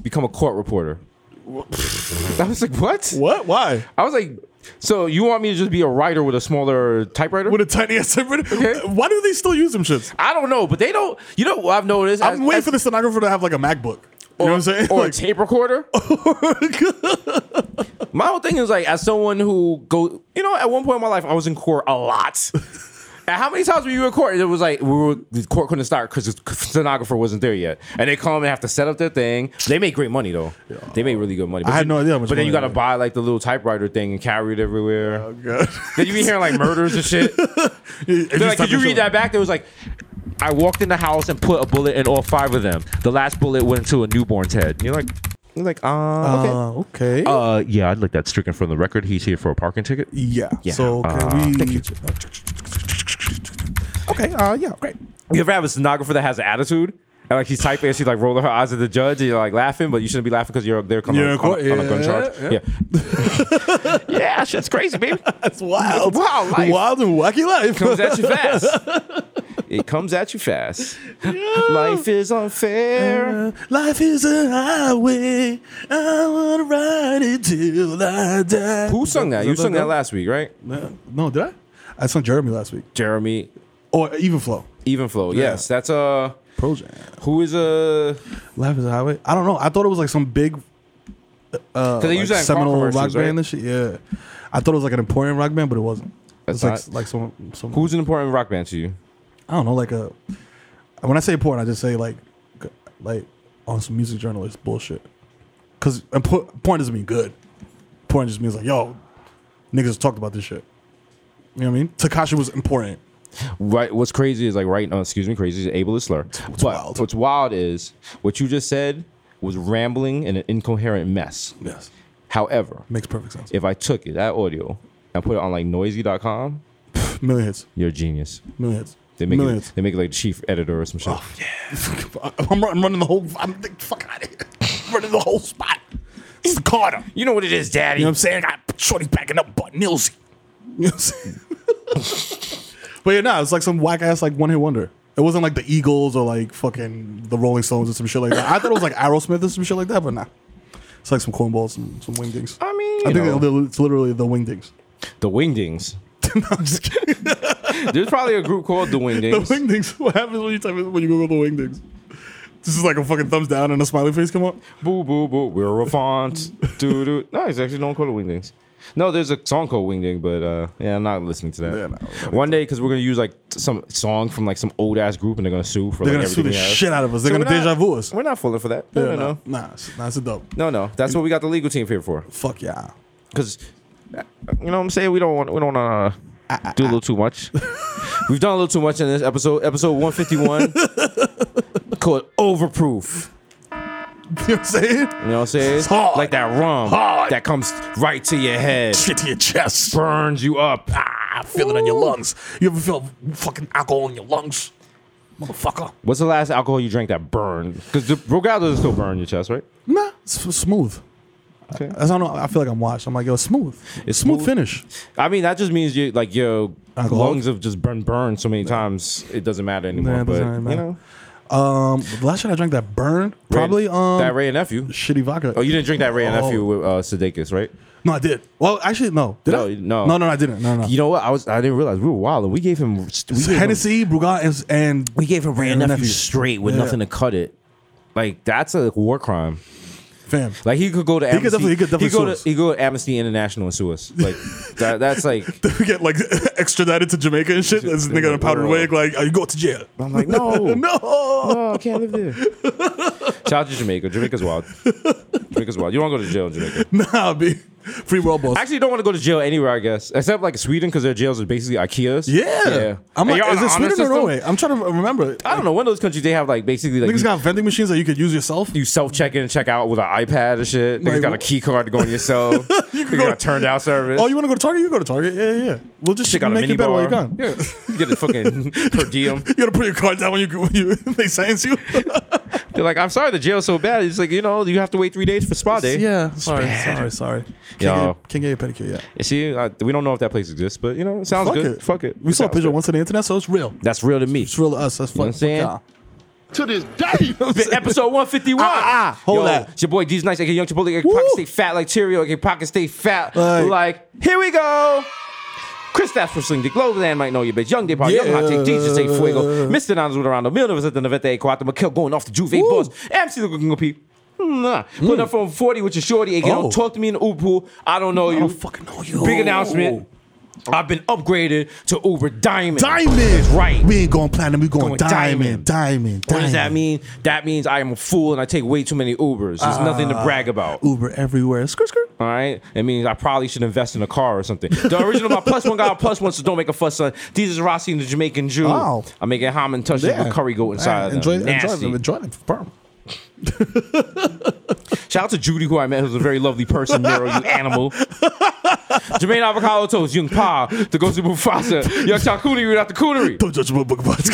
S3: Become a court reporter." <laughs> I was like, "What?"
S2: What? Why?
S3: I was like, "So you want me to just be a writer with a smaller typewriter?"
S2: With a tiny ass <laughs> typewriter?
S3: Okay.
S2: Why do they still use them shits?
S3: I don't know, but they don't. You know what I've noticed?
S2: I'm waiting for the stenographer to have like a MacBook. You know what I'm saying? <laughs>
S3: Or
S2: like,
S3: a tape recorder. my whole thing is like, as someone who go, you know, at one point in my life, I was in court a lot.
S2: <laughs>
S3: And how many times were you in court? It was like we were the court couldn't start because the stenographer wasn't there yet, and they come and have to set up their thing. They make great money though. They make really good money. But
S2: had
S3: you-
S2: no idea how much
S3: But then
S2: money
S3: you
S2: they
S3: got to
S2: made.
S3: buy like the little typewriter thing and carry it everywhere.
S2: God. <laughs>
S3: Then you be hearing like murders and shit. They're like, could you read that back? There was like,
S9: I walked in the house and put a bullet in all five of them. The last bullet went into a newborn's head. And you're like,
S3: you're like, uh,
S2: Uh,
S3: okay.
S2: okay.
S9: uh, yeah, I'd like that stricken from the record. He's here for a parking ticket.
S2: yeah. So can we? Okay. Uh, yeah. Great.
S3: You ever have a stenographer that has an attitude? And like she's typing and she's like rolling her eyes at the judge and you're like laughing, but you shouldn't be laughing because you're there coming
S2: You're
S3: on,
S2: in court,
S3: on a- on a gun
S2: yeah,
S3: charge. Yeah. Yeah, <laughs> shit's crazy, baby.
S2: <laughs> That's wild.
S3: Wow, life.
S2: Wild and wacky life.
S3: Comes at
S2: <laughs>
S3: you fast. It comes at you fast. Life is unfair.
S2: life is a highway. I wanna ride it till I die.
S3: Who sung that? You sung that last week, right?
S2: last? No, did I? I sung Jeremy last week.
S3: Jeremy
S2: Or even flow.
S3: Evenflow.
S2: Yeah.
S3: Yes, that's uh
S2: Pro Jam.
S3: who is uh
S2: Life is a highway. I don't know. I thought it was like some big uh,
S3: 'Cause they use that in car
S2: seminal rock
S3: commercials,
S2: band
S3: right?
S2: and shit. Yeah, I thought it was like an Emporium rock band, but it wasn't.
S3: That's
S2: It's like
S3: not-
S2: like some some
S3: Who's an important rock band to you?
S2: I don't know like a when I say important, I just say like like on some music journalist bullshit. Because important doesn't mean good. Important just means like yo, niggas talked about this shit. You know what I mean? Takashi was important.
S3: Right. What's crazy is like right now. Excuse me. Crazy is ableist slur. What's but wild. what's wild is what you just said was rambling and an incoherent mess.
S2: Yes.
S3: However,
S2: Makes perfect sense.
S3: if I took it that audio and put it on like noisy.com,
S2: million hits.
S3: You're a genius.
S2: Million hits.
S3: They make <laughs>
S2: Million
S3: it. They make it like the chief editor or some shit.
S2: Oh. <laughs> I'm, run- I'm running the whole. I'm the fuck out of here. <laughs> I'm running the whole spot. It's the Carter.
S1: You know what it is, Daddy.
S2: You know what I'm
S1: saying? I got Shorty backing up butt nilsy.
S2: You know what I'm saying? <laughs> but yeah, nah, it's like some whack ass like one hit wonder. It wasn't like the Eagles or like fucking the Rolling Stones or some shit like that. I thought it was like Aerosmith or some shit like that, but nah. It's like some cornballs, some some wingdings. I mean, I
S3: you
S2: think
S3: know.
S2: it- it's literally the wingdings. <laughs>
S3: The Wingdings. There's probably a group called
S2: <laughs> The
S3: the Wingdings.
S2: wingdings. What happens when you type in, when you Google the wingdings? This is like a fucking thumbs down and a smiley face come up.
S3: boo boo boo. We're a
S2: <laughs>
S3: font. Doo doo. No, it's actually don't call it Wingdings. No, there's a song called Wingding, but uh, yeah, I'm not listening to that. One day, because we're gonna use like t- some song from like some old ass group, and they're gonna sue for.
S2: They're
S3: like,
S2: gonna sue the
S3: everything else.
S2: shit out of us. They're
S3: So
S2: gonna
S3: we're not-
S2: deja vu us.
S3: We're not falling for that. No, no, no,
S2: Nah, nah, it's, nah, it's a dope.
S3: no, no. That's what we got the legal team here for.
S2: Fuck yeah.
S3: Because you know what I'm saying. We don't want. We don't want to do a little too much.
S2: <laughs>
S3: We've done a little too much in this episode.
S2: <laughs>
S3: Episode 151 called Overproof.
S2: You know what I'm saying?
S3: You know what I'm saying?
S1: It's hard.
S3: Like that rum
S1: Hard.
S3: that comes right to your head.
S1: Shit to your chest.
S3: Burns you up.
S1: Ah, feel it on your lungs. You ever feel fucking alcohol in your lungs? Motherfucker.
S3: What's the last alcohol you drank that burned? Because the Brugal doesn't still burn your chest, right?
S2: Nah, it's f- smooth.
S3: Okay.
S2: I, I don't know. I feel like I'm watched. I'm like, yo, it's smooth.
S3: It's
S2: smooth,
S3: smooth.
S2: finish.
S3: I mean, that just means you like your
S2: Alcohol?
S3: lungs have just been burned so many times it doesn't matter anymore.
S2: Nah, it
S3: but
S2: doesn't really
S3: you
S2: matter.
S3: know,
S2: Um, the last shit I drank that burned probably
S3: Ray,
S2: um
S3: that Ray and nephew.
S2: shitty vodka.
S3: Oh, you didn't drink that Ray and
S2: Oh.
S3: nephew with uh, Sudeikis, right?
S2: No, I did. Well, actually, no. Did
S3: no,
S2: I?
S3: no,
S2: no, no, I didn't. No, no.
S3: You know what? I was I didn't realize we were wild. We gave him we gave him-
S2: <laughs> Hennessy, Brugal, and, and
S3: we gave him Ray and nephew straight with
S2: Yeah.
S3: nothing to cut it. Like that's a war crime.
S2: fam.
S3: Like he could go to
S2: He
S3: Amnesty.
S2: could definitely- he could definitely
S3: go
S2: sue
S3: to
S2: us.
S3: he go to Amnesty International and sue us.
S2: <laughs>
S3: Like that, that's like
S2: <laughs> We get like <laughs> extradited to Jamaica and shit. This nigga in a powdered wig, like, oh, you go to jail.
S3: I'm like
S2: <laughs>
S3: no,
S2: No, <laughs>
S3: no, I can't live there. Shout out to Jamaica. Jamaica's wild. Jamaica's wild. You don't go to jail in Jamaica.
S2: nah, be free world boss.
S3: Actually, you don't want to go to jail anywhere, I guess, except like Sweden, because their jails are basically IKEAs.
S2: Yeah. I'm
S3: And
S2: like,
S3: you're on
S2: is it
S3: an honor
S2: Sweden or
S3: system?
S2: Norway? I'm trying to remember.
S3: I don't know. One of those countries, they have like basically like
S2: Niggas
S3: you,
S2: got vending machines that you could use yourself.
S3: self check in and check out with an iPad and shit. Niggas
S2: Like,
S3: got a
S2: wh-
S3: key card to go
S2: <laughs>
S3: on yourself. you
S2: go-
S3: got a turned out service.
S2: Oh, you want to go to Target? You go to Target. Yeah, yeah. yeah. We'll just
S3: Shit got a
S2: make
S3: mini
S2: you better while
S3: bar.
S2: you're gone.
S3: Yeah. <laughs> You get a fucking per diem.
S2: You gotta put your card down when you, when you <laughs> they sentence you.
S3: They're like, I'm sorry, the jail's so bad. It's like, you know, you have to wait three days for spa day.
S2: yeah, sorry, sorry, sorry. Can't,
S3: Yo.
S2: get, can't get your pedicure yet.
S3: You see, I, we don't know if that place exists, but you know, it sounds
S2: Fuck
S3: good.
S2: it.
S3: Fuck it.
S2: We
S3: It
S2: saw a
S3: sounds
S2: picture
S3: good.
S2: once on the internet, so it's real.
S3: That's real to me.
S2: It's real to us. That's
S3: You know what I'm
S2: fuck, fuck
S3: saying?
S2: y'all.
S8: To this day.
S3: <laughs> Episode 151.
S2: Ah, ah, hold
S3: Yo,
S2: that.
S3: It's your boy D's Nice, aka Young Chipotle, aka
S2: Woo.
S3: Pocket Stay Fat, like Tyrio, aka Pocket Stay Fat.
S2: Like-
S3: Like, here we go. Chris Stapps from Sling the Globe, Land might know you, bitch. Young Day Party, Young Hot Take, DJ Say Fuego, Mr. Nans with around the mill, was at the Navete Quattro, McKill going off the Juve boss, MC Looking P. Hmm, Nah. Putting up from 40 with your shorty, aka
S2: Oh.
S3: don't talk to me in the Uber pool. I don't know you.
S2: don't fucking know you. Oh.
S3: Big announcement. I've been upgraded to Uber Diamond.
S2: Diamond.
S3: That's right.
S11: We ain't going platinum. We going,
S3: Going
S11: diamond,
S3: diamond.
S11: diamond, diamond.
S3: What does that mean? That means I am a fool and I take way too many Ubers. There's nothing to brag about.
S11: Uber everywhere. Skirt, skirt.
S3: All right, it means I probably should invest in a car or something. The original my plus one guy plus one, so don't make a fuss, son. These is Rossi and the Jamaican Jew.
S11: Oh.
S3: I'm making ham and touch with curry goat inside. of them.
S11: enjoy, enjoy
S3: Nasty.
S11: them. Enjoy them. Firm.
S3: Shout out to Judy, who I met, who's a very lovely person, Nero, you animal. <laughs> Jermaine Avocado Toast, Young Pa, the Ghost of Mufasa, Young Chakuni without the coonery.
S2: Don't judge my book by its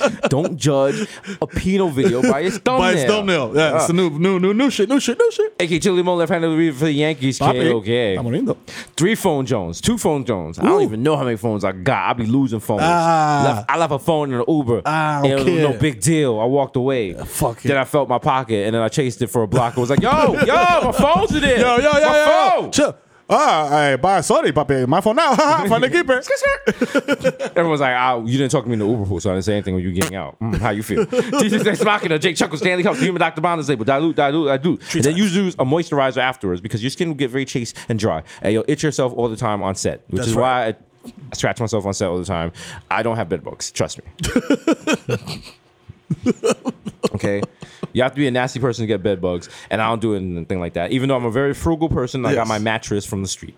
S3: <laughs>
S2: cover.
S3: Don't judge a penal video by its thumbnail.
S2: by its thumbnail. Yeah,
S3: Ah.
S2: it's the new, new, new, new shit, new shit, new shit.
S3: AK Chili Mo left handed reliever for the Yankees.
S2: Pop
S3: kid.
S2: it.
S3: Okay.
S2: I'm gonna
S3: Three phone Jones, two phone Jones. I don't even know how many phones I got. I be losing phones.
S2: Ah.
S3: Left- I left a phone in an Uber.
S2: Ah,
S3: and It was
S2: okay.
S3: no big deal. I walked away.
S2: fuck it.
S3: Then I felt my pocket and then I chased it for a block. I was like, yo, yo, my phone's in there.
S2: Yo, yo, yo,
S3: my
S2: yo, yo.
S3: phone.
S2: Chill.
S11: Ah, I buy sorry, papi. My phone now.
S3: <laughs>
S11: Find the keeper.
S3: Everyone's like, oh, you didn't talk to me in the Uber pool, so I didn't say anything when you were getting out. Mm, how you feel? DJ Sex Machina, Jake Chuckle, Stanley Cups, the human Dr. Bond is able. Dilute, dilute, dilute. And then you use a moisturizer afterwards because your skin will get very chaste and dry. And you'll itch yourself all the time on set, which
S11: That's
S3: is
S11: right.
S3: why I, I scratch myself on set all the time. I don't have bed bugs. Trust me. okay? You have to be a nasty person to get bed bugs, and I don't do anything like that. Even though I'm a very frugal person, I got
S13: Yes.
S3: my mattress from the street.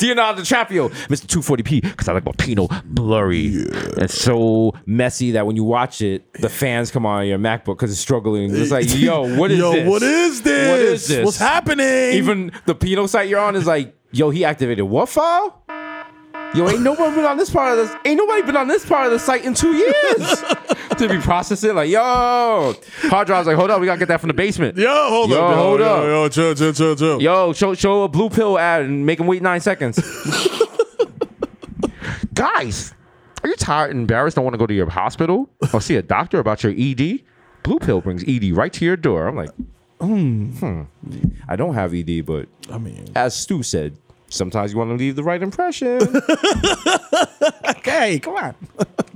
S3: Leonardo DiCaprio, Mr. 240p, because I like my Pinot blurry. It's so messy that when you watch it, the fans come on your MacBook because it's struggling. It's
S2: <laughs>
S3: like, yo, what is
S2: Yo,
S3: this?
S2: what is this?
S3: What is this?
S2: What's happening?
S3: Even the Pinot site you're on is like, yo, he activated what file? Yo, ain't nobody been on this part of this. Ain't nobody been on this part of the site in two years to be processing. Like, yo, hard drive's like, hold up, we gotta get that from the basement. Yo,
S11: hold
S3: yo,
S11: up, yo,
S3: hold
S11: yo,
S3: up,
S11: yo, chill, chill, chill, chill.
S3: Yo, show show a blue pill ad and make him wait nine <laughs> seconds.
S9: Guys, are you tired and embarrassed? Don't want to go to your hospital or see a doctor about your
S3: E
S9: ED? Blue pill brings ED right to your door. I'm like,
S3: Hmm. I don't have ED, but I mean, as Stu said, sometimes you want to leave the right impression. <laughs> okay, come on,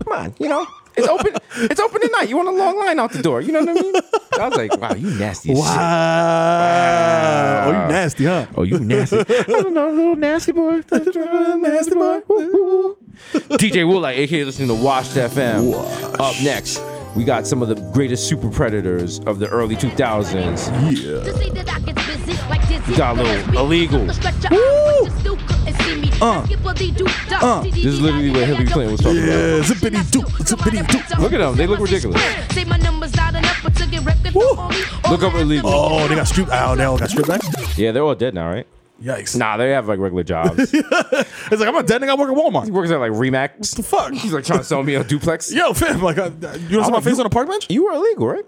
S3: come on. You know, it's open. It's open tonight. You want a long line out the door. You know what I mean? I was like, wow, you nasty. as shit.
S11: Wow. Oh, you nasty, huh?
S3: Oh,
S11: <laughs>
S3: you nasty. don't know, little nasty <laughs> boy. nasty boy. <laughs> DJ Wool, like, aka listening to Washed FM. Up next, we got some of the greatest super predators of the early 2000s. Yeah. We got a little illegal. Uh.
S14: Uh.
S3: This is literally what Hillary Clinton was talking
S14: Yeah,
S3: about.
S14: zippity doop, zippity doop.
S3: Look at them. They look ridiculous.
S14: Say my number's not enough, but took it record only.
S3: Look up illegal.
S11: Oh, they got strip. Oh, they all got strip back.
S3: Yeah, they're all dead now, right?
S11: Yikes.
S3: Nah, they have like
S11: <laughs>
S3: regular jobs.
S11: It's like I'm not dead. nigga, I work at Walmart. He
S3: works at like Remax. What
S11: the fuck?
S3: He's like trying to sell me a duplex.
S11: Yo, fam, like, I, you don't see my face on a park bench?
S3: You were illegal, right?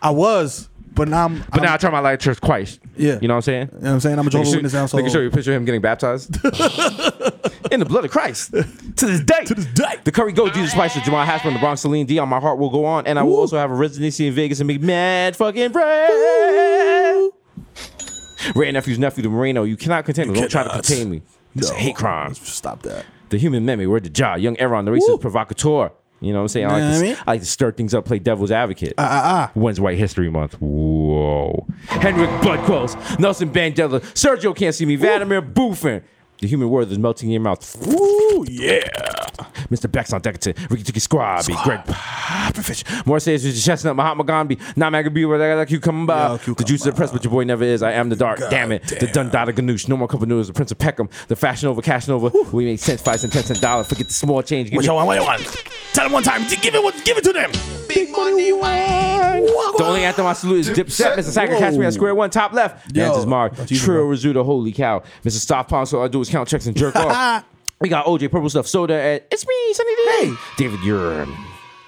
S11: I was, but now I'm.
S9: but now I turn my light church twice.
S11: Yeah.
S3: You know what I'm saying?
S11: You know what I'm saying? I'm a Jehovah's
S3: They can show-
S11: Witness now, so-
S3: They can show you a picture of him getting <laughs> baptized in the blood of Christ to this day. To this day, the curry goat, Jesus Spicer, Jamal Haspin, the Bronx, Celine D. On my heart will go on, and I will also have a residency in Vegas and make mad fucking bread. Ray nephew's nephew to Moreno. You cannot contain me. Don't try to contain me. This is hate crime.
S11: Stop that.
S3: The human memory. Where the jaw? Young Aaron, the racist provocateur. You know what I'm saying? I
S11: Know
S3: like,
S11: what I
S3: to,
S11: mean?
S3: I like to stir things up, play devil's advocate.
S11: Ah, ah,
S3: When's White History Month? Whoa. Henrik Budquos, Nelson Mandela, Sergio Can't See Me, Vladimir Bufin. The human world is melting in your mouth. Woo, yeah. Mr. Beck's on Deckerton, Ricky Tiki Squabby, Greg Popovich, More says it's Chestnut, Mahatma Gandhi, Not Magabi, Where Cucumber. The juice of the press, but your boy never is. I am the dark. damn it. The Dundada Ganoush, No More Company News, The Prince of Peckham, The Fashion Over, Cash Nova. We make cents, five cents, ten cent dollar. Forget the small change. Give
S1: What
S3: me-
S1: you want? What you want? Tell them one time. Give it. What? Give it to them. Big money
S3: The only anthem I salute is Dipset. Mr. Sacker, catch me at square one, top left.
S1: Yo.
S3: Dance is Mark. Trio Rizzuto, holy cow. Mr. Stop Pound, so all I do is count checks and jerk <laughs> off. We got OJ Purple Stuff Soda at It's Me, Sunny Day. David Urim.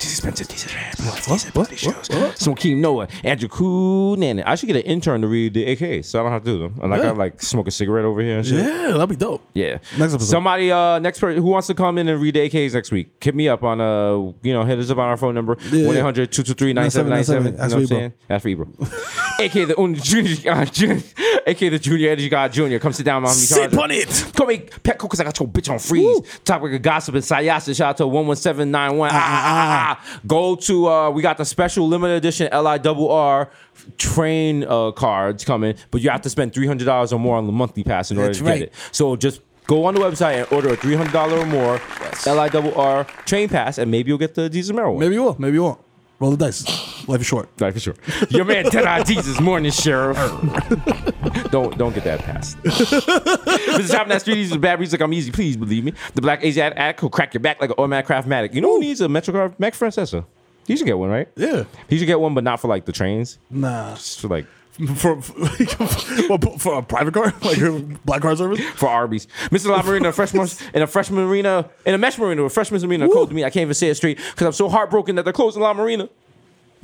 S3: Spencer, these are what? What? What? What? Smokeem Noah, Andrew Coonan. I should get an intern to read the AK, so I don't have to do them. And like
S11: Yeah.
S3: I like smoke a cigarette over here and shit.
S11: Yeah, that'd be dope.
S3: Yeah.
S11: Next episode.
S3: Somebody, uh, next person who wants to come in and read the AKs next week, hit me up on, uh, you know, hit us up on our phone number
S11: Yeah.
S3: 1 800 223 9797.
S11: That's
S3: You know what I'm
S11: for you,
S3: saying? That's for you, bro. <laughs> AK the un- junior, uh, junior, AK the junior energy god junior. Come sit down, mommy.
S1: Sip
S3: charger.
S1: on it.
S3: Come make pet because I got your bitch on freeze. Topic of gossip and sayasa. Shout out to 11791. Ah, ah, ah, ah. Go to, uh, we got the special limited edition LIRR train uh, cards coming, but you have to spend $300 or more on the monthly pass in order
S11: That's
S3: to
S11: right.
S3: get it. So just go on the website and order a $300 or more LIRR train pass, and maybe you'll get the Diesel Merrill one.
S11: Maybe you will. Maybe you won't. Roll the dice. Life is short.
S3: Life is short. Your man Ted
S11: <laughs>
S3: IDs this morning, Sheriff. don't don't get
S11: <laughs>
S3: that passed. this is happening at street. These are bad music. I'm easy. Please believe me. The black Asiatic addict who'll crack your back like an automatic craftmatic. You know who needs a MetroCard Mac Francesa? He should get one, right?
S11: Yeah.
S3: He should get one, but not for like the trains.
S11: Nah.
S3: Just for like
S11: For,
S2: <laughs>
S11: for, for a private car? Like a black car service?
S3: for Arby's. Mr. La Marina, a <laughs> freshman in a freshman arena, in a mesh marina, a freshman's arena, cold to me. I can't even say it straight because I'm so heartbroken that they're closing La Marina.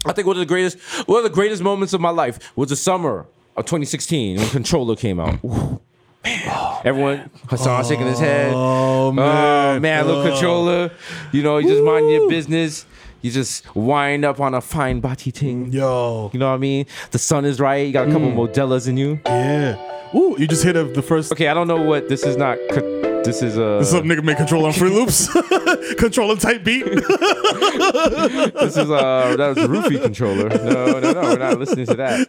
S3: I think one of the greatest, one of the greatest moments of my life was the summer of 2016 when Controller came out. Ooh, man. Everyone, Hassan shaking his head. Oh man, little
S11: Oh.
S3: controller. You know, you just mind your business. You just wind up on a fine body thing.
S11: Yo.
S3: Mm. You know what I mean? The sun is right. You got a couple modellas in you.
S11: Yeah.
S2: Ooh, you just hit a, the first.
S3: Okay, I don't know what this is. Not co- this is uh, a.
S2: This is some nigga make control on free loops. <laughs> control a tight beat.
S3: this is uh that was roofie controller. No, no, no, we're not listening to that.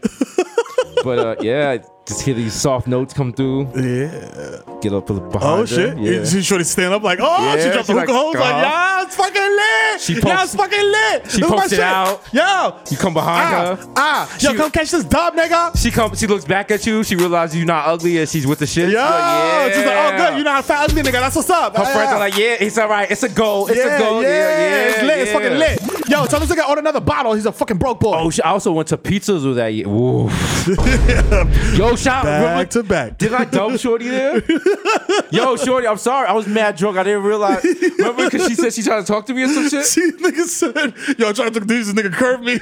S3: But uh yeah, just hear these soft notes come through.
S2: Yeah.
S3: Get up behind
S2: <laughs> Oh
S3: her.
S2: shit!
S3: Yeah.
S2: She shorty stand up like, oh, she
S3: Yeah,
S2: dropped the
S3: she
S2: hookah
S3: like,
S2: hose. Like,
S3: uh-huh.
S2: yeah, it's fucking lit.
S3: She
S2: yeah,
S3: pumps-
S2: it's fucking lit.
S3: she
S2: Look at my
S3: pumps it
S2: shit.
S3: out.
S2: Yo,
S3: You come behind
S2: ah,
S3: her.
S2: ah, yo,
S3: She-
S2: come catch this dub, nigga.
S3: She comes. She looks back at you. She realizes you're not ugly, and she's with the shit.
S2: Yo, it's just like, oh, good, you know how fat ugly nigga. That's what's up.
S3: uh, Her
S2: Ah,
S3: friends
S2: yeah.
S3: are like, yeah, it's all right. It's a goal. It's
S2: yeah,
S3: a goal.
S2: Yeah, it's lit. It's fucking lit. Yo, tell this nigga order another bottle. He's a fucking broke boy.
S3: Oh, shit, I also went to pizzas with that.
S2: <laughs>
S3: Year. Woo. Yo, shout
S2: Back
S3: remember-
S2: to <laughs> back.
S3: Did I dump Shorty there? <laughs> Yo, Shorty, I'm sorry. I was mad drunk. I didn't realize. Remember, because she said she tried to talk to me or some shit.
S2: She nigga said, yo, I tried to do this nigga curve me.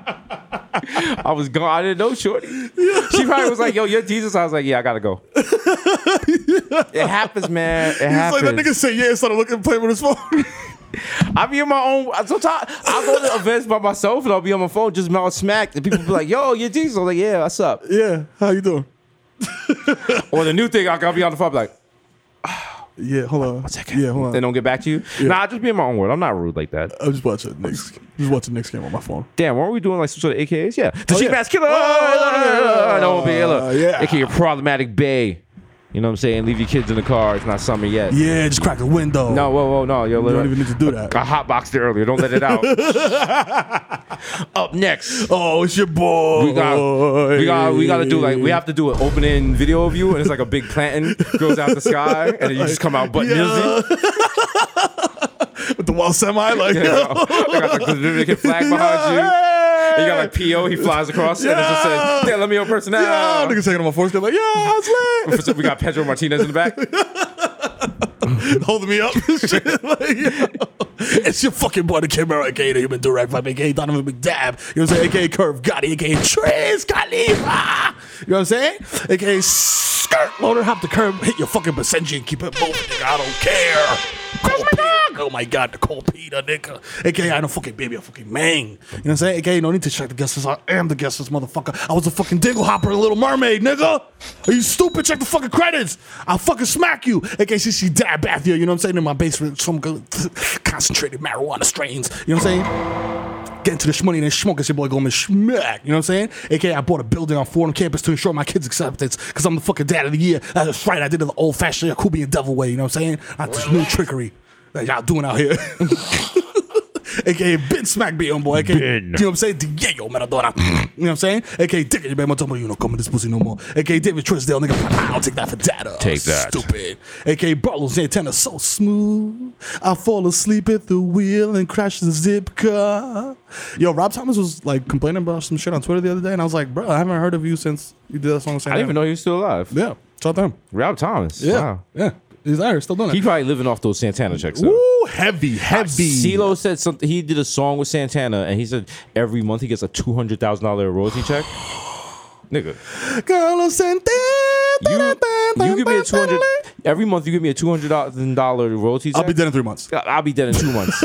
S2: <laughs>
S3: I was gone. I didn't know Shorty. She probably was like, "Yo, you're Jesus." I was like, "Yeah, I gotta <laughs> go." it happens, man. It
S2: He's
S3: happens.
S2: like, that nigga said, yeah, and started looking, playing with his phone. <laughs>
S3: I be in my own. Sometimes I go to events by myself and I'll be on my phone just mouth smacked, and people be like, "Yo, you're Jesus." I'm like, "Yeah, what's up?"
S2: yeah, how you doing?
S3: Or the new thing, I gotta be on the phone, be like,
S2: Yeah, hold on. One second. Yeah, hold on.
S3: "They don't get back to you." Nah, I just be in my own world. I'm not rude like that.
S2: I'm just watching the Knicks. Just watching the Knicks game on my phone.
S3: Damn, weren't we doing like some sort of AKAs? Yeah, the
S2: Oh,
S3: cheap
S2: yeah.
S3: ass killer.
S2: Oh,
S3: no, be look.
S2: yeah.
S3: AKA problematic bay. You know what I'm saying? Leave your kids in the car. It's not summer yet.
S2: Yeah, just crack the window.
S3: No, whoa, whoa, no, yo,
S2: You don't even need to do that.
S3: I hotboxed it earlier. Don't let it
S2: <laughs>
S3: out. Up next,
S2: Oh, it's your boy.
S3: we got, we got, we got to do like we have to do an opening video of you, and it's like a big planting goes out the sky, and then you just come out butt
S2: Yeah.
S3: nizzy. <laughs>
S2: with the wall semi like.
S3: You know, I got like the Dominican flag
S2: <laughs>
S3: behind you. And you got like PO, he flies across, and it just says, "Yeah, let me your personnel."
S2: Yeah, niggas taking on my foreskin like, yeah, it's
S3: <laughs>
S2: lit.
S3: we got Pedro Martinez in the <laughs> back.
S2: Holding me up. and shit, <laughs> like, yo. It's your fucking boy, the camera, aka the human direct vibe, aka Donovan McDab. You know what I'm saying? Aka Curve Gotti, aka Trez Khalifa. You know what I'm saying? Aka Skirt Loader, hop the curb, hit your fucking Basenji and keep it moving, nigga. I don't care. Cole Peter. Oh my god, the Cole Peter, nigga. AKA, I don't fucking baby, I fucking mang. You know what I'm saying? AKA, no need to check the guest list. I am the guest list, motherfucker. I was a fucking dingle hopper in Little Mermaid, nigga. Are you stupid? Check the fucking credits. I'll fucking smack you. AKA, she, she dab bath here, you know what I'm saying? In my basement, some good concentrated marijuana strains. You know what I'm saying? Get into the shmoney and then schmuck. It's your boy Goldman Schmack. You know what I'm saying? AKA, I bought a building on Fordham campus to ensure my kids' acceptance because I'm the fucking dad of the year. That's right. I did it the old fashioned Yakubian devil way. You know what I'm saying? Not this new trickery that y'all doing out here. <laughs> AKA Ben Smack be on boy. AKA, You know what I'm saying? Diego Maradona. you know what I'm saying? AKA Dick, you better tell me you don't come in this pussy no more. AKA David Trisdale, nigga. I'll take that for data.
S9: Take that.
S2: Stupid. AKA Barlow's antenna so smooth. I fall asleep at the wheel and crash the zip car. Yo, Rob Thomas was like complaining about some shit on Twitter the other day, and I was like, bro, I haven't heard of you since you did that song.
S3: I didn't even know he was still alive.
S2: Yeah, shout out to him.
S3: Rob Thomas.
S2: Yeah,
S3: Wow.
S2: yeah. He's there, still doing it.
S3: He probably living off those Santana checks. though.
S2: Woo, heavy, heavy.
S3: CeeLo said something. He did a song with Santana, and he said every month he gets a two hundred thousand dollar
S2: <gasps>
S3: royalty check. Nigga,
S2: Carlos Santana.
S3: you, you give me a two hundred every month. You give me a two hundred thousand dollar royalty. Check,
S2: I'll be dead in three months.
S3: I- I'll be dead in two months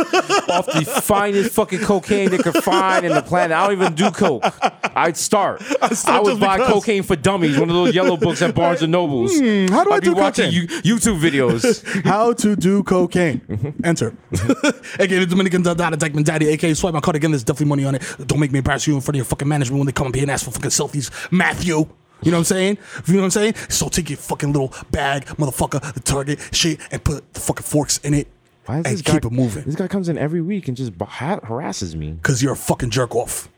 S3: off the finest fucking cocaine they could find in the planet. I don't even do coke. I'd start. I,
S2: start
S3: would
S2: just
S3: buy
S2: because.
S3: cocaine for dummies, one of those yellow books at Barnes and Nobles.
S2: Hmm, how do I
S3: I'd
S2: do
S3: be watching
S2: cocaine?
S3: you- YouTube
S2: <laughs>
S3: videos.
S2: How to do cocaine. <laughs> Enter. AKA Mm-hmm. the Dominican Dada Dykeman Daddy, AKA swipe my card again. There's definitely money on it. Don't make me embarrass you in front of your fucking management when they come up here and ask for fucking selfies. Matthew. You know what I'm saying? You know what I'm saying? So take your fucking little bag, motherfucker, the target shit, and put the fucking forks in it.
S3: Why is
S2: and
S3: this guy-
S2: keep it moving.
S3: This guy comes in every week and just b- ha- harasses me.
S2: Cause you're a fucking jerk off.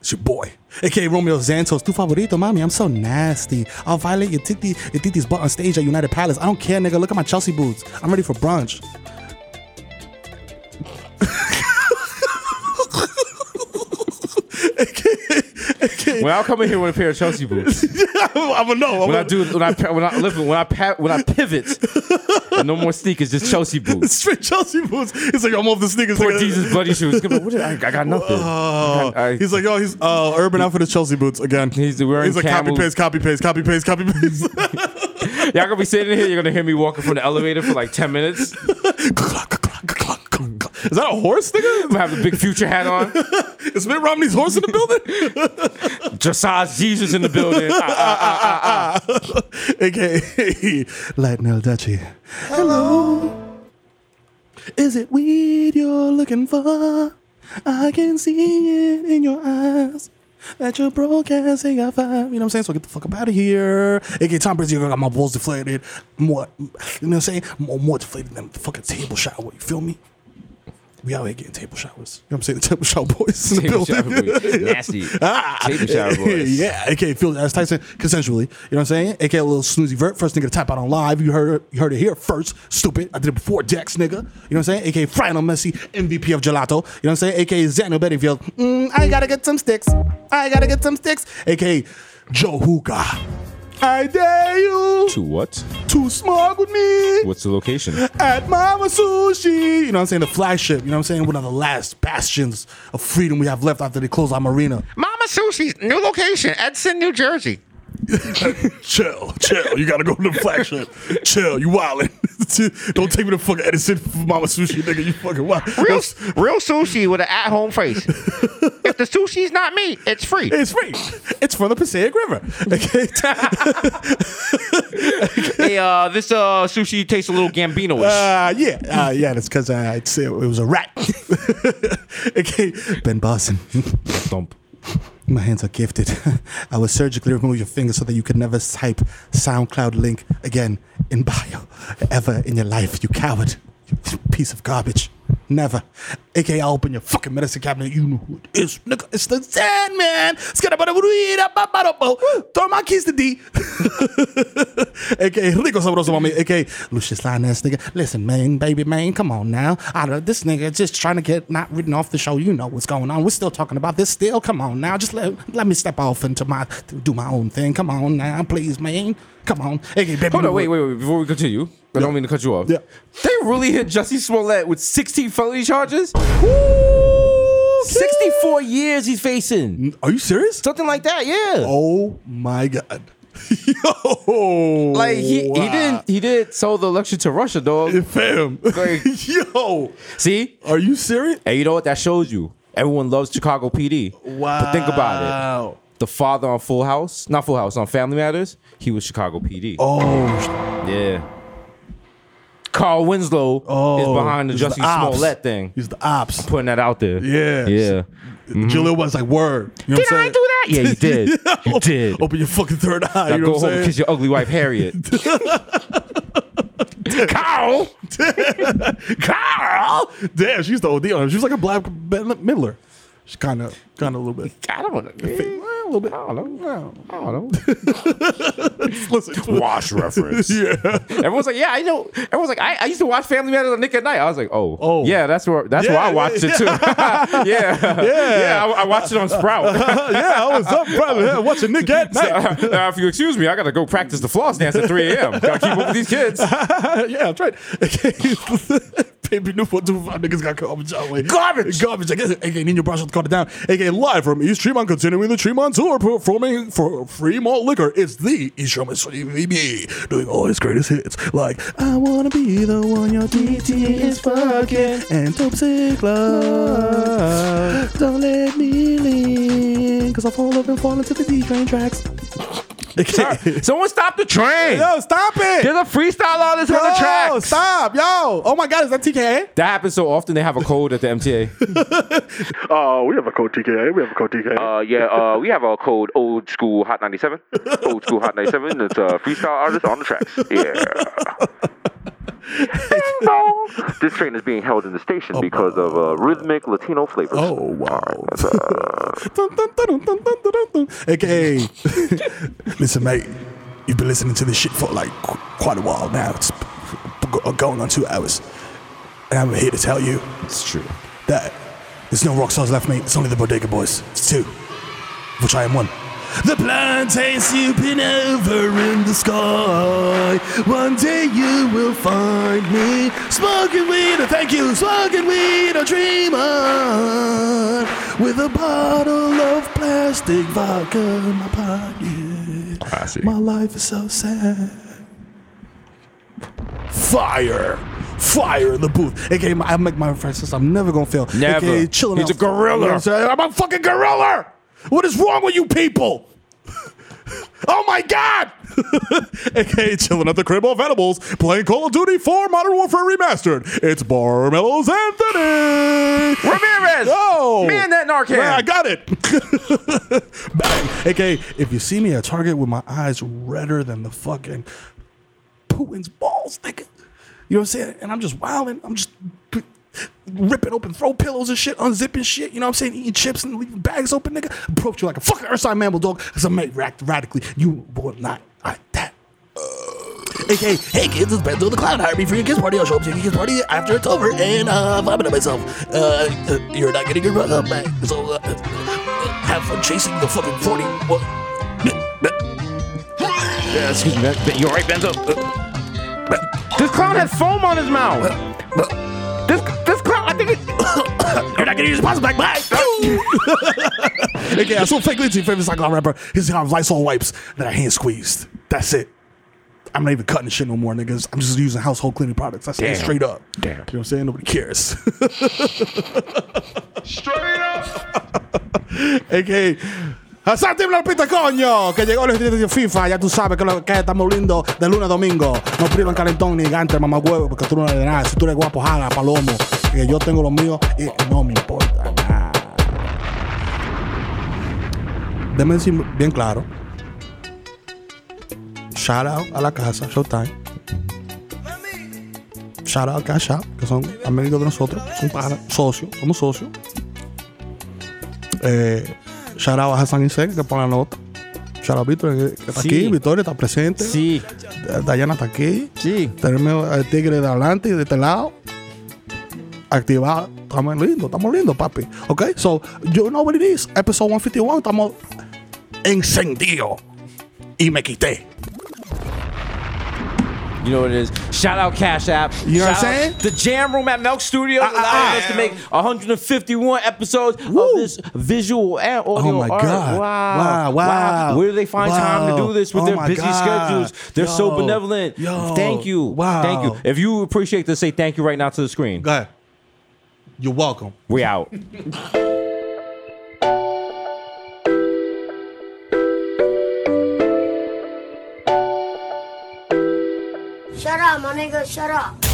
S2: It's your boy. AKA Romeo Santos, tu favorito, mommy. I'm so nasty. I'll violate your titty, your titty's butt on stage at United Palace. I don't care, nigga. Look at my Chelsea boots. I'm ready for brunch. <laughs>
S3: When I come in here with a pair of Chelsea boots,
S2: I'm gonna know. I'm
S3: when I
S2: gonna
S3: do, when I pa- when I listen, when I pa- when I pivot, and no more sneakers, just
S2: <laughs>
S3: Chelsea boots.
S2: straight Chelsea boots. He's like, I'm off the sneakers.
S3: Poor
S2: nigga.
S3: Jesus bloody shoes. Come on, what did I, I got nothing. I
S2: Oh,
S3: got- I-
S2: he's like, oh, he's uh, urban outfit of Chelsea boots again.
S3: He's wearing
S2: He's like, copy
S3: camel-
S2: paste, copy paste, copy paste, copy
S3: <laughs>
S2: paste. <laughs>
S3: y'all gonna be sitting here. You're gonna hear me walking from the elevator for like ten minutes.
S2: Is that a horse, nigga?
S3: I'm gonna have the big future hat on.
S2: Is Mitt Romney's horse in the building?
S3: Josiah Jesus in <laughs> the building. Ah, ah, ah, ah, ah.
S11: <laughs>
S2: AKA Latin Duchy.
S11: Hello.
S2: Is it weed you're looking for? I can see it in your eyes.
S11: That your bro can't sing at five. You know what I'm saying? So get the fuck up out of here. AKA Tom Brady got my balls deflated. More, you know what I'm saying? More, more deflated than the fucking table shower. You feel me? We out here getting table showers. You know what I'm saying? <laughs> The table shower boys. in the
S3: Table shower
S11: building.
S3: boys. <laughs> Nasty.
S11: Ah.
S3: Table shower boys.
S11: <laughs> yeah. AKA Phil as Tyson consensually. You know what I'm saying? AKA a little snoozy vert. First nigga to tap out on live. You heard you heard it here first. Stupid. I did it before Dex nigga. You know what I'm saying? AKA Final Messi, MVP of Gelato. You know what I'm saying? AKA Zano Bedingfield. Mm, I gotta get some sticks. I gotta get some sticks. AKA Joe Hookah. I dare you
S3: To what?
S11: to smoke with me
S3: What's the location?
S11: at Mama Sushi. You know what I'm saying? The flagship. You know what I'm saying? One of the last bastions of freedom we have left after they close our marina.
S9: Mama Sushi's new location, Edson, New Jersey.
S2: Chill, chill. You gotta go to the flagship. chill, you wildin'. <laughs> Don't take me to fucking Edison for Mama Sushi, nigga. You fucking wild.
S9: Real, real sushi with an
S11: <laughs>
S9: at-home face. if the sushi's not meat, it's free.
S11: It's free. It's from the Passaic
S2: <laughs>
S11: River. Okay.
S9: hey, uh, this uh, sushi tastes a little Gambino-ish.
S11: Uh, yeah, uh, yeah. That's because I'd say it was a rat. <laughs> okay, Ben Boston.
S3: Thump.
S11: My hands are gifted. <laughs> I will surgically remove your finger so that you can never type SoundCloud link again in bio ever in your life, you coward. You piece of garbage. Never. AKA, I'll open your fucking medicine cabinet. You know who it is, nigga. It's the Sandman. Skadabadabadoo-ee-da-ba-ba-da-bo. Throw my keys to <laughs> D. AKA, Rico Sabroso Mami. AKA, Lucius Line ass nigga. Listen, man, baby, man, come on now. I don't, this nigga just trying to get not written off the show. You know what's going on. We're still talking about this still. Come on now. Just let, let me step off into my, do my own thing. Come on now, please, man. Come on. AKA, baby.
S3: Hold on, wait, wait, wait. Before we continue, I don't mean to cut you off.
S11: Yeah.
S3: They really hit Jussie Smollett with 16 felony charges? 64 years he's facing.
S11: Are you serious?
S3: Something like that, yeah.
S11: Oh my God. <laughs> Yo.
S3: Like he, he didn't he did sold the election to Russia, dog.
S2: Fam.
S11: <laughs>
S3: Like,
S2: Yo.
S3: see?
S2: Are you serious?
S3: And you know what that shows you? Everyone loves Chicago PD.
S2: Wow.
S3: But think about it. The father on Full House, not Full House, on Family Matters, he was Chicago PD.
S2: Oh,
S3: Yeah. Carl Winslow is
S2: Oh,
S3: behind the
S2: he's the
S3: Jussie
S2: ops.
S3: Smollett thing.
S2: he's the ops.
S3: Putting that out there.
S2: Yeah.
S3: Yeah. mm-hmm.
S2: Jalil was like, word. You know
S9: Did
S2: what I'm
S9: I
S2: saying?
S9: do that?
S3: Yeah, you
S2: <laughs>
S3: did. You did.
S2: Open your fucking third eye.
S3: Now
S2: you Oh, know
S3: go
S2: what
S3: home
S2: I'm
S3: and
S2: saying?
S3: kiss your ugly
S2: <laughs>
S3: wife, Harriet. Carl!
S2: Carl! Damn, she used to OD on him. She was like a black Ben Midler. She's kind of, kind of a little bit.
S9: I don't know.
S2: A little bit. I don't know. I don't know. <laughs> Listen,
S9: Wash reference.
S2: <laughs> yeah.
S3: Everyone's like, yeah, I know. Everyone's like, I, I used to watch Family Matters on Nick at Night. I was like, oh,
S2: Oh.
S3: yeah, that's where that's where
S2: Yeah,
S3: I watched it
S2: <laughs>
S3: too. <laughs> yeah, yeah, I, I watched it on Sprout. <laughs>
S2: yeah, I was up, brother. Yeah, watching Nick at
S3: So,
S2: night.
S3: uh, if you excuse me, I gotta go practice the floss dance at 3 a.m. Gotta keep up with
S2: <laughs>
S3: these kids.
S2: yeah, that's right. <laughs> Baby new one, two, five niggas got garbage out. Wait.
S3: Garbage!
S2: Garbage. I guess. AKA Nino Brash cut it down. AKA live from East Tremont, continuing the Tremont tour, performing for free malt liquor. It's the East Tremont CVB, doing all his greatest hits like I Wanna Be the One Your DT is Fucking and Toxic Love. Don't let me lean, cause I'll fall up and fall into the D train tracks. AKA,
S3: Someone stop the train.
S2: Yo, stop it!
S3: There's a freestyle artist on the
S2: Yo,
S3: track.
S2: Oh, stop, yo! Oh my God, is that TKA?
S3: That happens so often. They have a code at
S2: <laughs>
S3: the MTA.
S8: Oh, we have a code TKA. We have a code TKA.
S7: Uh, yeah, uh, we have our code old school hot 97. Old school hot 97. It's uh, freestyle artist on
S2: <laughs>
S7: the tracks. Yeah. this train is being held in the station because of uh, rhythmic Latino flavors.
S2: Oh wow!
S7: That's, uh,
S2: Dun, dun, dun, dun, dun, dun, dun. AKA, <laughs> listen, mate, you've been listening to this shit for like qu- quite a while now. It's b- go- going on two hours. And I'm here to tell you
S3: It's true.
S2: that there's no rock stars left, mate. It's only the Bodega Boys. It's two, which I am one. The plantain swooping over in the sky. One day you will find me smoking weed. Oh, thank you, smoking weed. A dreamer with a bottle of plastic vodka in my pocket.
S9: I see.
S2: My life is so sad. Fire. Fire in the booth. AKA, my, I make my references. I'm never gonna fail.
S3: Never.
S2: AKA, chilling
S3: He's
S2: out.
S3: a
S2: You
S3: gorilla.
S2: know what I'm saying? I'm a fucking gorilla. What is wrong with you people? <laughs> oh my God! <laughs> AKA chilling at the crib of edibles, playing Call of Duty 4 Modern Warfare Remastered. It's Barmelos Anthony!
S3: Ramirez!
S2: Oh!
S3: Me and that Narcan!
S2: Man, I got it! <laughs> Bang! AKA, if you see me at Target with my eyes redder than the fucking Putin's balls, nigga. You know what I'm saying? And I'm just wilding. I'm just p- ripping open throw pillows and shit, unzipping shit. You know what I'm saying? Eating chips and leaving bags open, nigga. Approach you like a fucking Ursine mammal dog because I might react radically. You will not like that.
S1: AKA, hey kids, it's Benzo the Clown. Hire me for your kids party. I'll show up to your kids party after it's over and uh, vomit at myself. Uh, uh, you're not getting your brother back. So uh, uh, have fun chasing the fucking 40. Well,
S3: Yeah, excuse me. Ben- Ben- You all right, Benzo? This clown has foam on his mouth. This this clown, I think it.
S1: you're not gonna use your puzzle back. Bye.
S2: AKA, I so fake Lindsay, favorite cyclone rapper. His got Lysol wipes that I hand squeezed. That's it. I'm not even cutting the shit no more, niggas. I'm just using household cleaning products. I say it
S1: Damn.
S2: straight up.
S1: Damn.
S2: You know what I'm saying? Nobody cares. <laughs>
S11: AK. Salten una pita, coño, que llegó el estudio de FIFA. Ya tú sabes que, lo, que estamos lindos de lunes a domingo. No privan calentón ni gante, mamá huevo, porque tú no eres nada. Si tú eres guapo, jala, palomo. Que yo tengo lo mío y no me importa nada. Déjame decir bien claro. Shout out a la casa, Showtime. Shout out a Cash App, que son amigos de nosotros, son para, socios, somos socios. Eh, shout out a Hassan Insec, que pone la nota. Shout out a Víctor, que que está
S3: Sí.
S11: aquí. Victoria está presente.
S3: Sí.
S11: Da- Dayana está aquí.
S3: Sí.
S11: Tenemos al tigre de adelante y de este lado. Activado. Estamos lindos, estamos lindos, papi. Ok, so, you know what it is. Episode 151, estamos encendidos. Y me quité.
S3: You know what it is. Shout out Cash App.
S11: You know what I'm
S3: Shout out
S11: saying? Ah,
S3: The Jam Room at Milk Studio allowing us to make 151 episodes of this visual and audio
S11: Oh my
S3: art.
S11: God.
S3: Wow.
S11: Wow, wow.
S3: Where do they find time to
S11: Wow.
S3: do this with
S11: Oh
S3: their
S11: my
S3: busy
S11: God.
S3: schedules? They're so
S11: Yo.
S3: benevolent.
S11: Yo.
S3: Thank you.
S11: Wow.
S3: Thank you. If you appreciate this, say thank you right now to the screen. Go
S11: ahead. You're welcome.
S3: We out.
S6: Shut up, my nigga, shut up.